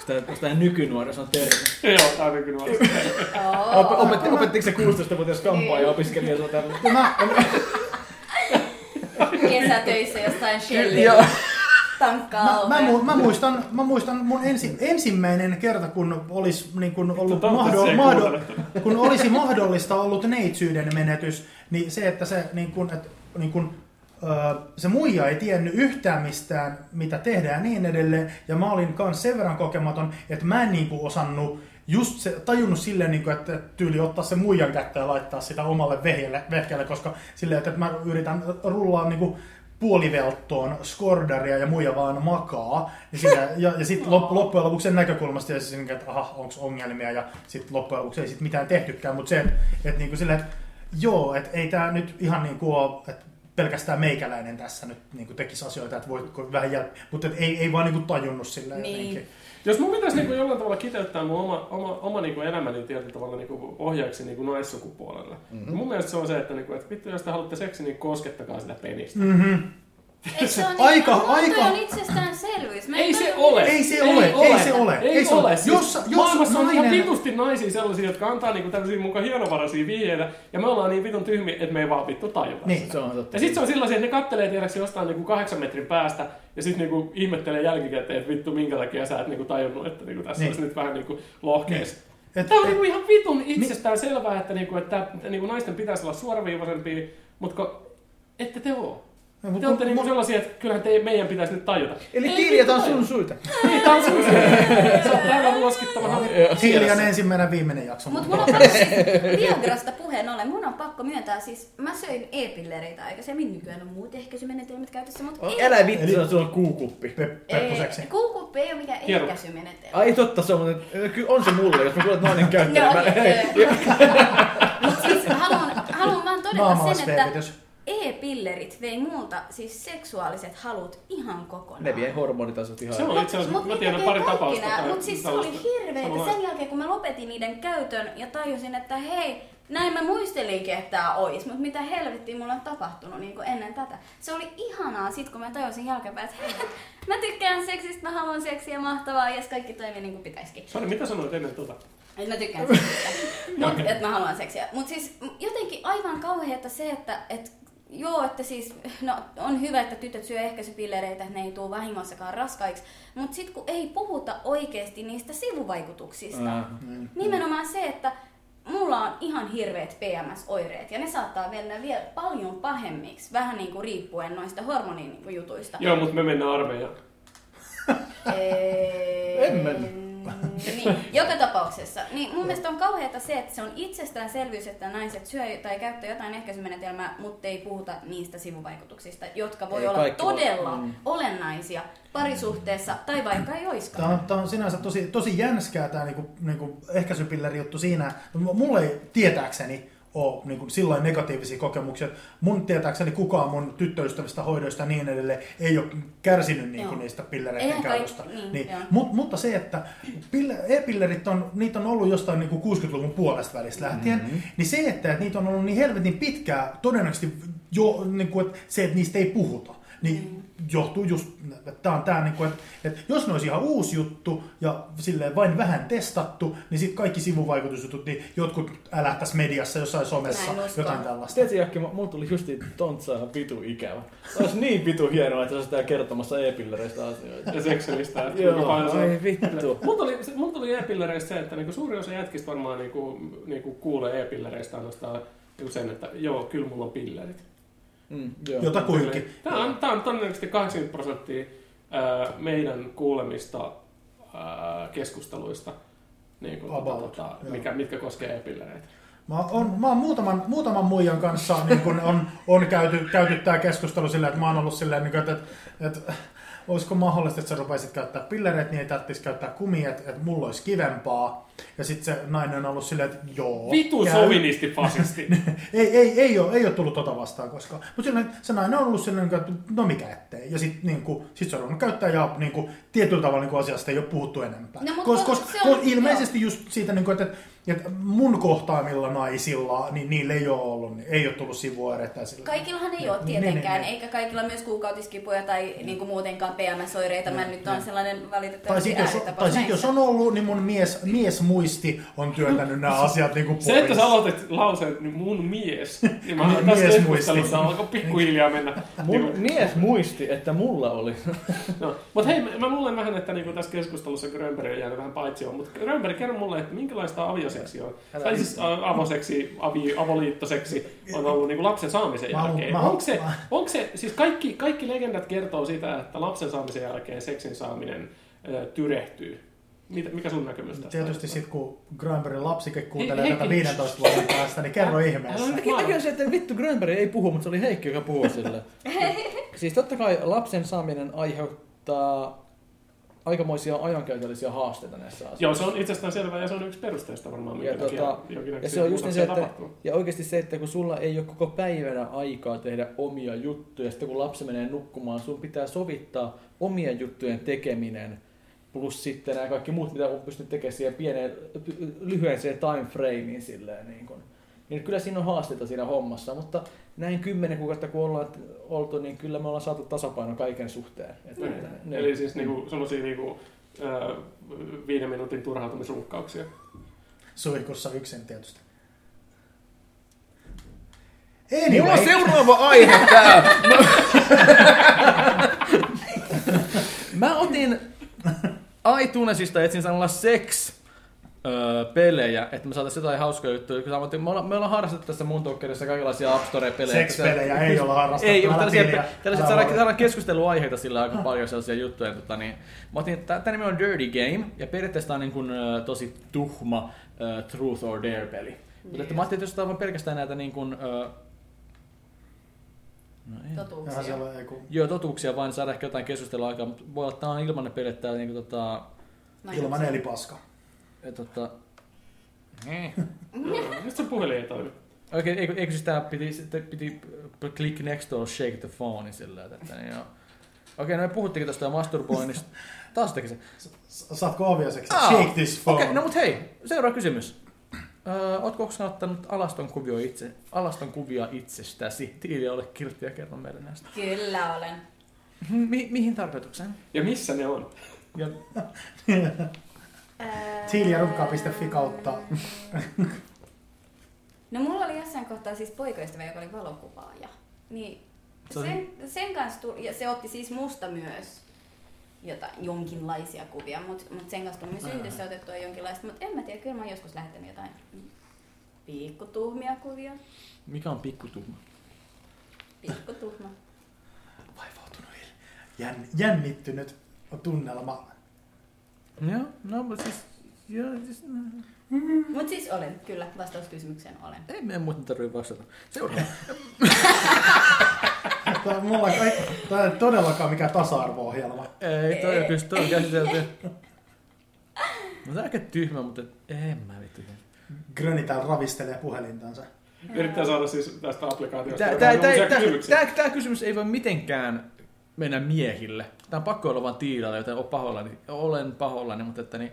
S1: Sitä, sitä nykynuoriso on terve.
S2: Joo, tää on niinku nuorista.
S4: Oo.
S1: Op, opet, opettiko se 16-vuotias kampaaja opiskelija sua tällä?
S3: Mä,
S4: kesätöissä jossain
S1: Joo.
S4: Shellillä tankkaa
S3: Mä,
S4: ovea.
S3: mu- mä, muistan, mä muistan mun ensi, ensimmäinen kerta, kun olisi niin kun ollut
S2: toivottavasti
S3: mahdoll,
S2: ei
S3: mahdoll,
S2: kuuntele
S3: kun olisi mahdollista ollut neitsyyden menetys, niin se, että se, niin kun, et, niin kun, ö, se muija ei tiennyt yhtään mistään, mitä tehdään ja niin edelleen, ja mä olin kans sen verran kokematon, että mä en niin kun osannut just se, tajunnut silleen, niin kun, että tyyli ottaa se muijan kättä ja laittaa sitä omalle vehjelle, vehkelle, koska silleen, että mä yritän rullaa niin kun, puolivelttoon skordaria ja muija vaan makaa. Ja, sitä, ja, ja sitten lop, loppujen lopuksi sen näkökulmasta ja siis, niinku, että aha, onko ongelmia ja sitten loppujen lopuksi ei sit mitään tehtykään. Mutta se, että et, niinku silleen, että joo, että ei tämä nyt ihan niin kuin ole, että pelkästään meikäläinen tässä nyt niin kuin tekisi asioita, että voitko vähän jää, mutta et ei, ei vaan niin kuin tajunnut sillä
S4: Niin.
S3: jotenkin.
S2: Jos mun pitäisi niinku jollain tavalla kiteyttää mun oma, oma, oma niinku elämäni tietyllä tavalla niinku ohjaaksi niinku naissukupuolelle. Mm-hmm. Mun mielestä se on se, että niinku, et vittu, jos te haluatte seksi, niin koskettakaa sitä penistä. Mm.
S4: Eikö se on
S3: Aika,
S4: no, toi
S3: aika.
S4: on itsestäänselvyys. Mä en
S2: Ei se
S4: tajua-
S2: ole.
S3: Ei se ole, ei se ole,
S2: Ei se ole. Siis
S3: Jos sä- jos
S2: Maailmassa on ihan
S3: nainen-
S2: vitusti naisia sellaisia, jotka antaa niinku tämmöisiä mukaan hienovaraisia vihjeitä, ja me ollaan niin vitun tyhmiä, että me ei vaan vittu tajuta
S3: Niin.
S1: Se on totta.
S2: Ja sit se on sellaisia, että ne kattelee tiedäksi jostain niinku kahdeksan metrin päästä ja sit niinku ihmettelee jälkikäteen, että vittu minkä takia sä et niinku tajunnut, että niinku tässä
S3: Niin.
S2: niin. olisi nyt vähän niinku lohkeis.
S3: Et-
S2: Tämä on
S3: et-
S2: niinku ihan vitun itsestään selvää, että, niinku, että, että niinku naisten pitäisi olla suoraviivaisempia, mutta ette te oo.
S3: No, mut-
S2: te olette
S3: mut-
S2: niinku
S3: mut-
S2: sellaisia, että kyllähän te, meidän pitäisi nyt tajuta.
S1: Eli
S2: Ei
S1: kirjataan
S2: vittu
S1: sun
S2: tajuta.
S1: suita.
S2: Niin, tää on sun syy. Sä oot täällä ruoskittavana.
S3: Hiljan ensimmäinen ja viimeinen jakso.
S4: Mut mun on pakko siis Viagrasta puheen ollen, mun on pakko myöntää, siis mä söin e-pillereitä aikaisemmin, nykyään on muut ehkäisymenetelmät käytössä, mutta
S1: Oh,
S4: ei-
S1: Älä vittu,
S3: Eli-
S1: se on sulla kuukuppi.
S3: Pe- Peppuseksi.
S4: ei, kuukuppi ei ole mikään
S2: Hieroa.
S4: ehkäisymenetelmä.
S1: Ai totta, se on, mutta kyllä on se mulle, jos mä kuulen, että nainen käyttää.
S4: No,
S1: niin mä-
S4: ei, ei. Mut siis mä haluan todeta sen, että e-pillerit vei multa siis seksuaaliset halut ihan kokonaan.
S1: Ne vie hormonitasot ihan.
S2: Se on itse asiassa, mä tiedän pari tapausta. tai-
S4: Mutta siis se oli
S2: tapausta.
S4: hirveetä
S2: Samanlaista.
S4: sen jälkeen, kun mä lopetin niiden käytön ja tajusin, että hei, näin mä muistelinkin, että tää ois, mutta mitä helvettiä mulla on tapahtunut niin kuin ennen tätä. Se oli ihanaa sit, kun mä tajusin jälkeenpäin, että hei, mä tykkään seksistä, mä haluan seksiä, mahtavaa, ja kaikki toimii niin kuin pitäisikin.
S2: Sari, mitä sanoit ennen tuota?
S4: Et mä tykkään seksiä, mut, et mä haluan seksiä. Mut siis m- jotenkin aivan kauheeta se, että et, joo, että siis no, on hyvä, että tytöt syö ehkäisypillereitä, että ne ei tuu vahingossakaan raskaiksi. Mut sit kun ei puhuta oikeesti niistä sivuvaikutuksista,
S1: Äh,
S3: Mm.
S4: nimenomaan se, että mulla on ihan hirveät PMS-oireet ja ne saattaa mennä vielä paljon pahemmiksi, vähän niinku riippuen noista niinku hormonijutuista.
S2: Joo, mutta me mennään armeijaan.
S4: Ei,
S3: En mennä.
S4: Niin, joka tapauksessa. Niin mun mielestä on kauheata se, että se on itsestäänselvyys, että naiset syö tai käyttää jotain ehkäisymenetelmää, mutta ei puhuta niistä sivuvaikutuksista, jotka voi
S1: Ei
S4: olla
S1: kaikki voi-
S4: todella
S1: mm.
S4: olennaisia parisuhteessa tai vaikka ei
S3: Tämä on,
S4: oiskaan.
S3: tämä on sinänsä tosi, tosi jänskää tämä niinku, niinku ehkäisypilleri juttu siinä. Mulla ei tietääkseni ole niinku, silloin negatiivisia kokemuksia. Mun tietääkseni kukaan mun tyttöystävistä hoidoista ja niin edelleen ei ole kärsinyt niinku,
S4: Joo.
S3: niistä pillereiden
S4: Eihän
S3: käytöstä.
S4: kaikki- niin, joo.
S3: Mut, mutta se, että pille, e-pillerit on, niitä on ollut jostain niinku 60-luvun puolesta välistä lähtien, mm-hmm. niin se, että niitä on ollut niin helvetin pitkää, todennäköisesti jo, niinku, että se, että niistä ei puhuta. Niin johtuu just, tämä on tää, niinku, että, että jos ne olisi ihan uusi juttu ja silleen vain vähän testattu, niin sitten kaikki sivuvaikutusjutut, niin jotkut älähtäisi mediassa jossain somessa,
S4: Mä en usko.
S3: jotain tällaista.
S1: Tiedätkö, Jakki, mu- mulla tuli justiin tontsa ihan vitu ikävä. Olisi niin vitu hienoa, että sä olisit täällä kertomassa e-pillereistä asioita.
S2: Ja sekselistä. että kuinka
S1: Joo,
S2: paljon se on.
S1: ai vittu.
S2: Mulla tuli, se- mulla tuli e-pillereistä se, että niinku suuri osa jätkistä varmaan niinku, niinku kuulee e-pillereistä ainoastaan niinku sen, että joo, kyllä mulla on pillerit.
S1: Mm, joo.
S3: Jotakuinkin.
S2: Tämä on, tämä on todennäköisesti 80 prosenttia ää, meidän kuulemista ää, keskusteluista, niin kuin, tota,
S3: About,
S2: tota,
S3: joo.
S2: mikä, mitkä koskee e-pillereitä.
S3: Mä oon, mä oon muutaman, muutaman muijan kanssa niin kun on, on käyty, käyty tämä keskustelu silleen, että mä oon ollut silleen, niin että, että, että olisiko mahdollista, että sä rupaisit käyttää pillereitä, niin ei tarvitsisi käyttää kumia, että, että mulla olisi kivempaa. Ja sitten se nainen on ollut silleen, että joo.
S2: Vitu
S3: käy.
S2: sovinisti fasisti.
S3: ei, ei, ei, ole, ei ole tullut tota vastaan koskaan. Mutta silloin se nainen on ollut silleen, että no mikä ettei. Ja sitten niin kuin, sit se on ruvennut käyttää ja niin kuin, tietyllä tavalla niin kuin asiasta ei ole puhuttu enempää.
S4: No, mut
S3: kos,
S4: kun
S3: kos,
S4: se
S3: kos,
S4: on-
S3: ilmeisesti just siitä, niin kuin, että, että mun kohtaamilla naisilla, niin niillä ei ole ollut, niin ei ole tullut sivuoireita. ja sillä-
S4: Kaikillahan ei ole
S3: Niin,
S4: tietenkään,
S3: niin, niin.
S4: eikä kaikilla myös kuukautiskipuja tai niinku muutenkaan PMS-oireita. Mä nyt on sellainen
S3: Niin, Tai
S4: valitettavasti
S3: sitten jos,
S4: ääritapaus
S3: tai sit, jos
S4: näissä.
S3: on ollut, niin mun mies, miesmuisti on työntänyt nämä asiat niin kuin
S2: Se, että sä aloitit lauseen, niin mun mies, niin mä
S3: Mun
S2: tässä
S3: mies
S2: keskustelussa
S3: muisti.
S2: alkoi pikkuhiljaa mennä.
S1: Mun
S2: Niin,
S1: mies muisti, että mulla oli.
S2: no. Mutta hei, mä- mä luulen vähän, että niinku tässä keskustelussa Grönberg on jäänyt vähän paitsi on. Mutta Grönberg, kerro mulle, että minkälaista avioseksi on?
S1: Älä-
S2: Tai siis ä, avoseksi, avi, avoliittoseksi on ollut niinku lapsen saamisen
S3: Mä haluan-
S2: jälkeen.
S3: mä haluan-
S2: Onko se,
S3: mä-
S2: onko se, siis kaikki, kaikki legendat kertoo sitä, että lapsen saamisen jälkeen seksin saaminen ö, tyrehtyy. Mitä, mikä sun näkemys tästä?
S3: Tietysti sitten, kun Grönbergin lapsikin kuuntelee
S2: Hei,
S3: tätä
S2: Heikki.
S3: 15 vuoden päästä, niin kerro
S2: Älä-
S3: ihmeessä.
S2: älä-
S1: Mäkin näkyy se, että vittu Grönberg ei puhu, mutta se oli Heikki, joka puhui sille. siis totta kai lapsen saaminen aiheuttaa aikamoisia ajankäytöllisiä haasteita näissä asioissa.
S2: Joo, se on itsestään selvää ja se on yksi perusteista varmaan, minkä
S1: Ja,
S2: takia
S1: tota, ja se
S2: jonkinnäköisiä
S1: on just niin se,
S2: muutoksia
S1: että,
S2: tapahtuu.
S1: ja oikeasti se, että kun sulla ei ole koko päivänä aikaa tehdä omia juttuja, sitten kun lapsi menee nukkumaan, sun pitää sovittaa omien juttujen tekeminen plus sitten nämä kaikki muut, mitä on pystynyt tekemään siihen pieneen, lyhyen siihen time frameen silleen niin kuin. Niin kyllä siinä on haasteita siinä hommassa, mutta näin kymmenen kuukautta kun ollaan oltu, niin kyllä me ollaan saatu tasapaino kaiken suhteen. Että,
S2: Niin.
S1: niin.
S2: Eli siis niinku, sellaisia niinku, ö, viiden minuutin turhautumisuhkauksia.
S3: Suihkussa yksin tietysti.
S1: Mulla on
S3: Anyway,
S1: seuraava aihe täällä. Mä otin iTunesista etsin sanalla sex öö, pelejä, että me saataisiin jotain hauskoja juttuja. Kun saatiin, me, ollaan, me ollaan harrastettu tässä mun tokkerissa kaikenlaisia App Store-pelejä.
S3: Sex-pelejä ei olla harrastettu,
S1: Ei,
S3: älä
S1: mutta tällaisia,
S3: piiliä,
S1: tällaisia
S3: älä
S1: saadaan,
S3: huoli.
S1: saadaan keskusteluaiheita sillä aika paljon sellaisia juttuja. Tota, niin, mä otin, tää, tää nimi on Dirty Game, ja periaatteessa tää on niin kuin, ö, tosi tuhma ö, Truth or Dare-peli. Mutta että mä ajattelin, että jos tää on vaan pelkästään näitä niin kuin, ö, No ei.
S4: totuuksia.
S3: Jaha, siellä on joku
S1: Joo, totuuksia vaan saada ehkä jotain keskustelua aikaa, mutta voi olla, että tämä on ilmanen peli, että tää niinku tota...
S4: Mainoksia.
S3: ilman elipaska.
S1: et, tota...
S4: Niin.
S2: Joo, Nyt se puhelin ei toimi.
S1: Okei, eikö, eikö siis tää piti, sitten piti p- click next door, shake the phone, niin sillä lailla, että niin joo. Okei, no me puhuttiinkin tosta masturboinnista. Taas teki se.
S3: S- Saatko ohjaiseksi?
S1: Aa,
S3: Shake this phone.
S1: Okei, no mut hei, seuraava kysymys. Öö, ootko koskaan ottanut alaston kuvio itse, alaston kuvia itsestäsi? Tiili ole kiltti ja kerro meille näistä.
S4: Kyllä olen.
S1: Mm-hmm. Mi- mihin tarkoitukseen?
S2: Ja missä ne on?
S1: Ja
S3: Tiiliarukkaa.fi kautta.
S4: No mulla oli jossain kohtaa siis poikaystävä, joka oli valokuvaaja. Niin
S1: Se oli-
S4: sen, sen kanssa tuli, ja se otti siis musta myös jota, jonkinlaisia kuvia, mutta mut sen kanssa tuli myös yhdessä otettua jonkinlaista. Mutta en mä tiedä, kyllä mä oon joskus lähettänyt jotain piikkutuhmia kuvia.
S1: mikä on pikkutumma?
S4: Piikkutuhma.
S3: Vaivautunut Jän, jännittynyt tunnelma.
S1: Joo, no mut siis... Joo, siis... mm.
S4: Mutta siis olen, kyllä, vastaus kysymykseen olen.
S1: Ei meidän muuten tarvitse vastata. Seuraava.
S3: Tämä on, mulla, kaik- tää ei ole todellakaan mikään tasa-arvo-ohjelma.
S1: Ei, toi on kyllä, toi on käsitelty. No tää on aika tyhmä, mutta en mä vittu.
S3: Grönitään ravistelee puhelintansa.
S2: Yrittää saada siis tästä applikaatiosta.
S1: Tää, tää,
S2: jotain
S1: tää,
S2: uusia
S1: tää,
S2: kysymyksiä.
S1: tää, tää kysymys ei voi mitenkään mennä miehille. Tää on pakko olla vaan tiilalle, joten olen pahoillani, olen pahoillani mutta että niin,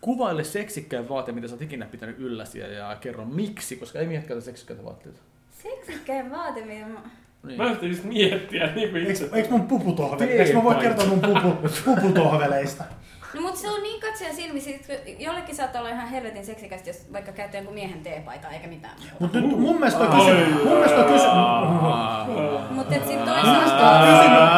S1: kuvaille seksikkäin vaate, mitä sä oot ikinä pitänyt yllä siellä ja kerro miksi, koska ei miehet käytä seksikkäitä vaatteita.
S4: Seksikkäin vaatiminen. mä-
S1: Niin.
S2: Mä yritin just miettiä niin kuin
S3: Eikö,
S2: itse.
S3: eikö mun puputohvele?
S1: Tiedän
S3: Eikö mä voi
S1: kaikki.
S3: kertoa mun pupu, puputohveleista?
S4: No mut se on niin katsoja silmissä, että jollekin saattaa olla ihan helvetin seksikästä, jos vaikka käyttää jonkun miehen teepaitaa eikä mitään muuta.
S3: Mutta nyt mun mielestä toi kysy... Mun mielestä toi kysy...
S4: Mutta sitten
S3: Tää
S4: toisaalta...
S3: kysymys-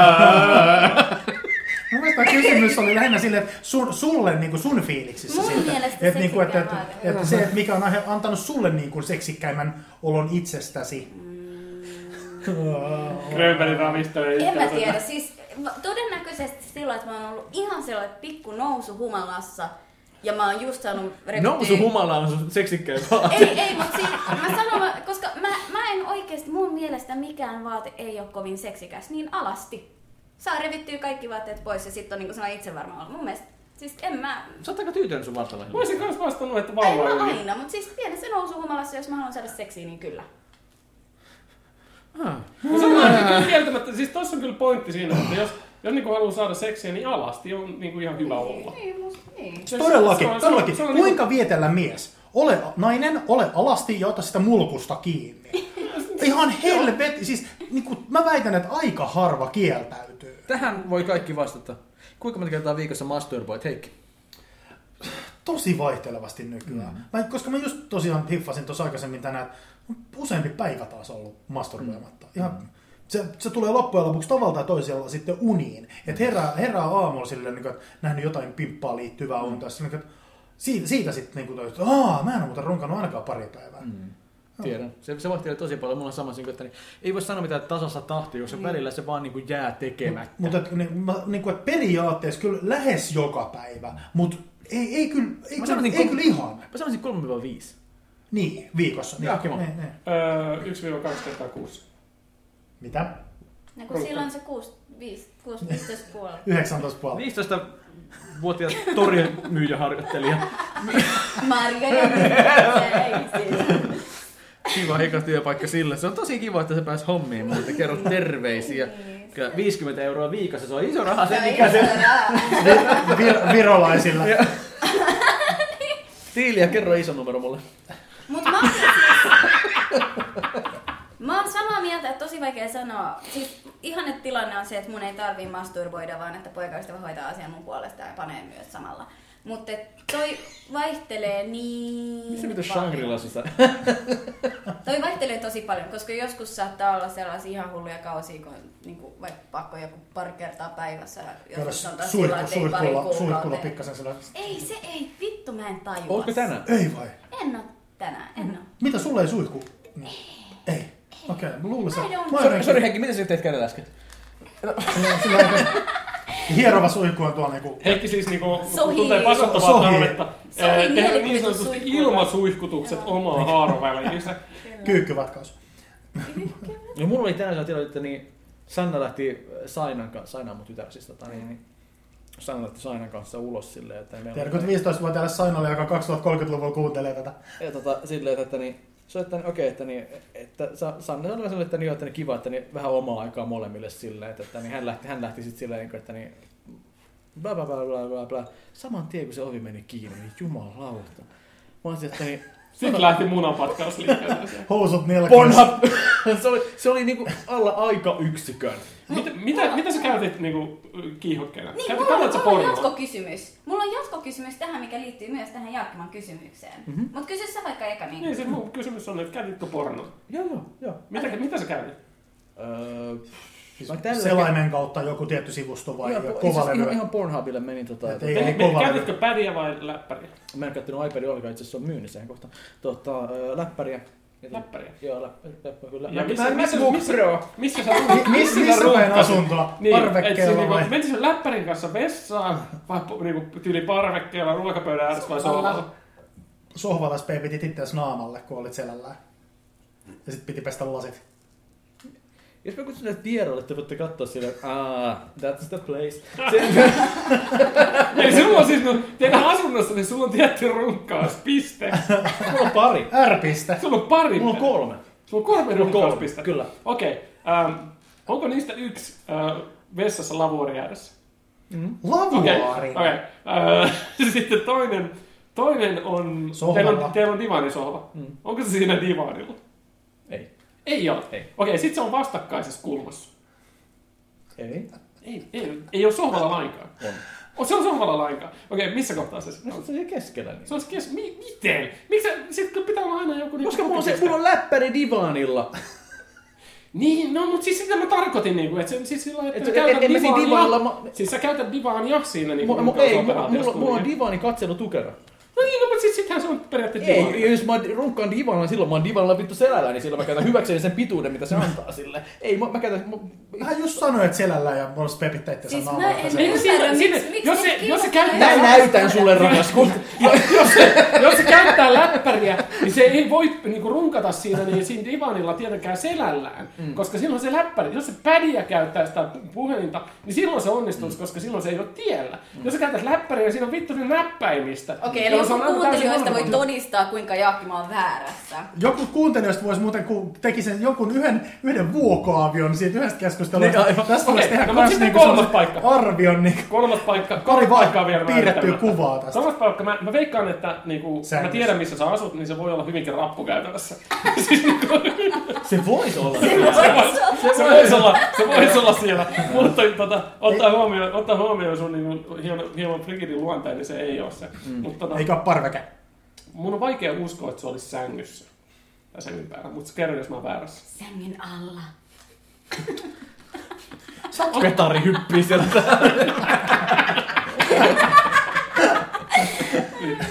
S3: Mun mielestä tämä kysymys oli lähinnä sille, että sun, sulle niin kuin sun fiiliksissä
S4: Mun
S3: siitä.
S4: mielestä
S3: että, niin kuin, että, että,
S4: seksikään vaate.
S3: että se, että mikä on aihe- antanut sulle niin kuin seksikkäimmän olon itsestäsi.
S2: Grönbergin ravistelee.
S4: Mm. En mä tiedä, siis va- todennäköisesti sillä, että mä oon ollut ihan sellainen pikku nousu humalassa ja mä oon just saanut revittyä-
S1: Nousu humala on sun seksikkäin vaate.
S4: Ei, ei, mutta siis mä sanon, mä- koska mä, mä en oikeasti, mun mielestä mikään vaate ei ole kovin seksikäs, niin alasti. Saa revittyä kaikki vaatteet pois ja sitten on niinku sellainen itsevarma olo. Mun mielestä, siis en mä,
S1: Sä oot aika tyytyväinen sun vartaloihin.
S2: Mä olisin myös vastannut, että
S4: en
S2: vauva
S4: mä
S2: yli.
S4: aina, mutta siis pienessä nousu humalassa, jos mä haluan saada seksiä, niin kyllä.
S1: Ah.
S2: Mut se on kyllä kieltämättä, siis tossa on kyllä pointti siinä, että jos, jos niinku haluaa saada seksiä, niin alasti on niinku ihan hyvä olla.
S4: Niin, musta, niin.
S2: Se- se-
S3: Todellakin,
S2: se on- se on-
S3: todellakin.
S2: se on niinku-
S3: Kuinka vietellä mies? Ole nainen, ole alasti ja ota sitä mulkusta kiinni. Ihan helvetti. Siis niin kuin, mä väitän, että aika harva kieltäytyy.
S1: Tähän voi kaikki vastata. Kuinka monta kertaa viikossa masturboit, Heikki?
S3: tosi vaihtelevasti nykyään. Mm. Mä, koska mä just tosiaan hiffasin tuossa aikaisemmin tänään, että on useampi päivä taas ollut masturboimatta. Mm. Ihan, se, se, tulee loppujen lopuksi tavalla tai toisella sitten uniin. Että herää, herää aamulla silleen, niin kuin, että nähnyt jotain pimppaa liittyvää mm. on tässä. Niin kuin, että siitä, siitä sitten niin kuin, että aah, mä en ole muuten runkannut ainakaan pari päivää. Mm.
S1: Tiedän. Se, se vaihtelee tosi paljon. Mulla on sama siinä, että niin, ei voi sanoa mitään tasassa tahtia, koska mm. välillä se vaan niin kuin jää tekemättä.
S3: Mutta et, niin, mä, niin kuin, että periaatteessa kyllä lähes joka päivä, mutta ei, ei kyllä, ei,
S1: Mä
S3: kyllä,
S1: sanoisin
S3: ei
S1: kol-
S3: kyllä ihan.
S1: Mä sanoisin 3-5.
S3: Niin, viikossa. Niin,
S1: Joo, kiva.
S3: niin, niin.
S2: Öö, 1-2 kertaa kuussa.
S3: Mitä?
S4: No kun silloin se 6, 5, 6, 15 puolella.
S3: 19,5.
S1: 15-vuotias torjumyyjäharjoittelija.
S4: Marja ja Mikko,
S1: Kiva eka työpaikka sillä. Se on tosi kiva, että se pääsi hommiin, mutta kerro terveisiä. Kyllä 50 euroa viikossa, se on iso raha sen
S4: ei se.
S1: ikäisen.
S3: Vir- virolaisilla.
S1: Tiiliä, kerro iso numero mulle.
S4: Mut mä oon siis- Mä oon samaa mieltä, että tosi vaikea sanoa. Siis ihanne tilanne on se, että mun ei tarvii masturboida, vaan että poikaystävä hoitaa asian mun puolesta ja panee myös samalla. Mutta toi vaihtelee niin
S1: Missä mitä
S4: paljon.
S1: shangrilasissa?
S4: Toi vaihtelee tosi paljon, koska joskus saattaa olla sellaisia ihan hulluja kausia, kun niin kuin, vaikka pakko joku pari kertaa päivässä. ja
S3: Käydä
S4: Joskus on taas sillä, että ei pari
S3: suihkulla, suihkulla
S4: kuukautta.
S3: pikkasen sillä.
S4: Ei se ei, vittu mä en tajua.
S1: Ootko tänään?
S3: Ei vai?
S4: En oo tänään, en oo.
S3: Mitä sulle ei suihku? Mm. Ei. Okei, okay, mä luulisin.
S4: I don't-
S3: Mä
S1: Sori,
S3: jotenkin-
S1: sori Heikki, mitä sä teet kädellä äsken?
S3: Sillä lailla, Hierova suihku on tuolla niinku...
S2: Heikki siis niinku, kun
S4: Sohii.
S2: tulee
S3: Sohii.
S2: pakottavaa tarvetta,
S4: Sohii
S2: ää, tehdä
S4: mielikuvitus
S2: niin sanotusti
S4: suihkulla.
S2: ilmasuihkutukset
S4: Joo.
S3: Niin.
S2: omaa haaroväliinsä.
S3: Kyykkyvatkaus.
S1: No mulla oli tänään sellainen tilanne, että niin Sanna lähti äh, Sainan kanssa, Saina on mun tytär siis, tota, niin, niin Sanna lähti Sainan kanssa ulos silleen, että meillä
S3: Terkut 15-vuotiaalle Sainalle, joka 2030-luvulla kuuntelee tätä.
S1: ja, tota, silleen, että niin, Se on, että okei, että, niin, että Sa- Sanne sanoi sille, että, niin, joo, että niin kiva, että niin, vähän omaa aikaa molemmille silleen, että, että niin, hän lähti, hän lähti sitten silleen, niin kuin, että niin, bla bla bla bla bla bla. Saman tien kun se ovi meni kiinni, niin jumalauta. Mä olisin, että niin,
S2: Sitten lähti munapatkaus liikkeelle.
S3: Housut nilkassa.
S1: Pornhub, se oli, se oli niinku alla aikayksikön.
S2: mitä, mitä, mitä sä käytit niinku kiihokkeena?
S4: Niin,
S2: Käytit-
S4: mulla, on,
S2: Katsoit sä
S4: mulla on
S2: pornoa?
S4: jatkokysymys. Mulla on jatkokysymys tähän, mikä liittyy myös tähän Jaakkiman kysymykseen. Mm-hmm. Mutta kysy sä vaikka eka niin.
S2: Mhm. Niin, siis mun kysymys on, että käytitkö pornoa?
S1: Joo, joo, joo.
S2: Mitä, mitä sä käytit?
S1: Öö,
S3: Siis
S1: mä tällä
S3: Selaimen kautta joku tietty sivusto vai
S1: ihan,
S3: joo,
S1: itse
S3: kova
S1: asiassa siis ihan,
S3: levy.
S1: ihan Pornhubille menin tota,
S3: Et
S1: tota
S3: ei-
S2: Eli,
S3: kova
S2: käytitkö pädiä vai läppäriä?
S1: mä en käyttänyt iPadia ollenkaan, no itse asiassa se on myynnissä ihan kohta, tota, öö, läppäriä. Ja tota-
S2: Läppäriä.
S1: Joo, läppäriä, läppä, kyllä.
S2: Ja
S1: Mä-
S2: missä-
S1: mä-
S2: missä-
S1: MacBook
S2: missä-
S1: Pro.
S2: Missä sä ruuhkasit?
S3: Missä, missä päin asuntoa?
S2: Niin, et siis
S3: Parvekkeella
S2: niinku,
S3: vai?
S2: menisi sen läppärin kanssa vessaan, vai po- niinku tyyli parvekkeella, ruokapöydän ääressä vai sohvalla?
S3: Sohvalla SP pitit itseäsi naamalle, kun olit selällään. Ja sit piti pestä lasit.
S1: Jos mä kutsun näitä vieraille, te voitte katsoa sille, ah, that's the place. Se,
S2: Eli sulla on siis, no, teidän asunnossa, niin sulla on tietty runkkauspiste.
S1: mulla on pari.
S3: R-piste.
S2: Sulla on pari.
S1: Mulla on kolme.
S2: Sulla on kolme
S1: Mulla on kolme,
S2: runkkauspiste.
S1: kyllä.
S2: Okei. Ähm, onko niistä yksi äh, vessassa lavuori ääressä? Okei.
S3: Lavuaari.
S2: okei. Äh, sitten toinen, toinen on...
S3: Sohvalla.
S2: Teillä on, teillä on divanisohva. Mm. Onko se siinä divanilla?
S1: Ei.
S2: Ei ole.
S1: Ei.
S2: Okei, sitten se on vastakkaisessa kulmassa.
S1: Ei.
S2: Ei, ei, ei ole sohvalla lainkaan.
S1: On.
S2: Oh, se on sohvalla lainkaan. Okei, missä kohtaa se sitten
S1: No
S2: on?
S1: sit se on siellä keskellä niin.
S2: Se on kes... Mi- miten? Miksi sitten pitää olla aina joku... niinku
S1: Koska mulla on, se,
S2: tukipiste?
S1: mulla on läppäri divanilla.
S2: Niin, no mut siis sitä mä tarkoitin niinku, että se siis sillä lailla,
S1: Et
S2: että
S1: se-
S2: sä
S1: et-
S2: käytät
S1: et mä siinä
S2: divaania.
S1: divanilla mä-
S2: Siis sä käytät divaania siinä niinku...
S1: Mu- mu- ei, mulla, mulla,
S2: operaatiossa,
S1: mulla Niin, on
S2: niin.
S1: divani katselu tukena.
S2: No niin, no mut siis sittenhän se on periaatteessa
S1: Ei,
S2: divaania.
S1: jos mä runkkaan divanilla, silloin mä oon divanilla vittu selällä, niin silloin mä käytän hyväkseni sen pituuden, mitä se antaa sille. Ei, mä, mä käytän... Mä,
S3: Hän just sanoi, että selällään ja olisi pepittä itseäsi
S4: Siis mä
S3: naamalle.
S4: en-
S3: tai se-
S2: Ei, kun Niin siinä,
S4: Ymmärrän,
S2: siinä,
S4: miksi- miksi
S2: jos
S4: niitä
S2: se, jos se
S4: kiinnostaa
S2: käyttää...
S1: mä näytän sulle, rakas, kun...
S2: jos, se, jos se käyttää läppäriä, niin se ei voi niinku, runkata siinä, niin siinä divanilla tietenkään selällään. Mm. Koska silloin se läppäri, jos se pädiä käyttää sitä pu- puhelinta, niin silloin se onnistuisi,
S3: Mm.
S2: koska silloin se ei ole tiellä. Mm. Jos sä käytät läppäriä, niin siinä on vittu sen näppäimistä.
S4: Okei, eli
S2: jolloin se
S4: joku
S2: on aivan täysin
S4: kuuntelijoista voi
S2: mahdotonta.
S4: todistaa, kuinka Jaakkima on väärässä.
S3: Joku kuuntelijoista voisi muuten, kun teki sen jonkun yhden, yhden vuokoavion siitä yhdestä keskustelusta.
S1: Niin, aivan.
S3: Tästä voisi
S2: Okei,
S3: tehdä
S2: no mut
S3: kans
S2: sitten
S3: niinku
S2: kolmas
S3: sellaisen
S2: paikka.
S3: arvion. Niin,
S2: Kolmas paikka, kolmas
S3: vaan
S2: paikkaa vielä
S3: piirrettyä
S2: määrittämättä.
S3: kuvaa tästä.
S2: Kolmas paikka, mä, mä veikkaan, että niinku, mä
S3: Sängyssä.
S2: tiedän missä sä asut, niin se voi olla hyvinkin rappukäytävässä. siis, niinku,
S1: Se voisi olla.
S2: se voisi olla, se voisi olla siellä, mutta tota, ottaa, huomioon, ottaa huomioon sun niin hieman, hieman frigidin luonteen, niin se ei ole se. Mm. Mutta tota,
S3: eikä ole parveke.
S2: mun on vaikea uskoa, että se olisi sängyssä tai sängyn päällä, mutta kerro, jos mä oon väärässä.
S4: Sängyn alla.
S1: Petari hyppii sieltä.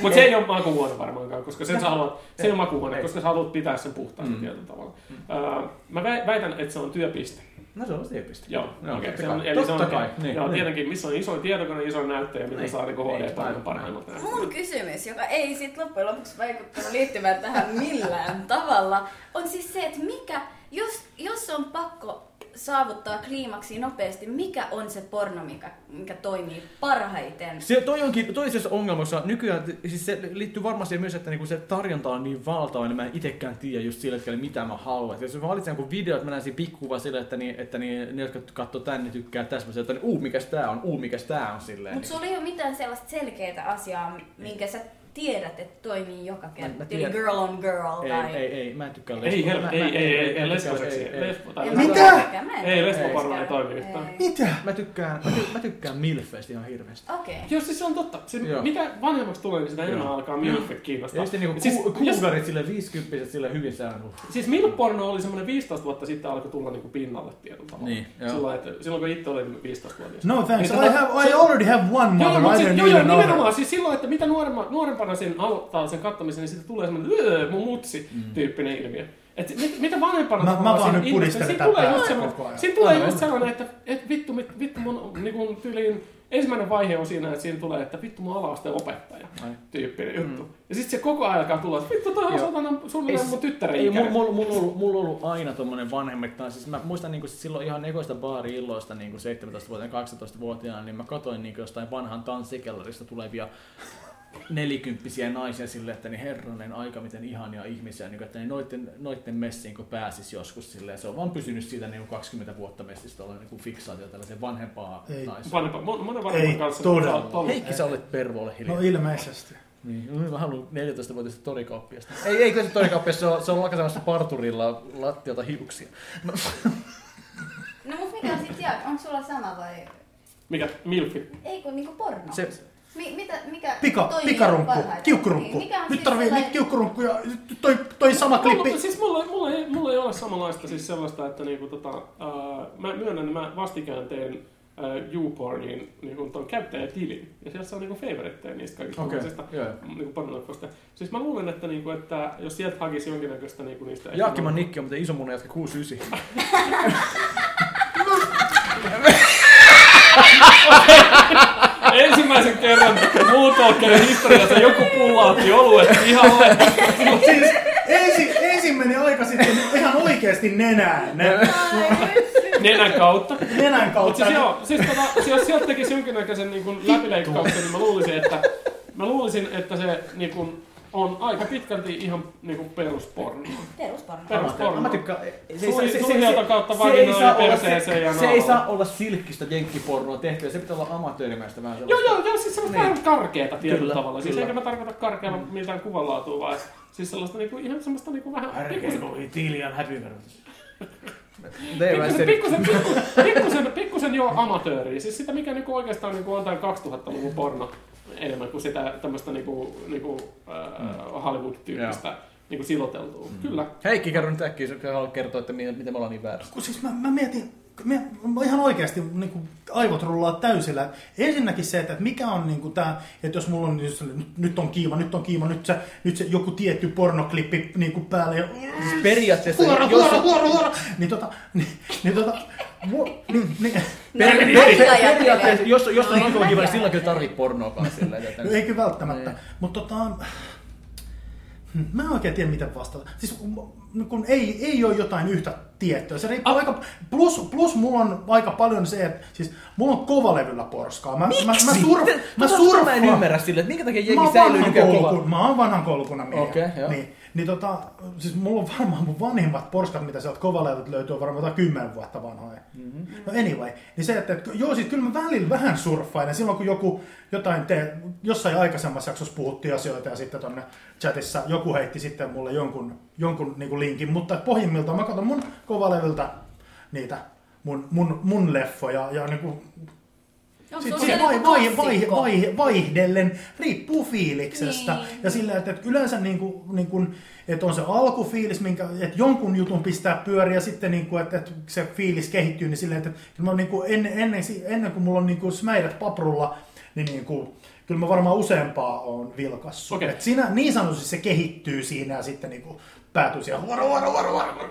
S2: Mutta se ei ole makuuhuone varmaankaan, koska sen sä haluat, se ei ole makuuhuone, koska sä haluat pitää sen puhtaana mm. tietyllä tavalla. Öö, mä vä- väitän, että se on työpiste.
S1: No se on siipisti.
S2: Joo, no
S1: Joo,
S2: okei.
S1: totta
S2: Se on,
S1: kai.
S2: eli se on,
S1: Totta kai,
S2: Niin,
S1: niin,
S2: joo,
S1: niin.
S2: tietenkin, missä on iso tietokone, iso näyttö ja mitä
S1: Niin,
S2: saa niinku
S1: niin,
S2: HD paljon
S1: aivan.
S2: parhaimmalta.
S4: Mun kysymys, joka ei sit loppujen lopuksi vaikuttanut liittymään tähän millään tavalla, on siis se, että mikä, jos, jos on pakko saavuttaa kliimaksi nopeasti, mikä on se porno, mikä, mikä toimii parhaiten?
S1: Se, toi onkin toi on itse asiassa ongelma, koska nykyään, siis se liittyy varmaan siihen myös, että niinku se tarjonta on niin valtava, niin mä en itsekään tiedä just sillä hetkellä, mitä mä haluan. Et Jos mä valitsen jonkun video, että mä näen siinä pikkuva sillä, että, niin, että niin, ne, jotka katsoo tänne, tykkää täsmästä, että niin, uu, mikäs tää on, uu, mikäs tää on silleen.
S4: Mutta
S1: niin.
S4: sulla ei ole mitään sellaista selkeää asiaa, minkä sä tiedät, että toimii joka
S1: Mä- mä
S4: kerta. Tyyli
S1: tiedän.
S4: girl on girl
S1: Ei,
S4: tai...
S1: ei, ei, mä en tykkää
S2: Ei,
S1: lesboista.
S2: hel-
S1: Mä-
S2: ei,
S1: mä-
S2: ei, ei, ei, ei,
S1: mä
S2: lesboseksi.
S1: tykkään- ei, ei.
S2: Lesbo- tai
S4: Ja
S1: Mä-
S4: mä
S3: Mitä?
S4: en tykkää, mä en
S2: Ei,
S4: tykkää.
S2: lesboporno ei toimi yhtään.
S4: Ei.
S3: Mitä?
S1: Mä tykkään, mä, ty- mä tykkään milfeistä ihan hirveästi.
S4: Okei.
S2: Joo, siis se on totta. Se,
S1: Joo.
S2: mitä vanhemmaksi tulee, niin sitä enemmän
S1: Joo.
S2: alkaa milfit kiinnostaa.
S1: Ja sitten niinku
S2: siis,
S1: siis, ku-
S2: jos,
S1: kuukarit sille viisikymppiset sille hyvin sään. Uh.
S2: siis milporno oli semmoinen 15 vuotta sitten alkoi tulla niinku pinnalle tietyllä tavalla.
S1: Niin, joo.
S2: Silloin, että, silloin kun itse olin 15-vuotias.
S3: No thanks,
S2: Niin, tota-
S3: I, have, I already have one
S2: Joo,
S3: mother,
S2: mutta
S3: I
S2: siis,
S3: don't
S2: joo, joo,
S3: need another.
S2: nimenomaan siis silloin, että mitä nuoremma, nuorempana sen aloittaa sen kattomisen, niin siitä tulee semmoinen "Öö, mun mutsi tyyppinen ilmiö. Et, mit, mitä vanhempana
S3: Mm. Mä- mä
S2: tavallaan
S3: vaan
S2: siinä
S3: nyt
S2: ihmisen-
S3: pudistelen
S2: siinä
S3: tätä
S2: tulee
S3: päästä
S2: just semmoinen,
S3: koko ajan.
S2: siinä tulee
S1: Aivan.
S2: just sellainen, että et vittu, mit, vittu mun niin kuin tyyliin ensimmäinen vaihe on siinä, että siinä tulee, että vittu mun ala opettaja
S1: Ai.
S2: tyyppinen
S3: Mm.
S2: juttu. Ja sitten se koko ajan alkaa tulla, että vittu, toi on
S1: Joo.
S2: satana suunnilleen mun tyttären
S1: Ei, mulla,
S2: ikäinen.
S1: mulla, mulla, ollut, mulla ollut aina tommonen vanhemmektaan. Siis mä muistan niinku silloin ihan ekoista baari-illoista niinku 17-vuotiaana, 18-vuotiaana, niin mä katoin niinku jostain vanhan tanssikellarista tulevia nelikymppisiä naisia sille, että niin herranen aika, miten ihania ihmisiä, niin kuin, että niin noitten, noitten messiin kun pääsis joskus silleen, se on vaan pysynyt siitä niin kuin 20 vuotta messistä olla niin kuin fiksaatio tällaiseen vanhempaa
S3: Ei.
S1: naista.
S2: Vanhempa, mon- monen
S3: Ei
S2: vanhemman kanssa.
S3: todella.
S2: on ollut.
S1: Heikki, sä olet pervolle hiljaa.
S3: No
S1: No,
S3: ilmeisesti.
S1: niin, mä haluan 14-vuotiaista torikauppiasta. Ei, ei kyllä se torikauppias, se on, se on lakasemassa parturilla lattialta hiuksia.
S4: No mut mikä on sit jää? Onko sulla sama vai?
S2: Mikä? Milfi.
S4: Ei kun niinku porno.
S1: Se,
S4: Mi- mitä, mikä
S3: Pika,
S4: toimii
S3: pikarunkku,
S4: parhaiten?
S3: kiukkurunkku.
S4: Niin, mikä on
S3: Nyt
S4: siis
S3: tarvii
S4: sellainen-
S3: niitä kiukkurunkkuja. Toi, toi sama
S2: Mulla-
S3: klippi.
S2: Siis mulla, mulla, ei, mulla ei ole samanlaista siis sellaista, että niinku tota, ää, mä myönnän, että mä vastikään tein ää, YouPornin niinku ton käyttäjätilin. Ja siellä se on niinku favoritteja niistä kaikista
S1: Okei,
S2: okay.
S1: joo.
S2: niinku pornoleffoista. Siis mä luulen, että, niinku, että jos sieltä hakisi jonkinnäköistä niinku niistä...
S1: Jaakkiman Nikki on muuten iso mun jatka 69. niin-
S2: Ensimmäisen kerran muutolkeen historiassa joku pullautti oluet pihalle.
S3: Siis ensi, ensimmäinen aika sitten ihan oikeasti nenään.
S2: nenän kautta.
S3: Nenän
S2: Mutta
S3: kautta.
S2: siis joo, siis tota, siis jos sieltä tekisi jonkinnäköisen niin kuin läpileikkauksen, niin mä luulisin, että, mä luulisin, että se niin kuin, on aika pitkälti ihan niin kuin perusporno.
S4: Perusporno. No,
S2: Perusporno.
S1: Mä tykkään.
S2: Suhi- suhijalta kautta vaginaan ja perseeseen ja
S1: se, se ei
S2: naamaan.
S1: saa olla silkkistä jenkkipornoa tehtyä, se pitää olla amatöörimäistä vähän
S2: Joo,
S1: sellaista.
S2: joo, joo, siis semmoista
S1: Niin.
S2: vähän karkeata tietyllä
S1: Kyllä,
S2: tavalla. Siis
S1: kyllä. Mm.
S2: eikä mä tarkoita karkealla mitään kuvanlaatua, vaan siis sellaista niin kuin, ihan semmoista niin kuin vähän...
S5: oli tiilian häpyverhotus.
S2: Pikkusen, pikkusen, pikkusen, pikkusen, pikkusen jo amatööriä. Siis sitä, mikä niinku oikeastaan niinku on tämän 2000-luvun porno enemmän kuin sitä tämmöistä niinku, niinku,
S1: Mm.
S2: äh, Hollywood-tyyppistä niinku siloteltua. Mm. Kyllä.
S1: Heikki, kerro nyt äkkiä, jos haluat kertoa, että mi- miten me ollaan niin väärässä.
S3: Kun siis mä, mä mietin, mä, mä ihan oikeasti niin kuin, aivot rullaa täysillä. Ensinnäkin se, että mikä on niin kuin, tämä, että jos mulla on niin sellainen, nyt, nyt on kiima, nyt on kiima, nyt se, nyt se joku tietty pornoklippi niin kuin päälle. Ja,
S1: Siis periaatteessa...
S3: huora,
S1: jos-
S3: huora, huora, huora, niin tota, niin, niin tota, mu, niin, niin,
S4: No,
S1: Per, per,
S4: Mä kyllä
S1: per,
S4: ajattelen.
S1: periaatteessa, jos, jos on
S4: Mä
S1: alkoholikiva, niin
S4: ajattelen.
S1: silloin kyllä tarvii pornoakaan silleen.
S3: No
S1: joten-
S3: Eikö välttämättä.
S1: Niin.
S3: Mutta tota, hmm, mä en oikein tiedä, miten vastata. Siis kun- kun ei, ei ole jotain yhtä tiettyä. Se riippuu aika, plus, plus mulla on aika paljon se, että siis mulla on kovalevyllä porskaa. Mä, mä, mä, surf, mä
S1: Tota
S3: surfaan.
S1: Mä en ymmärrä silleen, että minkä takia
S3: Mä
S1: jengi
S3: oon
S1: säilyy
S3: vanhan,
S1: nykyään kova.
S3: koulukun, mä oon vanhan koulukunnan miehiä.
S1: Okei, joo.
S3: niin, niin tota, siis mulla on varmaan mun vanhimmat porskat, mitä sieltä kovalevyt löytyy, on varmaan jotain 10 vuotta vanhoja. Mm-hmm. No anyway, niin se, että, että joo, siis kyllä mä välillä vähän surffailen. Silloin kun joku jotain te, jossain aikaisemmassa jaksossa puhuttiin asioita ja sitten tonne chatissa joku heitti sitten mulle jonkun, jonkun niin linkin, mutta pohjimmiltaan mä katson mun kovalevyltä niitä mun, mun, mun leffoja ja niin kuin
S4: Onko
S3: sitten
S4: sulla Niin,
S3: se vai,
S4: sellainen
S3: vai, vai,
S4: niinku klassikko?
S3: vai, vaihdellen riippuu fiiliksestä.
S4: Niin.
S3: Ja sillä, että, että yleensä niin kuin, niin kuin, että on se alkufiilis, minkä, että jonkun jutun pistää pyöriä ja sitten niin kuin, että, että se fiilis kehittyy, niin sillä, että, että mä niin kuin ennen, ennen, si- ennen kuin mulla on niin kuin smäidät paprulla, niin, niin kuin, kyllä mä varmaan useampaa on vilkassut.
S2: Okei.
S3: Et siinä, niin sanotusti se kehittyy siinä ja sitten niin kuin päätyy siihen. Huoro, huoro, huoro, huoro.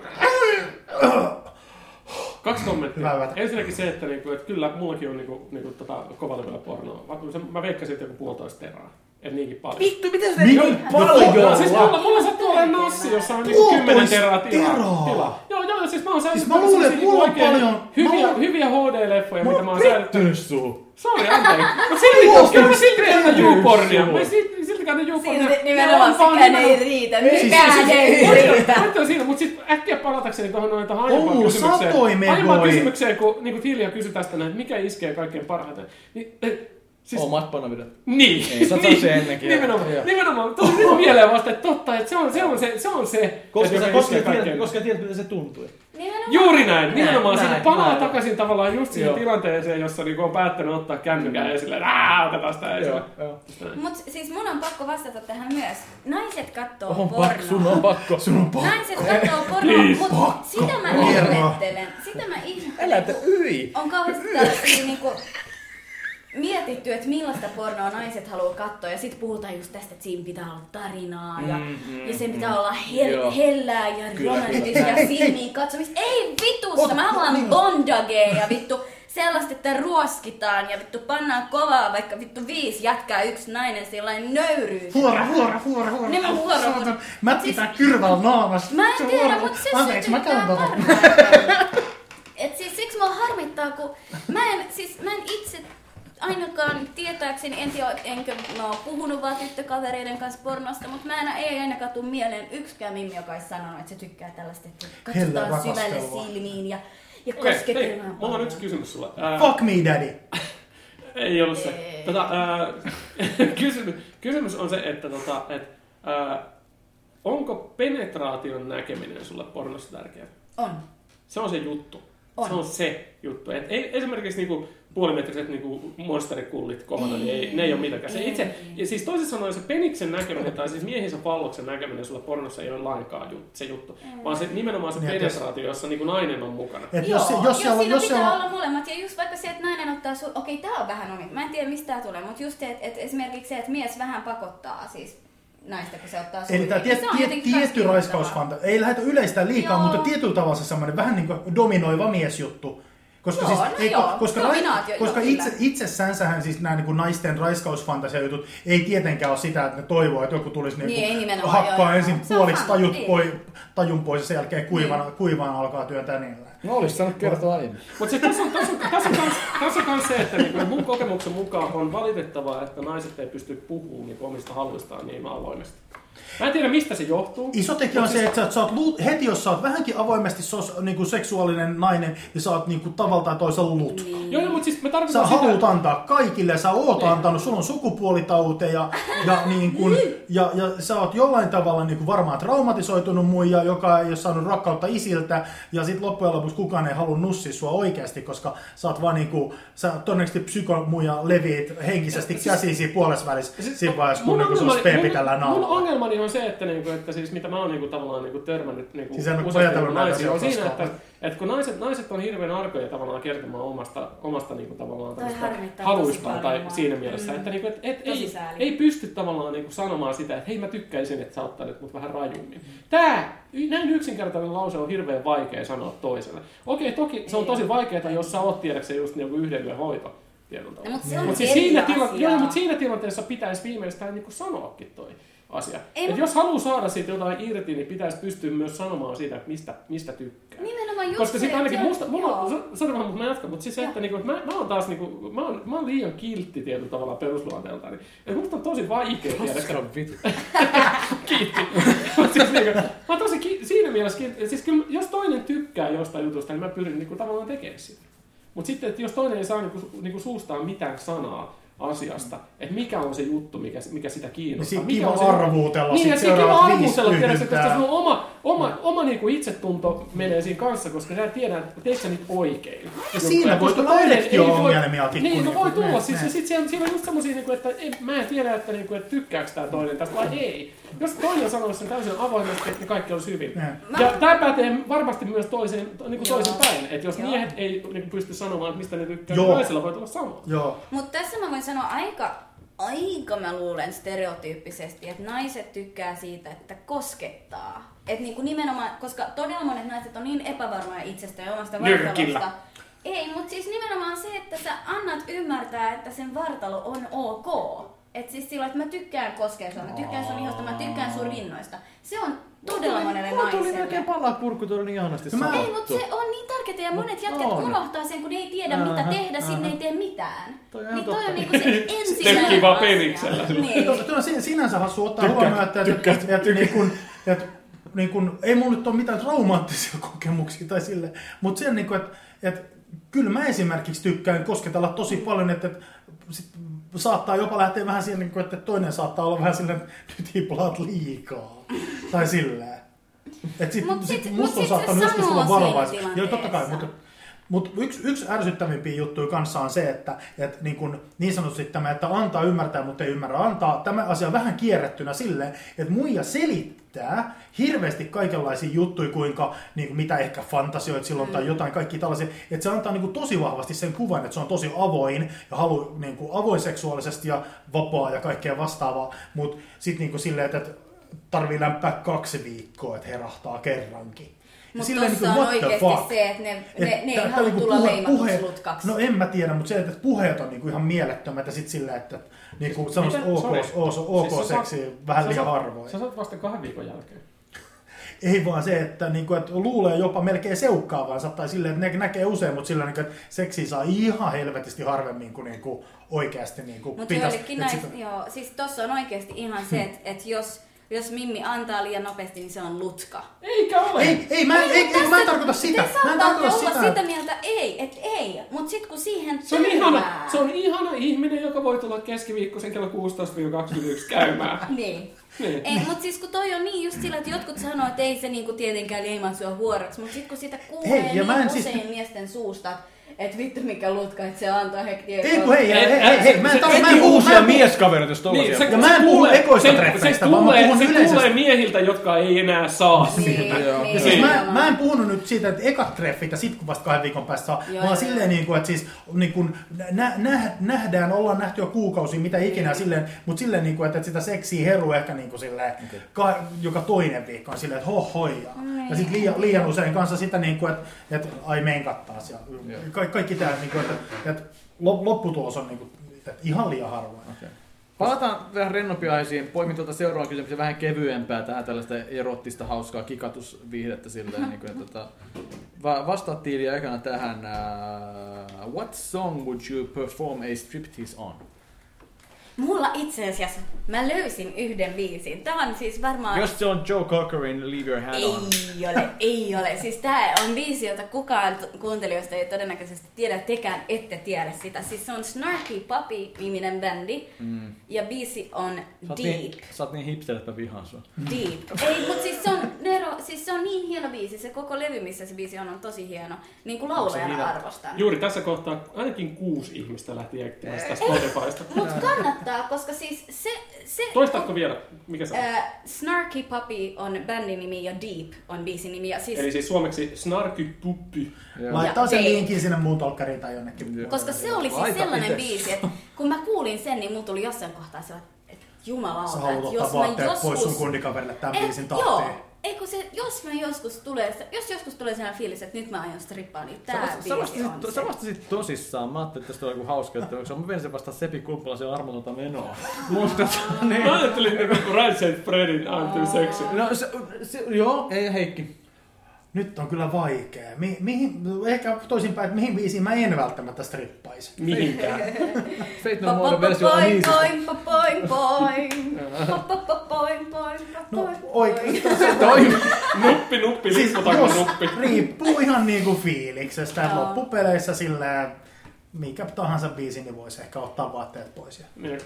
S2: Kaksi kommenttia.
S3: Hyvä, hyvä.
S2: Ensinnäkin se, että, niinku, että kyllä mullakin on niinku, niinku, tota, kovalevyllä pornoa. Vaikka se- Mä veikkasin, että joku puolitoista teraa. Et niinkin paljon.
S1: Vittu, miten se
S3: Niin
S1: niin
S3: paljon!
S1: paljon?
S2: Joo, siis mulla, mulla sattuu olemaan nassi, jossa on niinku
S3: Puolitoista
S2: 10 teraa tilaa.
S3: teraa.
S2: Tila. Joo, joo, siis mä oon säilyttänyt
S3: mä luulen,
S2: sellaisia
S3: että mulla on
S2: oikein
S3: paljon- mä
S2: hyviä,
S3: luulen-
S2: hyviä HD-leffoja, mitä mä oon säilyttänyt.
S1: Pettynyt suu.
S2: Sori, anteeksi. Mutta silti,
S3: Puolitoista
S2: kyllä mä silti käytän
S1: teraa.
S2: YouPornia. Mä silti, silti käytän YouPornia.
S4: Silti Siis niin, nimenomaan sekään ei riitä.
S1: siis-
S4: Mikään ei riitä.
S2: Mutta siinä, mutta sitten äkkiä palatakseni tuohon noin tuohon aiempaan
S3: Oulu
S2: kysymykseen.
S3: satoi me
S2: Aiempaan
S3: voi.
S2: kysymykseen, kun niin kuin Tilja kysyi tästä näin, että mikä iskee kaikkein parhaiten. Niin, eh, siis,
S1: Omat panavidat.
S2: niin.
S1: Oh. Ei, sä oot
S2: Niin.
S1: se ennenkin.
S2: Nimenomaan,
S1: Joo.
S2: nimenomaan. Tuli nyt mieleen vasta, että totta, että se on se, on se, se, on se
S5: Koska
S2: että
S5: sä
S2: joka iskee
S5: koska
S2: kaikkein.
S5: tiedät, koska tiedät, miten se tuntui.
S4: Nimenomaan.
S2: Juuri näin, nimenomaan
S1: Näin,
S2: siinä
S1: näin,
S2: palaa
S1: näin.
S2: takaisin tavallaan just siihen
S1: Joo. Mm.
S2: tilanteeseen, jossa niinku on päättänyt ottaa kännykää esille, että aah, otetaan sitä esille.
S1: joo.
S4: Mut siis mun on pakko vastata tähän myös. Naiset kattoo
S1: On pakko, sun
S4: pornoa.
S1: on pakko.
S3: Sun on pakko.
S4: Naiset kattoo pornoa, mutta sitä mä
S3: Porno.
S4: ihmettelen. Sitä mä
S1: Älä,
S4: ihmettelen.
S1: että
S4: kun-
S1: yi.
S4: on kauheasti tällaisia niinku mietitty, että millaista pornoa naiset haluaa katsoa. Ja sitten puhutaan just tästä, että siinä pitää olla tarinaa ja,
S1: Mm,
S4: ja sen
S1: mm,
S4: pitää
S1: mm.
S4: olla
S1: Joo.
S4: hel- hellää ja
S1: Kyllä,
S4: romanttista
S1: kyllä.
S4: ja silmiin katsomista. Ei vitussa, mä haluan bondagea ja vittu sellaista, että ruoskitaan ja vittu pannaan kovaa, vaikka vittu viisi jatkaa yksi nainen sellainen nöyryys.
S3: Huora, huora, huora, huora.
S4: Niin mä huoron, mut- siis-
S3: Saatan, Mä pitää kyrvällä naamassa.
S4: Mä
S3: Se
S4: en tiedä,
S3: huoro-
S4: mutta se
S3: Anteeksi, mä käyn
S4: sytyttää
S3: tota.
S4: parhaiten. Et siis siksi mua harmittaa, kun mä en, siis, mä en itse ainakaan tietääkseni, en tiedä, enkö mä oon puhunut vaan tyttökavereiden kanssa pornosta, mutta mä enää, ei ainakaan tule mieleen yksikään mimmi, joka olisi sanonut, että se tykkää tällaista, että
S3: Hellä
S4: katsotaan
S3: rakastelua.
S4: syvälle silmiin ja, ja
S2: Okei, hei,
S4: kosketellaan.
S2: mulla on
S4: paljon.
S2: yksi kysymys sulle. Ää,
S3: Fuck me daddy.
S2: Ei ollut se.
S4: Ei.
S2: Tota, ää, kysymys, kysymys on se, että tota, et, ää, onko penetraation näkeminen sulle pornossa tärkeää?
S4: On.
S2: Se on se juttu.
S4: On.
S2: Se on se juttu. Et ei, esimerkiksi niinku puolimetriset niinku monsterikullit kohdalla, niin ei, ne ei ole mitenkään. Se
S4: Ei.
S2: itse, ja siis toisin sanoen se peniksen näkeminen tai siis miehisen palloksen näkeminen sulla pornossa ei ole lainkaan jut, se juttu, vaan se, nimenomaan se
S3: Niin, että-
S2: penetraatio, jossa niinku nainen on mukana.
S3: Et
S4: Joo,
S3: jos, se- jos, siellä, on-
S4: siinä
S3: jos
S4: pitää
S3: siellä,
S4: olla molemmat. Ja just vaikka se, että nainen ottaa sun... Okei, tää on vähän omi. Mä en tiedä, mistä tää tulee, mutta just se, että, että esimerkiksi se, että mies vähän pakottaa siis naista, kun se ottaa sun...
S3: Eli tämä tie, tie, tietty raiskausfanta, ei lähdetä yleistään liikaa,
S4: Joo.
S3: mutta tietyllä tavalla se semmoinen vähän niin kuin dominoiva miesjuttu. Koska,
S4: Joo,
S3: siis,
S4: no
S3: ei, ko-
S4: joo,
S3: koska,
S4: dominaatio,
S3: koska
S4: joo,
S3: itse,
S4: kyllä.
S3: itsessäänsähän siis nämä niin kuin naisten raiskausfantasiajutut ei tietenkään ole sitä, että ne toivoo, että joku tulisi niin
S4: Niin, ei
S3: kuin,
S4: nimenomaan,
S3: hakkaa
S4: joo, joo.
S3: ensin
S4: Se on
S3: puoliksi
S4: fanta-
S3: tajut
S4: niin.
S3: poi, tajun pois ja sen jälkeen kuivana, kuivaan alkaa työntää niillä.
S1: No olis saanut kertoa aiemmin.
S2: Mutta siis tässä on, tässä on, tässä on, kans, tässä on kans se, että niinku mun kokemuksen mukaan on valitettavaa, että naiset ei pysty puhumaan niinku omista haluistaan niin avoimesti. Mä en tiedä mistä se johtuu.
S3: Iso tekijä on siis se, että sä, sä oot, luut- heti jos sä oot vähänkin avoimesti sos, niin kuin seksuaalinen nainen, niin sä oot niin kuin tavalla tai toisella lutka.
S2: Joo, joo, mutta siis me
S3: Sä
S2: tarkoitan
S3: haluat antaa kaikille, sä oot
S2: Niin.
S3: antanut, sulla on sukupuolitauteja ja, niin kun, ja, ja sä oot jollain tavalla niin kun varmaan traumatisoitunut muija, joka ei ole saanut rakkautta isiltä ja sit loppujen lopuksi kukaan ei halua nussia sua oikeasti, koska sä oot vaan niin kun, sä todennäköisesti psykomuja leviit henkisesti käsisi puolesvälissä siinä vaiheessä,
S2: Siis- mun
S3: kun, niin kun sun
S2: ongelmani-
S3: speemi
S2: mun-
S3: tällä
S2: Mun
S3: naamalla.
S2: ongelmani on se, että, niinku, että siis mitä mä oon niinku, tavallaan niinku, törmännyt niinku,
S3: Siis en oo
S2: usein
S3: ajatellut
S2: niinku
S3: näitä
S2: naisiin, on
S3: asioita
S2: siinä, että,
S3: koskaan.
S2: että kun naiset, naiset on hirveän arkoja tavallaan kertomaan omasta, omasta niinku, tavallaan
S4: Toi
S2: tämmöstä
S4: harmittaa
S2: haluistaan
S4: tosi
S2: tai
S4: paljon mua.
S2: siinä mielessä,
S4: Mm.
S2: että niinku, et, et,
S4: Tosi
S2: ei,
S4: sääli.
S2: ei pysty tavallaan niinku, sanomaan sitä, että hei mä tykkäisin, että sä ottaa nyt mut vähän rajummin.
S3: Mm.
S2: Tää, y- näin yksinkertainen lause on hirveän vaikea sanoa toiselle. Okei, toki se on
S4: Ei.
S2: tosi vaikeaa, jos sä oot tiedäksä just niinku yhden yön hoito. tietyllä tavalla.
S4: mut se on
S2: Mut siis
S4: eri
S2: siinä,
S4: asia.
S2: tila- joo, mut siinä tilanteessa pitäisi viimeistään niinku sanoakin toi asia.
S4: Ei,
S2: Et
S4: mut-
S2: jos haluaa saada siitä jotain irti, niin pitäisi pystyä myös sanomaan siitä, että mistä, mistä tykkää.
S4: Nimenomaan Niin, just
S2: Koska
S4: se,
S2: sitten ainakin
S4: että-
S2: musta,
S4: joo.
S2: mulla, sa- sano vaan, mutta mä jatkan, mutta siis se,
S4: Joo.
S2: että niinku, että mä, mä oon taas niinku, mä oon, mä oon liian kiltti tietyllä tavalla perusluonteelta, niin että musta on tosi vaikea tiedä,
S1: Paskan vitu.
S2: Mut siis niinku, mä oon tosi ki- siinä mielessä kiltti, siis kyllä jos toinen tykkää jostain jutusta, niin mä pyrin niinku tavallaan tekemään sitä. Mutta sitten, että jos toinen ei saa niinku, su- niinku suustaan mitään sanaa asiasta, että mikä on se juttu, mikä, mikä sitä
S3: Niin
S2: kiinnostaa.
S3: siinä
S2: mikä
S3: kiva
S2: on se-
S3: arvuutella
S2: niin,
S3: sit
S2: ja siinä kiva
S3: seuraavat viisi
S2: arvustella, tiedätkö, koska
S3: lyhyttä.
S2: sun oma, oma, oma niinku itsetunto menee siinä kanssa, koska sä tiedät, että teetkö sä niitä oikein. Ja
S3: siinä, koska naisetkin on ongelmia kikkuun
S2: Niin, no
S3: niinku,
S2: voi tulla.
S3: ne-
S2: Siis,
S3: ne.
S2: ja sit siellä, siellä on just semmosia, niinku, että en, mä en tiedä, että, niinku, että tykkääks tää toinen tästä vai ei. Jos toinen sanoo sen täysin avoimesti, että kaikki olisi hyvin.
S3: Ne.
S4: Mä-
S2: Ja tämä pätee varmasti myös toiseen, niinku
S4: Joo.
S2: toisin päin, että jos
S4: Joo.
S2: miehet ei niinku, pysty sanomaan, että mistä ne tykkää,
S3: Joo.
S2: niin naisella voi tulla sama.
S3: Joo.
S4: Mutta tässä mä voin sanoa aika, aika mä luulen stereotyyppisesti, että naiset tykkää siitä, että koskettaa. Et niinku nimenomaan, koska todella monet naiset on niin epävarmoja itsestä ja omasta
S2: Nyrkillä.
S4: vartalosta. Ei, mutta siis nimenomaan se, että sä annat ymmärtää, että sen vartalo on ok. Et siis silloin, että mä tykkään koskea sua, mä tykkään sun ihosta, mä tykkään sun rinnoista. Se on todella monelle
S1: Mulla tuli melkein
S4: naiselle.
S1: palapurku tuolla niin ihanasti
S3: No mä-
S4: Ei, mutta se on niin tärkeää ja monet jätkät
S1: on.
S4: unohtaa sen, kun ne ei tiedä
S1: Ähä,
S4: mitä tehdä, sinne
S1: ähä.
S4: ei tee mitään.
S1: Toi on ihan
S4: niin toi
S1: totta.
S4: on niinku se ensimmäinen
S2: tökkii vaan
S4: asia.
S2: peniksellä.
S4: Niin.
S3: Tuo- Tuo on sin- sinänsä hassu ottaa
S1: Tykkää-
S3: huomioon, että, että,
S1: tykkää-
S3: että, että, niin kun, että niin kun, ei mulla nyt ole mitään traumaattisia kokemuksia tai sille, mutta sen, niin kun, että, että kyllä mä esimerkiksi tykkään kosketella tosi paljon, että, että sit saattaa jopa lähteä vähän siihen, niin kun, että toinen saattaa olla vähän silleen, nyt hiplaat liikaa tai silleen. Et sit,
S4: Mut
S3: mut sit,
S4: sit-
S3: sit,
S4: mut
S3: musta on
S4: sit se
S3: saattanut joskus
S4: sanoo
S3: olla varovaisin.
S4: siinä
S3: Joo, totta kai,
S4: tilanteessa.
S3: mutta mutta yksi, yksi ärsyttävimpiä juttuja kanssa on se, että, että niin, kun, niin sanotusti tämä, että antaa ymmärtää, mutta ei ymmärrä antaa. Tämä asia vähän kierrettynä silleen, että muija selittää hirveästi kaikenlaisia juttuja, kuinka, niin kuin, mitä ehkä fantasioit silloin mm. tai jotain, kaikki tällaisia. Että se antaa niin kuin, tosi vahvasti sen kuvan, että se on tosi avoin ja haluaa niin kuin, avoin seksuaalisesti ja vapaa ja kaikkea vastaavaa. Mutta sitten niin silleen, että, että tarvii lämpää kaksi viikkoa, että herahtaa kerrankin. Ja
S4: Mutta
S3: silleen
S4: tossa
S3: niinku,
S4: on
S3: what the
S4: oikeesti
S3: fuck?
S4: se, että ne, ne,
S3: Et
S4: ne
S3: tää-
S4: ei
S3: tää
S4: halua
S3: niinku
S4: tulla
S3: puhe-
S4: leimatuksi
S3: puhe-
S4: lutkaksi.
S3: No en mä tiedä, mutta se, että puheet on niinku ihan mielettömät ja sit sillä, että niinku sanois
S2: Miten-
S3: ok,
S2: Siis sorry.
S3: ok, ok
S2: Siis sä saat-
S3: seksi vähän
S2: sä
S3: liian
S2: saat-
S3: harvoin.
S2: Sä saat vasta kahden viikon jälkeen.
S3: Ei vaan se, että, niin kuin, että luulee jopa melkein seukkaavansa tai silleen, että nä- näkee usein, mutta sillä niin kuin, että seksiä saa ihan helvetisti harvemmin kuin, niin kuin oikeasti niin kuin
S4: Mutta
S3: pitäisi.
S4: joillekin
S3: Et Hmm.
S4: nais,
S3: sitä-
S4: joo, siis tossa on oikeasti ihan se, että et jos, jos Mimmi antaa liian nopeasti, niin se on lutka.
S2: Eikä ole.
S3: Ei, ei, mä, ei, ei, mä en tarkoita sitä.
S4: Te
S3: Mä en
S4: saatatte
S3: tarkoita
S4: olla sitä.
S3: sitä.
S4: sitä mieltä, ei, et ei. Mut sit kun siihen
S2: Se on, ihana,
S4: törmää-
S2: se on ihana ihminen, joka voi tulla keskiviikkoisen kello 16-21 käymään.
S4: Niin.
S2: Niin.
S4: Ei, mut siis kun toi on niin just sillä, että jotkut sanoo, että ei se niinku tietenkään leimaa sua huoraksi, mut sit kun sitä kuulee
S3: Hei, ja
S4: niin
S3: mä en siis-
S4: usein miesten suusta, että vittu mikä lutka, että se antaa heti
S3: Ei kun hei, hei, hei, hei, mä en
S2: Se-
S3: tar- mä en
S5: Eti
S3: puhu- mä
S5: uusia
S3: en puhu-
S5: mieskavereita, jos
S2: Niin,
S5: tollasia.
S1: Niin,
S3: Ja mä en puhu ekoista treffeistä, vaan mä
S2: tulee,
S3: puhun
S2: se
S3: yleisesti.
S2: tulee miehiltä, jotka ei enää saa sitä.
S4: Niin,
S1: Joo.
S4: niin,
S3: Ja siis mä,
S4: nimenomaan.
S3: mä en puhunut nyt siitä, että ekat treffit ja sit kun vasta kahden viikon päästä saa,
S4: Joo,
S3: joo, vaan
S4: joo,
S3: silleen
S4: joo.
S3: niin kuin, että siis niin kuin, nä, nä, nähdään, ollaan nähty jo kuukausi, mitä ikinä silleen, mutta silleen niin kuin, että, että sitä seksiä heru ehkä niin kuin silleen, ka, joka toinen viikko on silleen, että ho hoijaa. Ja sit liian, liian usein kanssa sitä niin kuin, että, että ai meen kattaa siellä. Ka, kaikki tää, niin kuin, että, että lop- lopputulos on niin kuin, että ihan liian harvoin.
S1: Okei. Palataan vähän rennompiin aiheisiin. Poimin tuota seuraavan kysymyksen vähän kevyempää tähän tällaista erottista, hauskaa kikatusviihdettä silleen. niin kuin, tota, va- vastaa tiiliä ekana tähän. Uh, what song would you perform a striptease on?
S4: Mulla itse asiassa, mä löysin yhden biisin. Tää on siis varmaan...
S5: Jos se on Joe Cockerin Leave Your Hand
S4: Ei
S5: On.
S4: ole, ei ole. Siis tää on biisi, jota kukaan t- kuuntelijoista ei todennäköisesti tiedä, tekään ette tiedä sitä. Siis se on Snarky Puppy-niminen bändi mm. ja biisi on
S1: Sä oot niin,
S4: Deep.
S1: sä oot niin hipster, että mä vihaan sua.
S4: Deep. Ei, mut siis se on, Nero, siis se on niin hieno biisi. Se koko levy, missä se biisi on, on tosi hieno. Niin kuin laulajana arvostan.
S2: Juuri tässä kohtaa ainakin kuusi ihmistä lähti eksimään sitä Spotifysta.
S4: Mut kannattaa, koska siis se... se
S2: Toistatko vielä, mikä se on?
S4: Äh, Snarky Puppy on bändin nimi ja Deep on biisin nimi. Ja siis,
S2: Eli siis suomeksi snarky puppi.
S3: Laittaa sen
S4: Ja ei.
S3: linkin sinne muun tolkkariin tai jonnekin.
S4: Koska se oli siis
S1: Laita
S4: sellainen
S1: itse.
S4: biisi, että kun mä kuulin sen, niin mulla tuli jossain kohtaa se, että
S3: Sä
S4: jumalauta, että
S3: haluat
S4: jos mä
S3: ottaa vaatteet pois sun
S4: joskus...
S3: kundikaverille tämän
S4: Eh,
S3: biisin
S4: joo,
S3: tahtiin.
S4: ei kun se, jos mä joskus tulee, se- jos joskus tulee sellainen fiilis, että nyt mä aion strippaa, niin tää
S1: Sä vasta-
S4: biisi
S1: sä
S4: on
S1: vastasit,
S4: se.
S1: sä vastasit tosissaan. Mä ajattelin, että tästä on joku hauska juttu. Mä vein sen vasta Sepi Kumpulaisen armotonta menoa. Musta niin.
S2: Mä ajattelin niinku Rise and Fredin Antti Seksi.
S1: No se, se, joo, ei Heikki.
S3: Nyt on kyllä vaikea. Mi- mihin, ehkä toisinpäin, että mihin biisiin mä en välttämättä strippaisi.
S2: Mihinkään.
S1: Fate No More versio on
S4: Pa-pa-pa-poing,
S1: niistä.
S4: poing, pa-poing, poing. Pa-pa-pa-poing, poing,
S3: No
S4: pa-poing, poing.
S3: oikein.
S1: Toi.
S2: Nuppi, nuppi, Niin,
S3: Siis
S2: lippu takana nuppi.
S3: riippuu ihan niinku fiiliksestä. että
S4: Joo.
S3: Loppupeleissä sillä mikä tahansa biisi, niin voisi ehkä ottaa vaatteet pois. Ja
S2: Niin,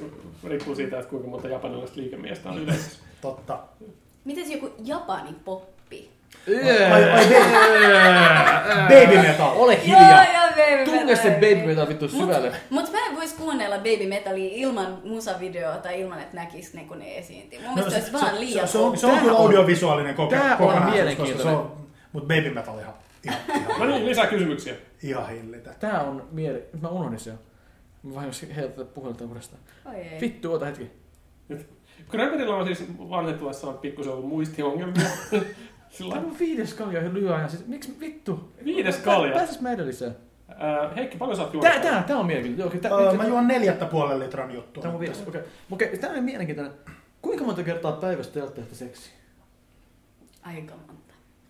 S2: Riippuu siitä, että kuinka monta japanilaista liikemiestä on yleensä.
S3: totta.
S4: Mites joku japani poppi?
S1: Yeah.
S3: Ai, niin, ai, baby, baby metal.
S1: Ole
S4: Joo,
S1: hiljaa.
S4: joo, baby
S1: Tunne se
S4: metal.
S1: baby metal vittu
S4: Mut-
S1: syvälle.
S4: Mut mä en vois kuunnella baby metalia ilman musavideoa tai ilman, että näkis ne, kun ne esiintyy. Mun mielestä se, olisi vaan liian
S3: No, se, se, on, se on
S1: Tää
S3: kyllä
S1: on-
S3: audiovisuaalinen koke-
S1: tää on
S3: kokonaisuus, koska se
S1: mielenkiintoinen.
S3: on, mutta baby metal ihan, ihan,
S2: No niin,
S3: ihan,
S2: lisää kysymyksiä.
S3: ihan hillitä.
S1: Tää on mieli... Mä unohdin sen. Mä vahingossa heiltä puhelta uudestaan.
S4: Oi ei.
S1: Vittu, oota hetki.
S2: Grönbergillä on siis vanhettuessaan pikkusen ollut muistiongelmia. Sillä
S1: Tää on viides kalja ihan lyhyen ajan. Siis, miksi vittu?
S2: Viides
S1: Pä-
S2: kalja.
S1: Pääsis mä edelliseen.
S2: Ää, Heikki, paljon sä oot juonut?
S1: Tää, tää, tää on mielenkiintoinen. Joo,
S3: Öö,
S1: okei,
S3: mä
S1: tää,
S3: juon neljättä puolen litran juttua.
S1: tää on mun viides. Okei, okei, tää on mielenkiintoinen. Kuinka monta kertaa päivässä te olette tehty seksiä?
S4: Aika monta.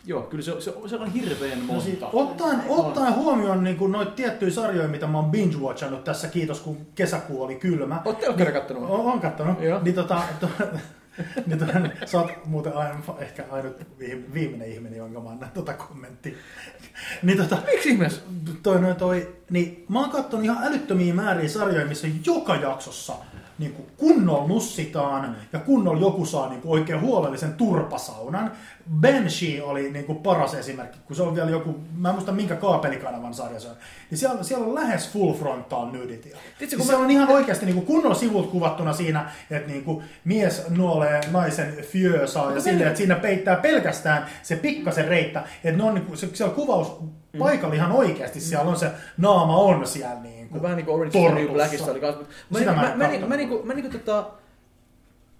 S1: Joo, kyllä se, on- se, on- se on hirveän
S3: No siis,
S1: monta.
S3: ottaen, ottaen huomioon niin kuin noita tiettyjä sarjoja, mitä mä oon binge-watchannut tässä, kiitos kun kesäkuu oli kylmä.
S1: Oot telkkari kattonut vai?
S3: Oon, oon kattonut.
S1: Joo.
S3: Niin tota, to, niin tota, sä oot muuten aina, ehkä ainut viim- viimeinen ihminen, jonka mä annan tota kommenttia. Niin tota,
S1: Miksi ihmeessä?
S3: toi, noin toi, niin mä oon kattonut ihan älyttömiä määriä sarjoja, missä joka jaksossa niin kuin kunnolla nussitaan ja kunnolla joku saa niin kuin oikein huolellisen turpasaunan. Banshee oli niin kuin paras esimerkki, kun se on vielä joku, mä en muista minkä kaapelikanavan sarja se on. Niin siellä, siellä on lähes full frontal nudityä.
S1: Tiedätkö,
S3: Siis
S1: kun
S3: siellä on ihan oikeasti niin kuin kunnolla sivut kuvattuna siinä, että niin kuin mies nuolee naisen fyö saa ja silleen, että siinä peittää pelkästään se pikkasen reittä. Että ne on, niin kuin, se, siellä kuvaus
S1: Mm.
S3: paikalla ihan oikeasti, siellä on se naama on siellä niin
S1: No
S3: kuin,
S1: vähän niinku Orange is the New
S3: torpussa.
S1: Blackissa oli kans, mut mä,
S3: Sitä
S1: mä,
S3: mä
S1: mä,
S3: en
S1: mä, niinku-
S3: kattonut.
S1: mä, niinku, mä, niinku tota,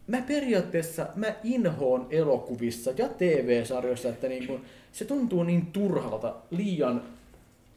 S1: mä periaatteessa mä inhoon elokuvissa ja TV-sarjoissa, että niinku, se tuntuu niin turhalta, liian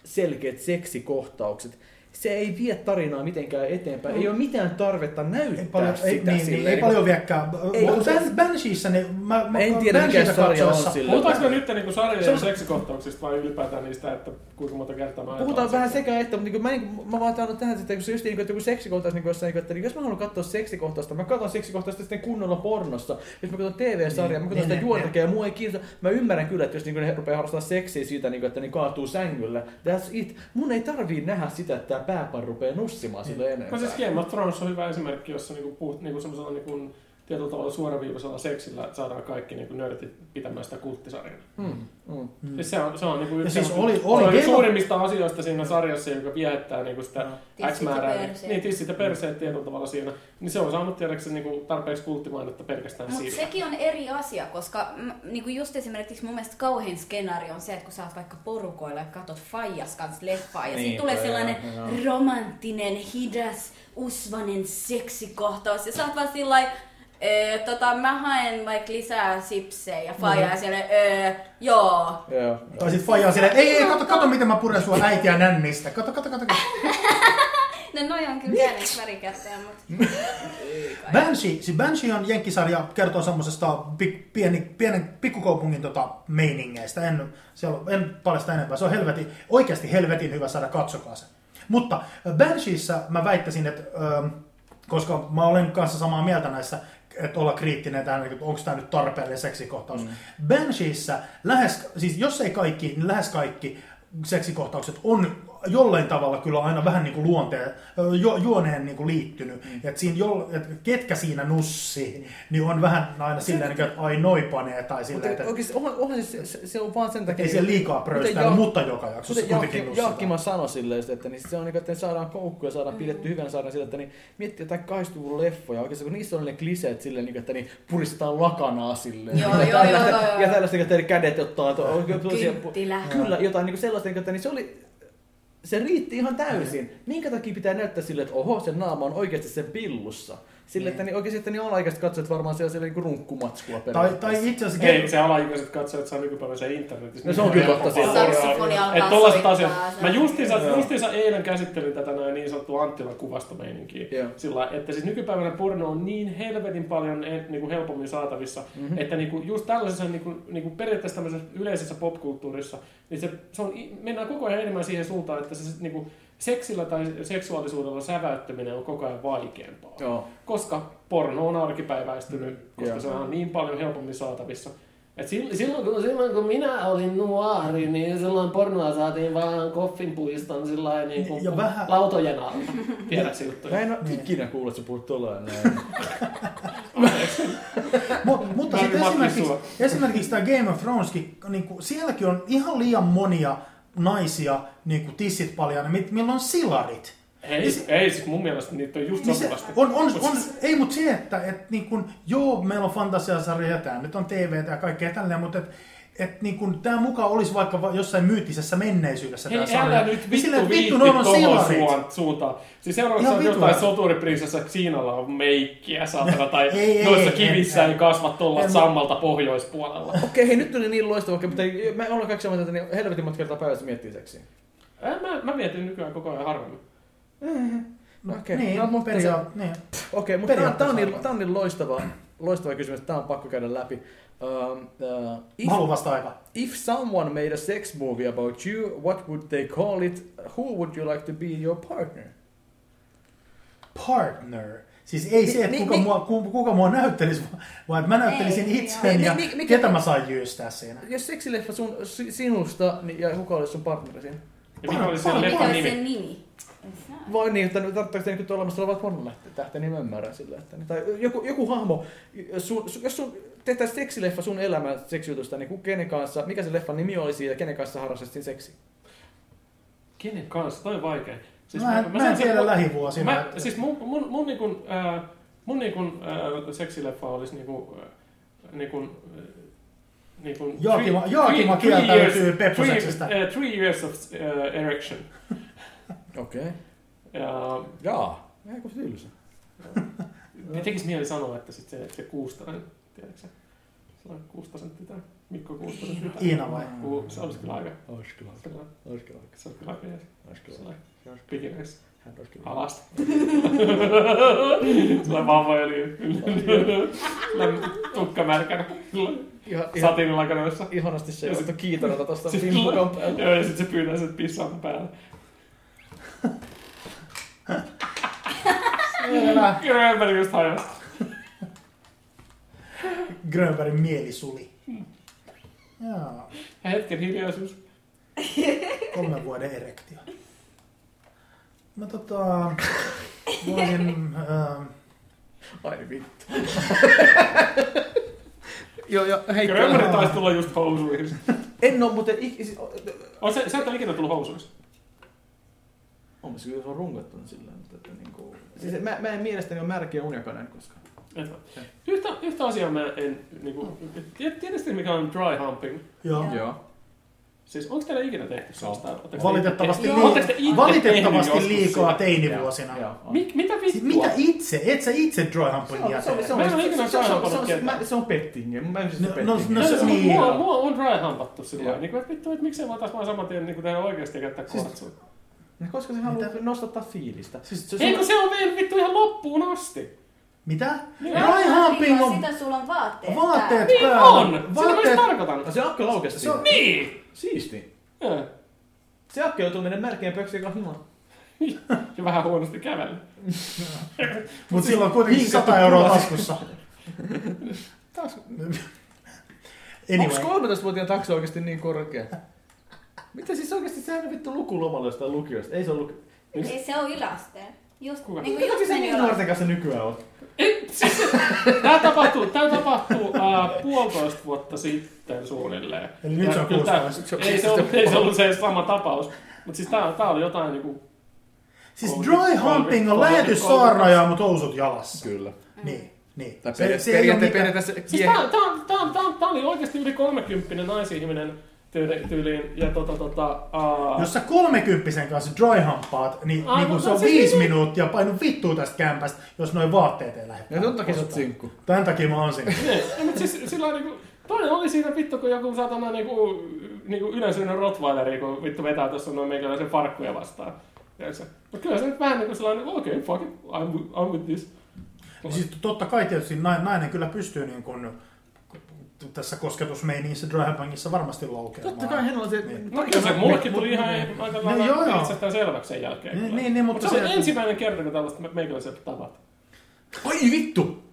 S1: selkeät seksikohtaukset. se ei vie tarinaa mitenkään eteenpäin. Ei ole mitään tarvetta näyttää
S3: No. Ei paljon,
S1: sitä
S3: ei, niin, niin,
S1: silleen.
S3: ei paljon viekään.
S1: Ei, kun
S3: Mutta
S1: se-
S3: Ban- Bansheessa, niin mä, mä
S1: En tiedä, mikä
S3: Bansheessa
S1: sarja on
S3: katsoessa-
S1: sillä.
S2: Puhutaanko me nyt niinku
S3: Se
S2: sarjojen
S3: on-
S2: seksikohtauksista vai ylipäätään niistä, että kuinka monta kertaa mä
S1: Puhutaan
S2: ajattelen
S1: vähän
S2: seksiä?
S1: sekä että, mutta niin mä, niin, mä vaan tahdon tähän, että kun se just niin, että joku seksikohtaus, niin, jossain, niin, että niin, jos mä haluan katsoa seksikohtausta, mä katson seksikohtausta sitten kunnolla pornossa. Jos mä katson TV-sarjaa,
S3: Niin,
S1: mä katson
S3: niin,
S1: sitä
S3: niin,
S1: juontakia ja mua ei kiinnosta. Mä ymmärrän kyllä, että jos niin, ne rupeaa harrastamaan seksiä siitä, niin, että ne kaatuu sängyllä, that's it. Mun ei tarvii nähdä sitä, että tää pääpari rupeaa nussimaan sille
S3: Niin.
S1: enempää.
S2: No siis Game of Thrones on hyvä esimerkki, jossa niinku puhut niinku semmoisella niinku tietyllä tavalla suoraviivaisella seksillä saadaan kaikki niinku nörtit pitämään sitä kulttisarjana.
S1: Mm, mm.
S3: Mm.
S2: Siis se on, se on niinku
S3: Ja
S2: yksi
S3: siis
S2: semmoinen-
S3: oli- oli
S2: se on
S3: Game of-
S2: suurimmista asioista siinä sarjassa, joka viettää niinku sitä
S4: Tissit
S2: X
S4: ja
S2: määrää. Niin,
S4: perseet.
S2: niin tissit ja perseet tietyllä tavalla siinä. Niin se on saanut tiedäkseni niinku tarpeeksi kulttimainetta pelkästään
S4: Mutta
S2: sillä.
S4: sekin on eri asia, koska m- niinku just esimerkiksi mun mielestä kauhein skenaario on se, että kun sä oot vaikka porukoilla ja katot Faijas kanssa leffaa
S1: Niinpä,
S4: ja
S2: Niin,
S4: sitten tulee sellainen
S1: joo,
S4: romanttinen, hidas, usvanen seksikohtaus ja sä oot vaan sillä lailla, "Öö, tota, mä haen vaikka lisää sipsejä ja Faija
S2: Mm-hmm.
S4: mm. siellä, öö, joo.
S1: Joo.
S3: Tai sit faija on silleen, ei, ei, kato, kato, miten mä puren sua äitiä nännistä. Kato, kato, kato. kato.
S4: No noi on kyllä pieneksi värikättejä, mutta
S3: Banshee, siis Banshee on jenkkisarja, kertoo semmosesta pik, pieni, pienen pikkukaupungin tota, meiningeistä. En, siellä, on- en paljasta enempää. Se on helvetin, oikeasti helvetin hyvä saada, katsokaa se. Mutta äh, Bansheessa mä väittäisin, että ähm, koska mä olen kanssa samaa mieltä näissä, että olla kriittinen tähän, että onko tämä nyt tarpeellinen seksikohtaus. Mm. Bansheessa lähes, siis jos ei kaikki, niin lähes kaikki seksikohtaukset on jollain tavalla kyllä aina vähän niin kuin luonteen, ö, ju, juoneen niin kuin liittynyt. Mm. Et siinä joll, et ketkä siinä nussi, niin on vähän aina silleen, niin kuin, että ai noi panee tai silleen,
S1: Mutta
S3: että
S1: oikeasti onhan, onhan se, se, se, on vaan sen takia... niinku-
S3: ei siellä liikaa
S1: Kuten
S3: pröystää, no
S1: Jaak-
S3: mutta joka jaksossa
S1: Kuten
S3: kuitenkin
S1: Jaakki, Jaakki
S3: nussitaan.
S1: mä sanoi silleen, just, että niin se on niin, että saadaan koukkuja, saadaan pidetty hyvän saadaan sillä, että niin miettii jotain 80-luvun leffoja oikeastaan, kun niissä on ne kliseet silleen, niin, että niin puristetaan lakanaa silleen.
S4: Joo,
S1: ja
S4: joo,
S1: tällaista-
S4: joo, joo, joo.
S1: Ja tällaista, niinku, että eri kädet ottaa. To, oikein tosia-
S4: Kynttilä.
S1: Kyllä, jotain niin sellaista, niin, että niin se oli se riitti ihan täysin. Minkä takia pitää näyttää sille, että oho, sen naama on oikeasti sen pillussa. Sille, että niin oikeasti, että niin alaikäiset katsojat varmaan siellä, siellä niin runkkumatskua
S3: Tai, tai itse asiassa...
S2: Ei, se alaikäiset katsojat saa nykypäivän se internetissä.
S1: No se on kyllä totta
S2: Niin,
S1: siellä.
S4: Saksofoni alkaa
S2: Että tollaset
S4: soittaa
S2: asiat. Mä
S4: sen-
S2: justiinsa, justiinsa eilen käsittelin tätä näin niin sanottua Anttilan kuvastomeininkiä.
S1: Joo.
S2: Sillä lailla, että siis nykypäivänä porno on niin helvetin paljon eh, niinku helpommin saatavissa, mm-hmm. että niinku just tällaisessa niinku, niinku periaatteessa tämmöisessä yleisessä popkulttuurissa, niin se, se on, i- mennään koko ajan enemmän siihen suuntaan, että se se niinku, seksillä tai seksuaalisuudella säväyttäminen on koko ajan vaikeampaa
S1: Joo.
S2: koska porno on arkipäiväistynyt, mm, koska
S1: joo.
S2: se on niin paljon helpommin saatavissa. Et sil- silloin, kun, silloin kun minä olin nuori, niin silloin pornoa saatiin vaan koffinpuiston sillä niin kuin
S3: Ja vähän-
S2: lautojen alta. Tiedä se juttu.
S1: Mä en ole
S3: Niin.
S1: ikinä kuullut, että sä puhut tuolla näin.
S3: Mu- mutta
S2: Mä
S3: sitten
S2: olin Matti
S3: esimerkiksi,
S2: Suo.
S3: esimerkiksi tämä Game of Throneskin, niin kuin, sielläkin on ihan liian monia naisia niin kuin tissit paljaana, mit- millä on silarit.
S2: Ei, ei, siis mun mielestä niitä on just
S3: Niin se,
S2: sopivasti.
S3: on, on,
S2: Mut
S3: on,
S2: siis-
S3: ei, mutta se, että et, niin kun, joo, meillä on fantasiasarja ja tämä nyt on TV ja kaikkea tälleen, mutta et, et, niin kun, tämä muka olisi vaikka va- jossain myyttisessä menneisyydessä
S2: Hei, älä
S3: tämä sarja.
S2: nyt
S3: Niin
S2: vittu,
S3: silleen,
S2: vittu,
S3: että
S2: vittu
S3: noilla on
S2: tuohon
S3: silarit.
S2: suun- suuntaan. Siis seuraavaksi
S3: Ihan
S2: on
S3: vittu.
S2: jotain soturiprinsessa Xiinalla on meikkiä, saatana, tai
S3: Ei, ei,
S2: noissa
S3: ei,
S2: kivissä
S3: ei,
S2: ei,
S3: ei.
S2: kasva tuolla
S3: En-
S2: sammalta pohjoispuolella.
S1: Okei, hei, nyt tuli niin loistava, mutta ei- mä ollaan kaikki samaa, mieltä, että niin helvetin monta kertaa päivässä miettii seksiä.
S2: Ää, Mä, mä mietin nykyään koko ajan harvemmin.
S1: No okei,
S3: Niin,
S1: no, mutta se-
S3: peria- niin.
S1: Okei, mutta tää on- tää on, niin,
S3: Periaatteessa.
S1: tää on niin loistava, loistava kysymys, tää on pakko käydä läpi. Um, uh, if,
S3: Mä haluan vasta aikaa.
S1: if someone made a sex movie about you, what would they call it? Who would you like to be your partner?
S3: partner. Siis ei se, että
S1: Mi- mi-
S3: kuka,
S1: mi-
S3: mua, ku- kuka mua näyttelisi, vaan että mä näyttelisin
S4: Ei,
S3: itseni
S1: joo.
S3: ja
S1: Mi- mi- mikä-
S3: ketä mä saan jyystää siinä.
S1: Jos seksileffa sun, si- sinusta niin, ja kuka olisi sun partneri siinä?
S2: Ja mikä oli sen
S3: Par-
S4: mikä
S2: leffan
S4: olisi
S2: nimi?
S4: sen nimi?
S1: Voi niin, että tarvitaanko te nyt olemassa olevat pornolähtöä, niin mä ymmärrän sillä. Että, tai joku, joku hahmo, sun, sun, jos sun tehtäisiin seksileffa sun elämän seksiytystä, niin ku- kenen kanssa, mikä se leffan nimi olisi ja kenen kanssa harrastettiin seksi?
S2: Kenen kanssa? Toi on vaikea.
S3: Mä en- mä en
S2: Siis sain sen-
S3: tiedä lähivuosina,
S2: Mä,
S3: että-
S2: siis mun, mun, mun, niin kun, äh, mun niin kun, äh, seksileffa olisi niin kun, äh, niin kun, äh, niin kun
S3: Joakima-
S2: three-
S3: Joakima
S2: three- three
S3: kieltäytyy
S2: years-
S3: pepposeksista.
S2: three- äh, Three years of äh, erection.
S1: Okei. Okay.
S2: Ja
S1: Jaa. Eikö tylsä?
S2: tekis mieli sanoa, että sit se, se kuustainen, tiedätkö sä? Sillä Sellainen Kuustosen tytär. Mikko Kuustosen tytär.
S3: Iina vai?
S2: Ku- Se olisi kyllä aika.
S1: Olisi kyllä aika.
S2: sellainen-
S1: Olisi kyllä aika.
S2: Se olisi kyllä aika jees.
S1: Olisi kyllä aika.
S2: Sellainen
S1: Se olisi kyllä-
S2: pikireis.
S1: Hän olisi kyllä aika.
S2: Alasta. Sellainen vauvaöljy. Sellainen tukka märkänä.
S1: Ihan, ihan,
S2: Satinilla kanavassa.
S1: ihanasti se
S2: Ja
S1: on
S2: sit-
S1: otettu kiitarata tosta
S2: Sit-
S1: vimpukan päälle.
S2: Joo, ja sit se pyytää sen pissaamaan päälle.
S3: Selvä.
S2: Grönberg just hajosi.
S3: Grönbergin mielisuli. Jaa,
S2: Ja hetken hiljaisuus.
S3: kolmen vuoden erektio. Mä tota... Voisin... Äh,
S1: Ai vittu. Joo, joo, hei.
S2: Grönberg taisi tulla just housuihin.
S1: En oo muuten... ik- siis- o-
S2: On se, sä et ole ikinä tullut housuissa.
S1: On mä kyllä se on rungottuna sillä mutta että niinku... Siis mä, mä en mielestäni ole märkiä uniakainen koskaan.
S2: Et ole. Yhtä, yhtä asiaa mä en... Niinku, tied- tiedätkö mikä on dry humping?
S3: joo.
S1: Joo.
S2: Siis onko teillä ikinä tehty sellaista? Oletteko te
S3: Valitettavasti,
S2: itse-
S4: Joo.
S2: Oletteko te
S3: lii-
S2: itse
S3: valitettavasti
S2: tehnyt joskus
S3: liikaa
S2: sitä?
S3: teinivuosina.
S1: Joo. on.
S2: Mik, mitä
S3: Siis
S2: vittua?
S3: mitä itse? Et sä itse dry
S1: Se on,
S3: humpingia
S1: se on, se
S3: tee?
S1: on,
S2: Mä en ole
S1: se
S2: ikinä
S1: on, se on, se on,
S2: saanut
S1: se on,
S2: ketään.
S1: mä- se on pettingiä. Mä en siis
S3: No,
S1: no,
S3: no,
S1: pettingiä.
S3: no se-
S2: on,
S3: niin.
S2: mua, mua on dry humpattu sillä
S1: Joo.
S2: niin että vittu, että miksei vaan taas vaan saman tien niin tehdä oikeasti ja käyttää
S3: Siis-
S2: kortsua.
S1: No, koska se haluaa nostattaa fiilistä. Siis se,
S2: Ei kun se on vielä vittu ihan loppuun asti.
S3: Mitä?
S2: Niin on.
S3: Dry humping on...
S4: Sitä sulla on vaatteet
S3: Vaatteet
S4: päällä.
S2: Niin
S3: päällä.
S2: on! Sitä mä just
S3: Vaatteet...
S1: no,
S2: tarkoitan.
S1: se akka laukesi.
S3: Se on-
S2: Niin!
S1: Siisti.
S2: Joo.
S1: Se akka joutuu mennä märkien pöksiä kanssa himaan.
S2: Ja vähän huonosti kävellä.
S3: Mut sillä on kuitenkin
S1: Hinkattu
S3: 100 euroa
S1: kuva.
S3: taskussa.
S1: Taas. Onks
S3: Anyway.
S1: 13-vuotiaan taksa oikeesti niin korkea? Mitä siis oikeesti sehän on vittu lukulomalla jostain lukiosta? Ei se on lukio.
S4: Ei se on yläasteen. Just,
S2: Kuka?
S4: niin kuin
S1: Mitä
S4: just
S1: sä
S4: meni
S1: niin
S4: yläasteen.
S1: nuorten kanssa nykyään oot?
S2: Tämä tapahtuu, tää tapahtuu äh, puolitoista vuotta sitten suunnilleen.
S3: Eli nyt se on
S2: Ja kyllä tää-
S3: 16.
S2: Ei se ollut, ei se, ollut se sama tapaus. Mutta siis tää, tää oli jotain niinku...
S3: Siis
S2: Kolme-
S3: dry
S2: kolme-
S3: humping on
S2: kolme-
S3: lähetys
S2: kolme-
S3: saarnaajaa, mut housut jalassa.
S1: Kyllä.
S3: Niin, niin.
S1: Tai
S3: Se-
S1: peria-
S3: se ei oo
S1: periaate-
S3: mikään-
S1: periaatteessa
S2: Siis
S1: kiehe-
S2: tää, tää, tää, tää, tää oli oikeesti yli kolmekymppinen naisihminen tyyli, tyyliin. Ja tota tota... Uh,
S3: Jos sä kolmekymppisen kanssa dry hampaat, niin,
S2: Ai,
S1: no
S3: niin kun
S2: mutta
S3: se on
S2: siis
S3: viisi
S2: niin-
S3: minuuttia, painu vittua tästä kämpästä, jos noin vaatteet ei lähde.
S1: Ja sen takia sä oot sinkku.
S3: Tämän takia mä oon siinä.
S2: Niin, mutta siis sillä niinku, toinen oli siinä vittu, kun joku satana niinku, niinku yleisöinen Rottweileri, kun vittu vetää tuossa noin meikäläisen farkkuja vastaan. Mutta kyllä se nyt vähän niinku sellainen, okei, okay, fuck it, I'm, with- I'm with this.
S3: Ja Siis totta kai tietysti nai- nainen kyllä pystyy niin kun, tässä kosketusmeinissä dry humpingissa varmasti laukeamaan.
S1: Totta kai hän on se...
S3: Niin.
S2: No kyllä se mullekin tuli ihan aika
S3: No joo,
S2: lailla
S3: joo.
S2: itsestään selväksi sen jälkeen.
S3: Niin,
S2: kyllä.
S3: niin, niin,
S2: Mut
S3: mutta
S2: se
S3: se-
S2: oli ensimmäinen kerta, kun tällaista me- meikäläiseltä tapahtui.
S1: Ai vittu!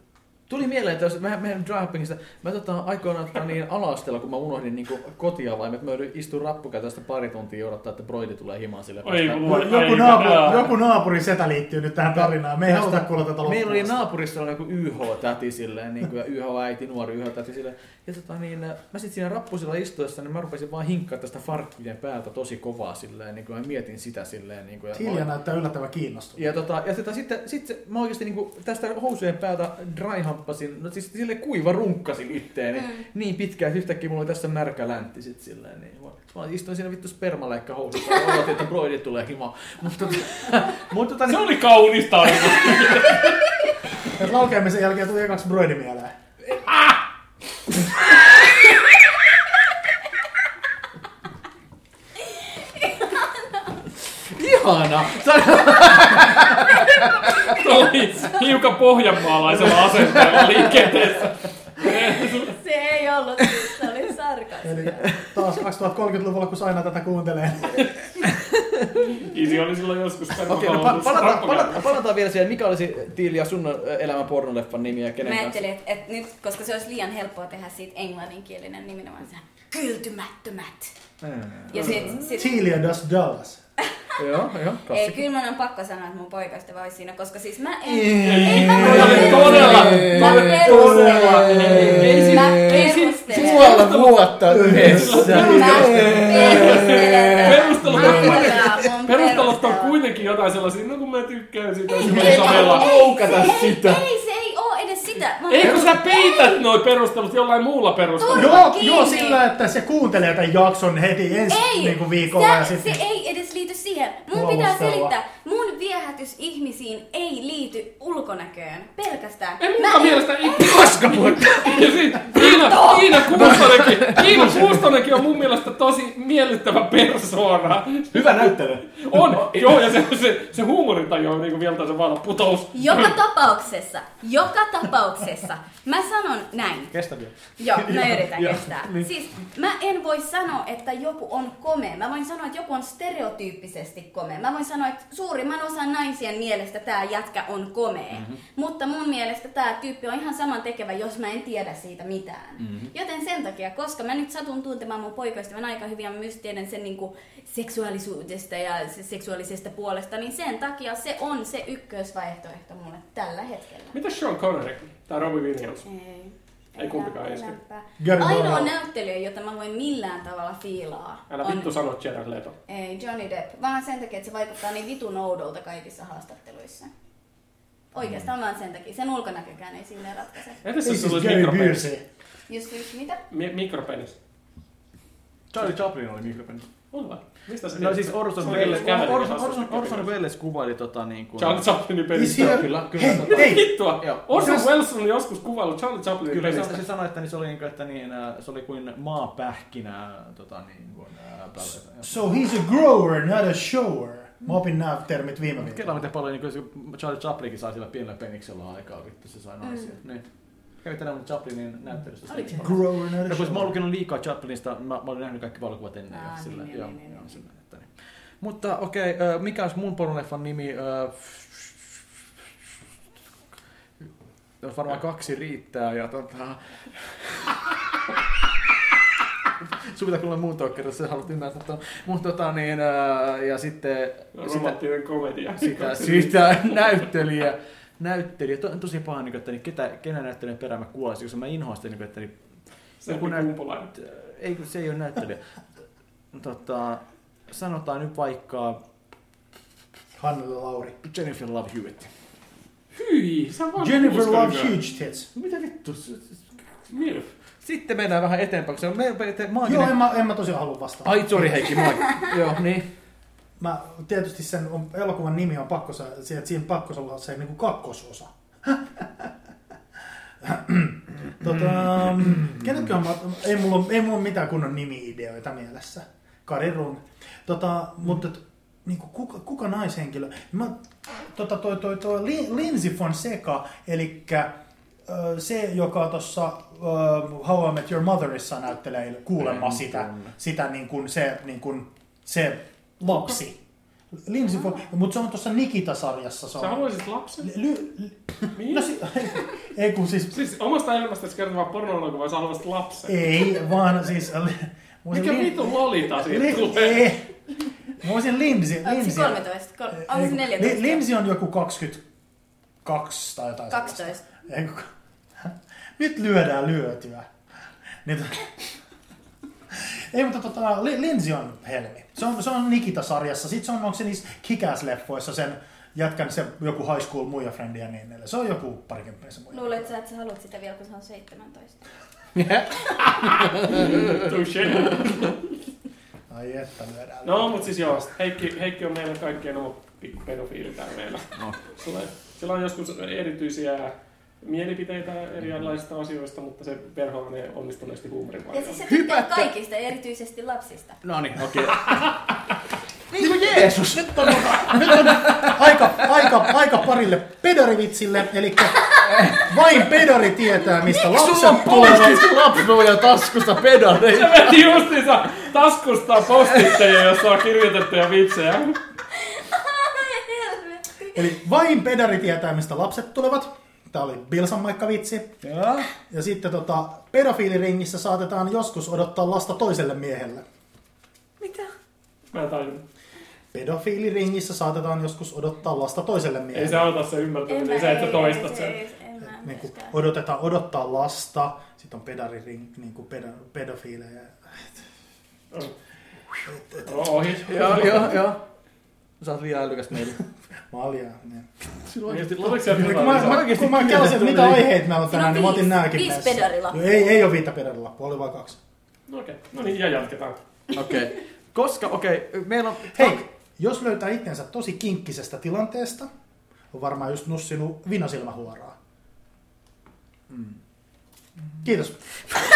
S1: Tuli mieleen tästä, mä, mä en drivingista, mä tota, aikoinaan tota, niin alastella, kun mä unohdin niin kotiavaimet, mä joudun istuun rappukäytästä pari tuntia ja odottaa, että broidi tulee himaan sille.
S2: Oi, kun
S3: Jo-
S2: luo-
S3: Joku,
S2: ei, älä.
S3: naapuri, joku naapurin setä liittyy nyt tähän tarinaan. Me ei haluta kuulla tätä
S1: Meillä oli
S3: loppuun asti.
S1: naapurissa oli joku YH-täti silleen, niin kuin, ja YH-äiti, nuori YH-täti silleen. Ja tota, niin, mä sitten siinä rappusilla istuessa, niin mä rupesin vaan hinkkaa tästä farkkujen päältä tosi kovaa silleen, niin kuin, mä mietin sitä silleen. Niin kuin, ja
S3: Silja näyttää yllättävän kiinnostuneelta.
S1: Ja, tota, ja tota, sitten, sitten mä oikeasti niinku tästä housujen päältä dryhamppasin, no siis sille kuiva runkkasin itteeni mm. niin pitkään, että yhtäkkiä mulla oli tässä märkä läntti sit silleen. Niin, mä, mä istuin siinä vittu spermaleikka housussa ja odotin, että broidi tulee himaa. Mutta tota, mut, tota,
S2: Se
S1: niin,
S2: oli kaunis tarina.
S3: Et laukeamisen jälkeen tuli ekaksi broidi mieleen.
S1: niin- ihana!
S2: Se oli hiukan pohjanmaalaisella asenteella liikenteessä.
S4: Se ei ollut, siis se oli sarkasmi.
S3: Eli taas 2030-luvulla, kun aina tätä kuuntelee.
S2: Isi oli silloin joskus
S1: Okei, no pa-
S2: permakaupunki.
S1: palataan, palataan, palataan vielä siihen, mikä olisi Tiili ja sun ö, elämän pornoleffan nimi ja kenen kanssa?
S4: Mä ajattelin, että, että nyt, koska se olisi liian helppoa tehdä siitä englanninkielinen, niin minä vaan sanon, kyltymättömät. Ja sit, sit,
S3: Silja does Dallas.
S1: Joo, joo,
S4: ei,
S1: klassikko.
S4: kyllä mun on pakko sanoa, että mun poikaystävä olisi siinä, koska siis mä en... en mä
S2: Toi oli todella,
S4: Mä
S3: todella-
S4: perustelen.
S2: ei siis-
S4: Mä
S2: ei siis-
S4: perustelen.
S1: vuotta yhdessä.
S4: Mä perustelen.
S2: Perustelut on
S4: Mä
S2: kuitenkin-
S4: perustelen mun
S2: Perustelut on
S4: perustelua.
S2: kuitenkin jotain sellaisia, no kun mä tykkään sitä,
S4: Ei,
S2: jos
S4: ei,
S2: mä
S4: ei,
S2: samalla.
S4: ei,
S1: loukata
S4: se ei-
S1: sitä.
S4: Ei, se ei oo edes sitä. Mä-
S2: Eikö sä peität noi perustelut jollain muulla perustelulla?
S4: Turha.
S3: Joo,
S4: kiinni.
S3: joo, sillä, että se kuuntelee tämän jakson heti ensi
S4: Ei,
S3: niin kuin viikolla. ja
S4: se,
S3: sitten
S4: se ei edes liity siihen. Mun
S3: Mulla
S4: pitää
S3: mustella.
S4: selittää, mun viehätys ihmisiin ei liity ulkonäköön pelkästään.
S2: Ei
S4: Mä
S2: munkaan mielestä ikinä.
S1: Paska puhetta.
S2: Ja sit Tiina Kiina, Kiina, Kuustonenkin, Kiina Kuustonenkin on mun mielestä tosi miellyttävä persoona.
S6: Hyvä näyttelijä.
S2: On, joo, ja se, se, se huumorintaju on niinku vielä se vaan putous.
S4: Joka tapauksessa, joka tapauksessa, mä sanon näin.
S3: Kestä vielä.
S4: Joo, mä yritän
S3: joo,
S4: kestää.
S2: Niin.
S4: Siis mä en voi sanoa, että joku on komea. Mä voin sanoa, että joku on stereotyyppisesti komea. Mä voin sanoa, että suurimman osan naisien mielestä tämä jätkä on komea.
S2: Mhm.
S4: Mm-hmm. Mutta mun mielestä tämä tyyppi on ihan saman tekevä, jos mä en tiedä siitä mitään.
S2: Mhm.
S4: Mm-hmm. Joten sen takia, koska mä nyt satun tuntemaan mun poikaystävän aika hyvin ja mä myös tiedän sen niinku seksuaalisuudesta ja se seksuaalisesta puolesta, niin sen takia se on se ykkösvaihtoehto mulle tällä hetkellä.
S2: Mitä Sean Connery tai Robbie Williams?
S4: Ei.
S2: Ei kumpikaan iske.
S4: lämpää.
S3: Gary
S4: Ainoa
S3: Barlow.
S4: näyttelijä, jota mä voin millään tavalla fiilaa,
S2: Älä vittu sano Jared Leto.
S4: ei, Johnny Depp. Vaan sen takia, että se vaikuttaa niin vitun oudolta kaikissa haastatteluissa. Oikeastaan
S3: Mm.
S4: vaan sen takia. Sen ulkonäkökään ei silleen ratkaise.
S2: Entäs
S3: This
S2: jos
S3: is
S2: sulla olisi
S3: siis Gary
S2: mikropenis?
S3: Busey.
S4: Jos yksi mitä?
S2: Mi- mikropenis.
S1: Charlie Chaplin oli mikropenis.
S2: On vai? Mistä se
S1: No siis Orson Welles,
S2: Orson,
S1: Orson, Orson, Orson Welles kuvaili tota niin kuin...
S2: Charlie Chaplinin penis.
S3: Is he-
S6: Kyllä, kyllä.
S3: Hei,
S6: tota-
S3: hei,
S2: Vittua!
S1: Joo.
S2: Orson
S3: Jos-
S2: Welles on joskus kuvaillut Charlie Chaplinin
S1: Kyllä, se,
S2: penistä.
S1: se sanoi, että niin se oli, niin kuin, että niin, äh, se oli kuin maapähkinä tota niin kuin, äh, päleitä. Joo.
S3: So he's a grower, not a shower. Mä opin nämä termit viime
S1: Kerro
S3: viikolla.
S1: miten paljon niin kuin, se Charlie Chaplinkin sai sillä pienellä peniksellä aikaa, vittu se sai naisia. Niin. Kävi tänään mun Chaplinin näyttelystä.
S4: Mm. Oliko se?
S3: Grower, not
S1: No,
S3: a
S1: kun mä oon
S3: shower.
S1: lukenut liikaa Chaplinista, mä, mä olin nähnyt kaikki valokuvat ennen.
S4: Aa,
S1: ja
S4: niin,
S1: sillä,
S4: niin,
S1: joo,
S4: niin, niin,
S1: joo,
S4: niin.
S1: sillä, että niin. Mutta okei, okay, mikä olisi mun pornoleffan nimi? Ö, Jos varmaan kaksi riittää ja tota... Sun pitää kuulla muun kerran, jos sä haluat ymmärtää tuon. Mutta tota niin, ö, ja sitten... sitä-
S2: Romanttinen komedia.
S1: sitä, sitä näyttelijä, näyttelijä. To, on tosi paha, niin kuin, että niin ketä, kenä näyttelijän perään mä kuolisin, koska mä inhoan sitä, niin kuin, että niin,
S2: Se
S1: joku
S2: on
S1: näyt,
S2: kumpulainen.
S1: ei, kun se ei ole näyttelijä. tota, sanotaan nyt vaikka
S3: Hannele Lauri.
S1: Jennifer Love Hewitt.
S2: Hyi, sä vaan
S3: Jennifer
S2: kuuskali
S3: Love
S2: vielä.
S3: Huge Tits.
S1: Mitä vittu?
S2: Milf.
S1: Sitten mennään vähän eteenpäin, koska me te,
S3: Joo,
S1: maaginen...
S3: en mä, en mä tosiaan halua vastata.
S1: Ai, sorry Heikki, moi. Joo, niin.
S3: Mä tietysti sen on, elokuvan nimi on pakko, sa- si- että siinä pakko olla se niinku kakkososa. tota,
S1: Mm.
S3: kenetköhän mä, ei mulla, ole- ei mulla ole mitään kunnon nimi-ideoita mielessä. Kari Rung. Tota,
S1: Mm.
S3: mutta et, niinku, kuka, kuka naishenkilö? Mä, tota, toi, toi, toi Lin- Lindsay Fonseca, eli se, joka tuossa uh, How I Met Your Motherissa näyttelee kuulemma
S1: En
S3: sitä,
S1: tunne.
S3: sitä niin kuin se, niin kuin se lapsi. Lindsay Fon- mutta se on tuossa Nikita-sarjassa. Se
S2: Sä
S3: on.
S2: haluaisit lapsen?
S3: Ly- ly-
S2: Mihin?
S3: no, si- ei kun siis
S2: Siis omasta elämästäsi kertovaa pornologua sä haluaisit lapsen.
S3: Ei, vaan siis...
S2: Mikä vitu lolita siitä
S3: Lin-
S2: tulee?
S3: ei. Mä olisin Lindsay.
S4: Onko se
S3: Lindsay-
S4: 13? Kol- Onko
S3: Ei,
S4: se
S3: kun-
S4: 14?
S3: Li- Lindsay on joku 22 tai jotain. sellaista.
S4: 12.
S3: Ei, kun... Nyt lyödään lyötyä. Niin, to- ei, mutta tota, Li- Lindsay on helmi. Se on, se on Nikita-sarjassa. Sitten se on, onko se niissä Kikäs-leffoissa sen jätkän se joku high school muija friendi ja niin edelleen. Se on joku parikymppinen se muija.
S4: Luulet sä, että sä haluat sitä vielä, kun se on 17?
S2: Touché.
S3: Ai että lyödään.
S2: No, mut siis joo, Heikki, Heikki on meillä kaikkien oma pikku pedofiili tää meillä.
S1: No.
S2: Sillä, sillä on joskus erityisiä mielipiteitä erilaisista asioista, mutta se perho menee onnistuneesti huumorin
S4: Ja
S2: varjoon.
S4: siis se tykkää
S1: Hypättä.
S4: kaikista, erityisesti lapsista.
S1: No niin, okei. Niin kuin Jeesus! Nyt on
S3: aika, aika, aika parille pedorivitsille, eli vain pedori tietää, mistä lapset tulevat.
S1: lapsuja taskusta pedareita!
S2: Se veti justiinsa taskusta postitteja, jossa on kirjoitettuja vitsejä.
S4: Helvetti.
S3: Eli vain pedori tietää, mistä lapset tulevat. Tämä oli Bilsan maikka vitsi.
S1: Joo.
S3: Ja sitten tota, pedofiiliringissä saatetaan joskus odottaa lasta toiselle miehelle.
S4: Mitä?
S2: Mä en tajunnut.
S3: Pedofiiliringissä saatetaan joskus odottaa lasta toiselle
S2: Ei
S3: miehelle.
S2: se auta se
S4: En mä,
S2: ymmärtäminen, se että toistat sen.
S4: ei, En mä
S3: niin kuin
S4: myöskään.
S3: odotetaan, odottaa lasta, sitten on pedariring, niin kuin pedo, pedofiileja.
S2: Oh, Ohi.
S1: Joo, joo, joo. Sä oot liian älykäs meille.
S3: Maljaa. Niin.
S1: Sillä
S2: Tuliko sieltä
S3: Kun
S2: jotain
S3: mä,
S2: lisää?
S3: mä, kun mä kelasin, että mitä aiheita meillä on tänään,
S4: Siinä
S3: niin
S4: on No viisi-
S3: mä otin nääkin
S4: viisi
S3: näissä.
S4: pedarilappua.
S3: No Ei, ei ole viittä pedarilappua, oli vaan kaksi.
S2: No Okei, no niin, ja jatketaan.
S1: Okei. Okay. Koska, okei, okay, meillä on...
S3: Hei, jos löytää itsensä tosi kinkkisestä tilanteesta, on varmaan just nussinut vinosilmähuoraa. Kiitos.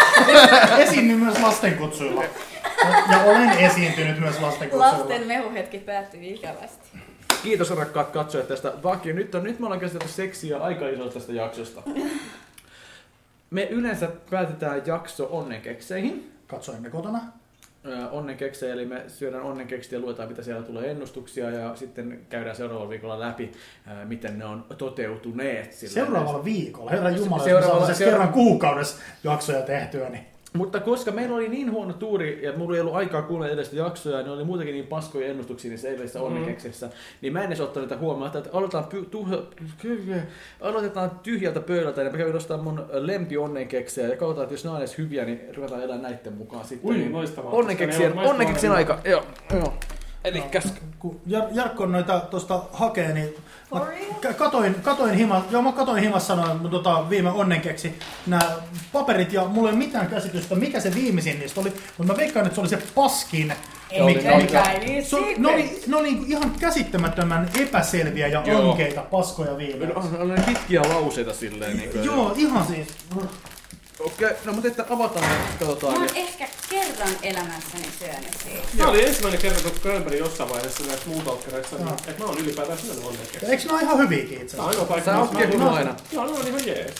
S3: Esiinnyin myös lastenkutsuilla. Ja olen esiintynyt myös lastenkutsuilla.
S4: Lasten mehuhetki päättyi ikävästi.
S1: Kiitos rakkaat katsojat tästä vakio. Nyt, on, nyt me ollaan käsitelty seksiä aika isosta tästä jaksosta. Me yleensä päätetään jakso onnenkekseihin.
S3: Katsoimme kotona.
S1: Ö, Onnenkeksejä, eli me syödään onnenkeksiä ja luetaan mitä siellä tulee ennustuksia ja sitten käydään seuraavalla viikolla läpi, ö, miten ne on toteutuneet. sillä-
S3: Seuraavalla viikolla, herra Jumala, jos me
S1: Seuraavalla-
S3: saadaan siis
S1: seuraavalla-
S3: kerran kuukaudessa jaksoja tehtyä, niin
S1: Mutta koska meillä oli niin huono tuuri ja mulla ei ollut aikaa kuunnella edes jaksoja ja ne oli muutenkin niin paskoja ennustuksia niissä edellisissä onnekeksissä, niin mä en edes ottanut niitä huomaa, että aloitetaan, py- tuh- kyllä, aloitetaan tyhjältä pöydältä ja mä kävin ostamaan mun lempi onnenkeksejä ja katsotaan, että jos nämä on edes hyviä, niin ruvetaan elämään näiden mukaan sitten.
S2: Ui,
S1: Niin
S2: loistavaa.
S1: Onnekeksien,
S2: Koska ne on
S1: onnekeksien
S2: maistuva-
S1: aika, joo, joo. Eli käs...
S3: kun Jar- Jarkko noita tuosta hakee, niin mä
S4: For real?
S3: ka- katoin, katoin himas, joo mä katoin himas sanoin tota, viime onnenkeksi nämä paperit ja mulla ei ole mitään käsitystä, mikä se viimeisin niistä oli, mutta mä veikkaan, että se oli se paskin.
S4: Ei veikkaan, niin
S3: se,
S1: no
S3: oli- ne oli, ne oli ihan käsittämättömän epäselviä ja
S1: Joo.
S3: ankeita paskoja viimeisiä.
S1: On, on ne pitkiä lauseita silleen. Niin kuin,
S3: Joo, ihan siis.
S1: Okei, no mutta että avataan ne,
S4: Mä
S1: katsotaan.
S4: oon
S1: niin-
S4: ehkä kerran elämässäni syönyt siitä.
S2: Tämä oli ensimmäinen kerta, kun Grönberg jossain vaiheessa näissä muutalkkareissa, no. että mä oon ylipäätään syönyt
S3: Ja
S2: onnekeksiä.
S3: Eikö ne ole ihan hyviäkin itse
S2: Tämä on
S3: asiassa?
S2: ainoa paikka,
S1: Sä oot
S2: missä mä oon-
S1: kehunut aina.
S2: Joo, ne on ihan jees.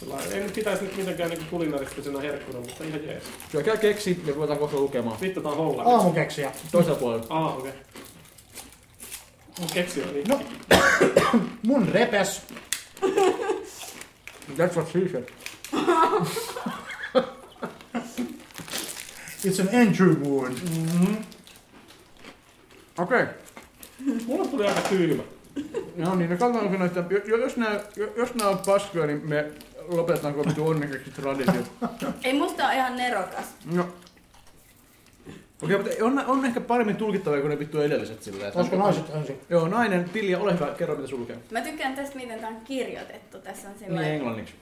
S2: Sellainen- En pitäisi nyt mitenkään niinku kulinaristisena herkkuna, mutta ihan jees.
S1: Kyllä käy keksi ja ruvetaan kohta lukemaan.
S2: Vittu, tää on hollannin.
S3: Aamukeksiä.
S1: Toisella puolella.
S2: Ah, okei. Okay. Mun keksi on niin.
S3: No, mun repes.
S1: That's what she said.
S3: It's an entry wound.
S1: Okei. Okay.
S2: Mulla tuli aika kylmä.
S1: No niin, no katsotaan sen, että jo- jos nää, jo- jos nää on paskoja, niin me lopetetaan koko tuo onnekeksi traditio.
S4: Ei musta ole ihan nerokas.
S1: No. Okei, okay, mutta on, on ehkä paremmin tulkittavia kuin ne vittu edelliset silleen. että-
S3: Olisiko naiset ensin?
S1: Joo, nainen, Tilja, ole hyvä, kerro mitä sulkee.
S4: Mä tykkään tästä, miten tää on kirjoitettu. Tässä on
S1: Niin,
S4: sellainen...
S1: englanniksi.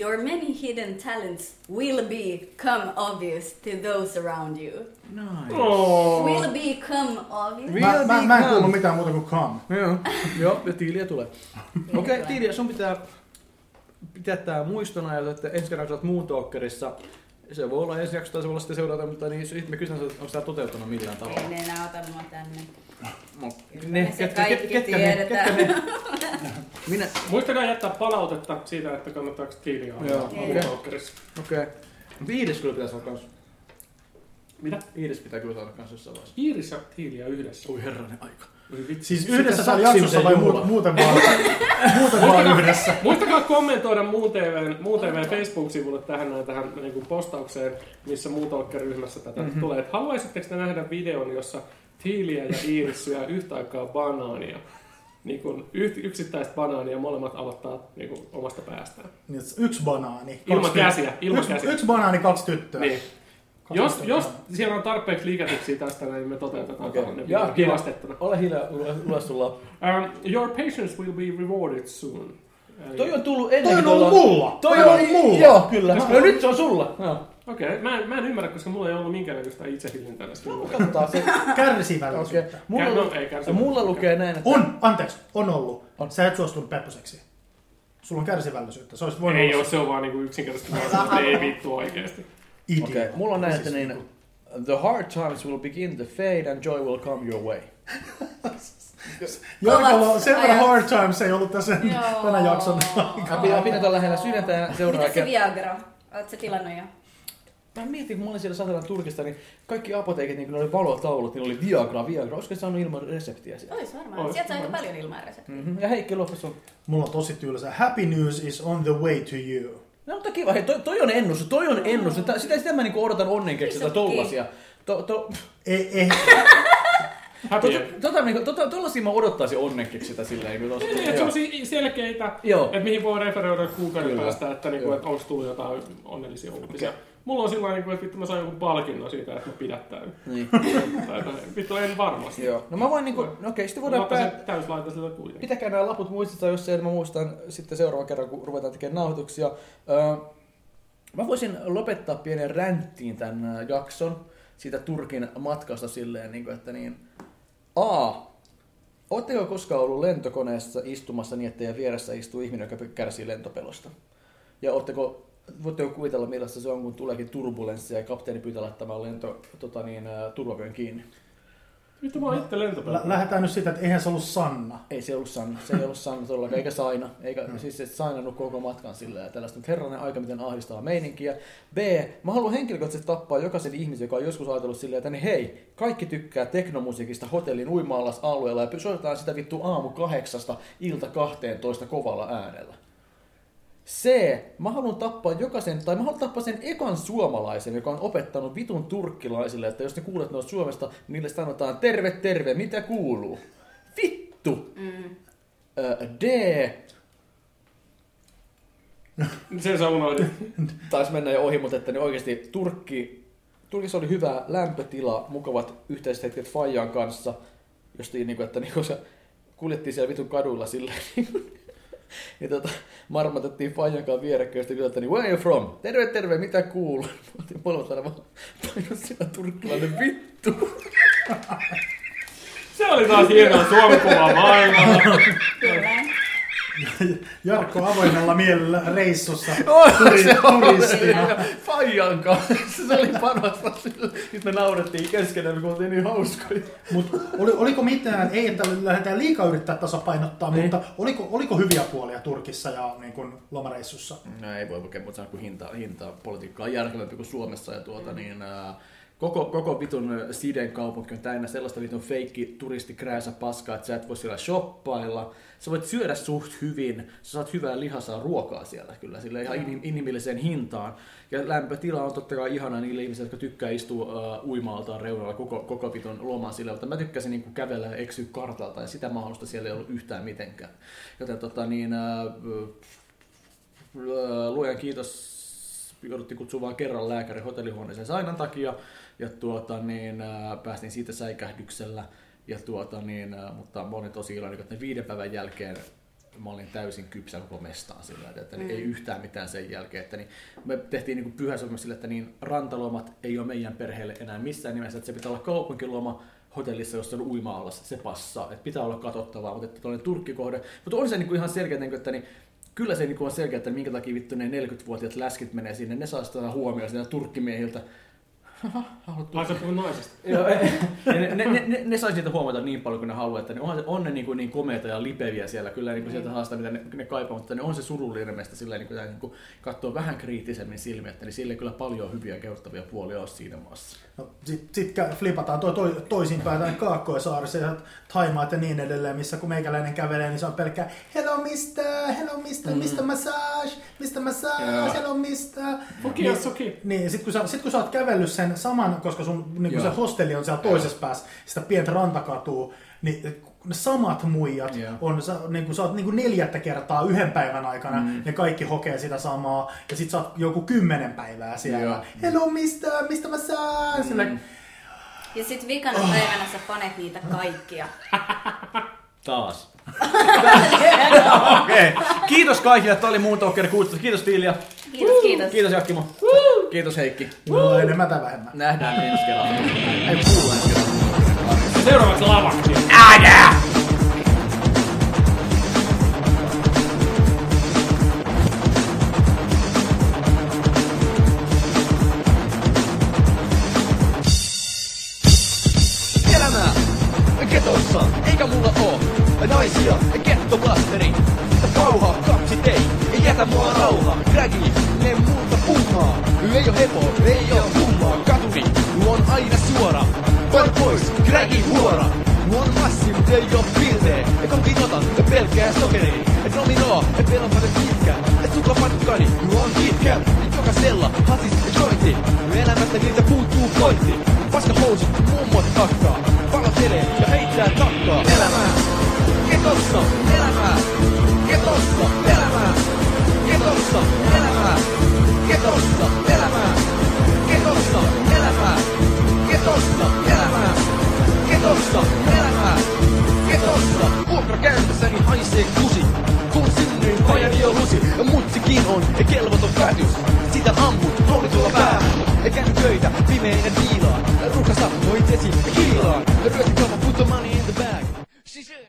S4: Your many hidden talents will become obvious to those around you.
S1: Nice.
S2: Oh.
S4: Will become obvious.
S1: Will
S3: Mä, mä, mä en
S1: become.
S3: kuullut mitään muuta kuin come.
S1: Joo, joo, ja Tilja tulee.
S4: Niin,
S1: Okei,
S4: kyllä.
S1: okay, Tiilia, sun pitää pitää tää muistona, ja että ensi kerran kun sä oot muun talkerissa, se voi olla ensi jakso tai se voi olla sitten seuraava, mutta niin sitten me kysytään, että onko sitä toteuttanut millään tavalla.
S4: Ei ne enää ota mua tänne.
S1: No,
S4: Kyllä me
S1: ne,
S4: se
S1: ketkä, ketkä,
S4: kaikki
S1: ketkä, ne, ketkä
S4: tiedetään.
S1: ne, minä,
S2: Muistakaa jättää palautetta siitä, että kannattaako tiiliä olla
S1: Joo,
S4: okei.
S2: muutalkkarissa.
S1: okei. Okay. Viides kyllä pitää saada kans.
S2: Mitä?
S1: Viides pitää kyllä saada kans jossain vaiheessa.
S2: Iiris ja tiiliä yhdessä.
S1: Oi herranen aika.
S2: Ui vitsi.
S3: Siis
S1: Sitä
S3: yhdessä saa
S1: saksia
S3: jaksossa vai
S1: pitää juhlaa.
S3: muu- muuten vaan? muuten vaan yhdessä.
S2: Muistakaa kommentoida muun TVn, muun TVn Facebook-sivulle tähän, näin, tähän niin kuin postaukseen, missä muutalkkaryhmässä tätä
S3: Mhm.
S2: mm-hmm. tulee. Et Haluaisitteko te nähdä videon, jossa Tiiliä ja Iiris syö yhtä aikaa banaania? Niin kuin yht, yksittäistä banaania molemmat aloittaa niin kuin omasta päästään.
S3: Niin, Yksi banaani. kaksi
S2: Ilman
S3: tyttöä.
S2: käsiä, ilman
S3: yksi,
S2: käsiä.
S3: Yksi banaani, kaksi tyttöä.
S2: Niin.
S3: Kaksi
S2: Jos,
S3: tyttöä.
S2: jos siellä on tarpeeksi liikätyksiä tästä, niin me toteutetaan okay. tämmöinen video hidastettuna.
S1: Ole hiljaa, lue, lue sulla.
S2: Um, your patience will be rewarded soon. Eli-
S1: Toi on tullut ennen
S3: Toi on
S1: kuin
S3: ollut
S1: ollaan-
S3: mulla.
S1: Toi
S3: Toi
S1: on
S3: oli mulla.
S1: Joo, kyllä.
S3: Koska-
S1: No nyt se on sulla. Joo.
S2: Okei, okay. mä, en- mä en ymmärrä, koska mulla ei ollut minkäännäköistä itsehillintää tässä.
S1: Katsotaan se. Okei.
S3: Kärsivällisyyttä.
S1: Mulla,
S2: Käy- no,
S1: lu-
S2: ei kärsi.
S1: mulla lukee näin, että...
S3: On, anteeksi, on ollut.
S1: On.
S3: Sä et suostunut pepposeksi. Sulla on kärsivällisyyttä. Se olisi voinut
S2: Ei
S3: olla
S2: ole, se on vaan niinku yksinkertaisesti vaan sanoa, että ei vittu oikeesti.
S3: idiootti.
S1: Okei, okay. mulla on näin, että
S3: Siis
S1: niin... The hard times will begin to fade and joy will come your way.
S3: Jarkolla on sen verran
S4: Ajat.
S3: hard times ei ollut tässä
S4: Joo.
S3: tänä jakson
S1: Mä
S3: aikana.
S1: pidän, pidän tällä lähellä sydäntä ja seuraa
S4: Mitä se Viagra? Oot sä tilannut jo?
S1: Mä mietin, kun mä olin siellä satanan Turkista, niin kaikki apoteekit, niin kun ne oli valotaulut, niin oli Viagra, Viagra. Olisiko se saanut ilman reseptiä siellä?
S4: Ois varmaan.
S2: Ois
S4: Sieltä saa aika
S2: varmaan.
S4: paljon ilmaa reseptiä.
S1: Mm-hmm. Ja Heikki loppu sun.
S3: Mulla on tosi tylsä. Happy news is on the way to you.
S1: No mutta kiva, hei, toi, toi on ennustus, toi on ennustus. Tää- Sitä, sitä mä niinku odotan onnenkeksiltä
S4: Iso kiitos.
S1: tollasia. To, to,
S3: Ei, ei.
S2: Happy
S1: tota,
S2: end.
S1: tota, niinku, tota, tollasia mä odottaisin onnenkeksiltä silleen. Niin, tosta,
S2: Niin, niin, että semmosia selkeitä,
S1: Joo.
S2: että mihin voi referoida kuukauden
S1: Kyllä.
S2: päästä, että, niinku,
S1: Joo.
S2: että onko tullut jotain onnellisia uutisia. Mulla on sillä lailla, niinku, että vittu mä sain joku palkinnon siitä, että mä pidättäydyn.
S1: niin.
S2: Tai jotain. vittu en varmasti.
S1: Joo. No mä voin niinku, no okei, sitten
S2: Voidaan
S1: voidaan
S2: Mutta
S1: pää...
S2: se täys laita sitä kuitenkin.
S1: Pitäkää nämä laput muistissa, jos ei, niin mä muistan sitten seuraavan kerran, kun ruvetaan tekemään nauhoituksia. Öö, mä voisin lopettaa pienen ränttiin tämän ö, jakson siitä Turkin matkasta silleen, niin kuin, että niin, A, Oletteko koskaan ollut lentokoneessa istumassa niin, että teidän vieressä istuu ihminen, joka kärsii lentopelosta? Ja ootteko, voitteko kuvitella millaista se on, kun tuleekin turbulenssia ja kapteeni pyytää laittamaan lento, tota niin, ää, turvavyön kiinni.
S2: Vittu mä oon itse
S3: Lä-
S2: lentopeukku.
S3: Lähdetään nyt siitä, että eihän se ollut Sanna.
S1: Ei se ollut Sanna, se ei ollut Sanna todellakaan, eikä Saina. Eikä, mm. Siis se sainannut koko matkan sillä ja tällaista. Mutta herranen aika, miten ahdistavaa meininkiä. B. Mä haluan henkilökohtaisesti tappaa jokaisen ihmisen, joka on joskus ajatellut silleen, että niin hei, kaikki tykkää teknomusiikista hotellin uimaalas alueella ja py- soitetaan sitä vittu aamu kahdeksasta ilta 12 kovalla äänellä. C. Mä haluan tappaa jokaisen, tai mä haluan tappaa sen ekan suomalaisen, joka on opettanut vitun turkkilaisille, että jos ne kuulet ne on Suomesta, niille sanotaan terve, terve, mitä kuuluu? Vittu!
S4: Mm.
S1: Ö, D.
S2: Sen sä unohdit.
S1: Taisi mennä jo ohi, mutta että niin oikeasti Turkki, Turkissa oli hyvä lämpötila, mukavat yhteiset hetket Fajan kanssa. Jostiin, niin kuin, että niin kuin se kuljettiin siellä vitun kadulla silleen. Niin kuin, ja tota, marmatettiin Fajan kanssa vierekkäin, ja sitten kysyttiin, where are you from? Terve, terve, mitä kuuluu? Mä otin molemmat aina vaan painoin sillä turkkilainen vittu.
S2: Se oli taas hieno suomikuva maailmalla.
S4: Kyllä.
S3: Jarkko avoimella mielellä reissussa.
S1: Oli
S3: Turi-
S1: se oli
S3: turistina.
S1: Fajan kanssa. Se oli parasta sillä. Sitten me naurettiin keskenään, kun oltiin niin hauskoja.
S3: Mut oli, oliko mitään, ei että lähdetään liikaa yrittää tasapainottaa, niin. mutta oliko, oliko hyviä puolia Turkissa ja niin kun, lomareissussa?
S1: No ei voi oikein mutta sanoa, kun hinta, hinta politiikka on järkevämpi kuin Suomessa. Ja tuota, mm. niin, ää, koko, koko vitun ä, Siden kaupunki on täynnä sellaista vitun feikki turistikrääsä paskaa, että sä et voi siellä shoppailla. Sä voit syödä suht hyvin, sä saat hyvää lihasaa ruokaa siellä kyllä, sille ihan inhim- inhimilliseen hintaan. Ja lämpötila on totta kai ihana niille ihmisille, jotka tykkää istua uh, uimaaltaan reunalla koko, koko vitun loman sillä, mutta mä tykkäsin niin kuin kävellä ja eksyä kartalta ja sitä mahdollista siellä ei ollut yhtään mitenkään. Joten tota, niin, uh, Öö, luojan kiitos, jouduttiin kutsumaan vain kerran lääkäri hotellihuoneeseen sainan takia, ja tuota, niin, ää, päästiin siitä säikähdyksellä, ja tuota, niin, ää, mutta mä olin tosi iloinen, että viiden päivän jälkeen mä olin täysin kypsä koko mestaan sillä, että, että mm. ei yhtään mitään sen jälkeen. Että niin, me tehtiin niin pyhä sopimus sillä, että niin rantalomat ei ole meidän perheelle enää missään nimessä, että se pitää olla kaupunkiloma, hotellissa, jossa on uima-alas, se passaa. Että pitää olla katsottavaa, mutta että tuollainen turkkikohde. Mutta on se niinku ihan selkeä, niinku, että niin, kyllä se niinku on selkeä, että minkä takia vittu ne 40-vuotiaat läskit menee sinne. Ne saa sitä huomioon sieltä turkkimiehiltä. Haluat
S2: Ai sä puhut naisesta.
S1: Joo, ei. Ja ne, ne, ne, ne, ne saisi niitä huomata niin paljon kuin ne haluaa, että ne onhan se, on ne niin, kuin niin komeita ja lipeviä siellä, kyllä niin kuin sieltä haastaa, mitä ne, ne kaipaa, mutta ne on se surullinen meistä sillä niin kuin, niin kuin katsoo vähän kriittisemmin silmiä, että niin sille kyllä paljon hyviä kehottavia puolia on siinä maassa.
S3: No, Sitten sit kä- flipataan toi, toi, toisinpäin tänne Kaakkoisaarissa ja Taimaat ja niin edelleen, missä kun meikäläinen kävelee, niin se on pelkkää Hello mister, hello mister, mm. mister massage, mister massage,
S1: Joo.
S3: yeah. hello mister.
S2: Fuki ja suki.
S3: Niin, sit kun, sä, sit kun sä oot kävellyt sen saman, koska sun niin
S1: Joo.
S3: kun se hostelli on siellä toisessa päässä, sitä pientä rantakatua, niin ne samat muijat
S1: Joo.
S3: on, sä, niin kun sä oot niin kun neljättä kertaa yhden päivän aikana, mm. ne kaikki hokee sitä samaa, ja sit sä oot joku kymmenen päivää siellä.
S1: Joo.
S3: Hello mister, mistä mä saan? Mm. Sillä,
S4: Ja sit vikana päivänä sä panet niitä kaikkia.
S1: Taas. Okei. Kiitos kaikille, tämä oli Moon Talker 16. Kiitos Tiilia.
S4: Kiitos, kiitos.
S1: Kiitos Jakkimo. Kiitos Heikki.
S3: no, enemmän tai vähemmän.
S1: Nähdään ensi kerralla. Ei kuulla ensi kerralla.
S2: Seuraavaksi lavakki.
S7: elämää Ketossa, eikä mulla oo naisia, kettoblasteri Kauha, kaksi ei, ei jätä mua rauha Kräki, ne muuta puuhaa Ei oo hepo, ei oo kummaa Katuri, on aina suora Vai pois, kräki huora Mun massi, mut ei oo piltee Et onkin otan, et pelkää sokeri Et nominoo, et pelon paljon pitkä Et suka patkani, on kitkä Et jokasella, hasis ja jointi Elämästä niiltä puuttuu pointti Paska housut, mummot takkaa Palotelee ja heittää takkaa Elämää, ketossa, elämää Ketossa, elämää Ketossa, elämää Ketossa, elämää Ketossa, elämää Ketossa, elämää Ketossa, elämää Ketossa, vuokrakäyntössäni haisee kusi Kun synnyin vajani jo lusi Mutsikin on kelvoton päätys Sitä amput, tuolla päähän Eikä töitä, pimeinen Siis-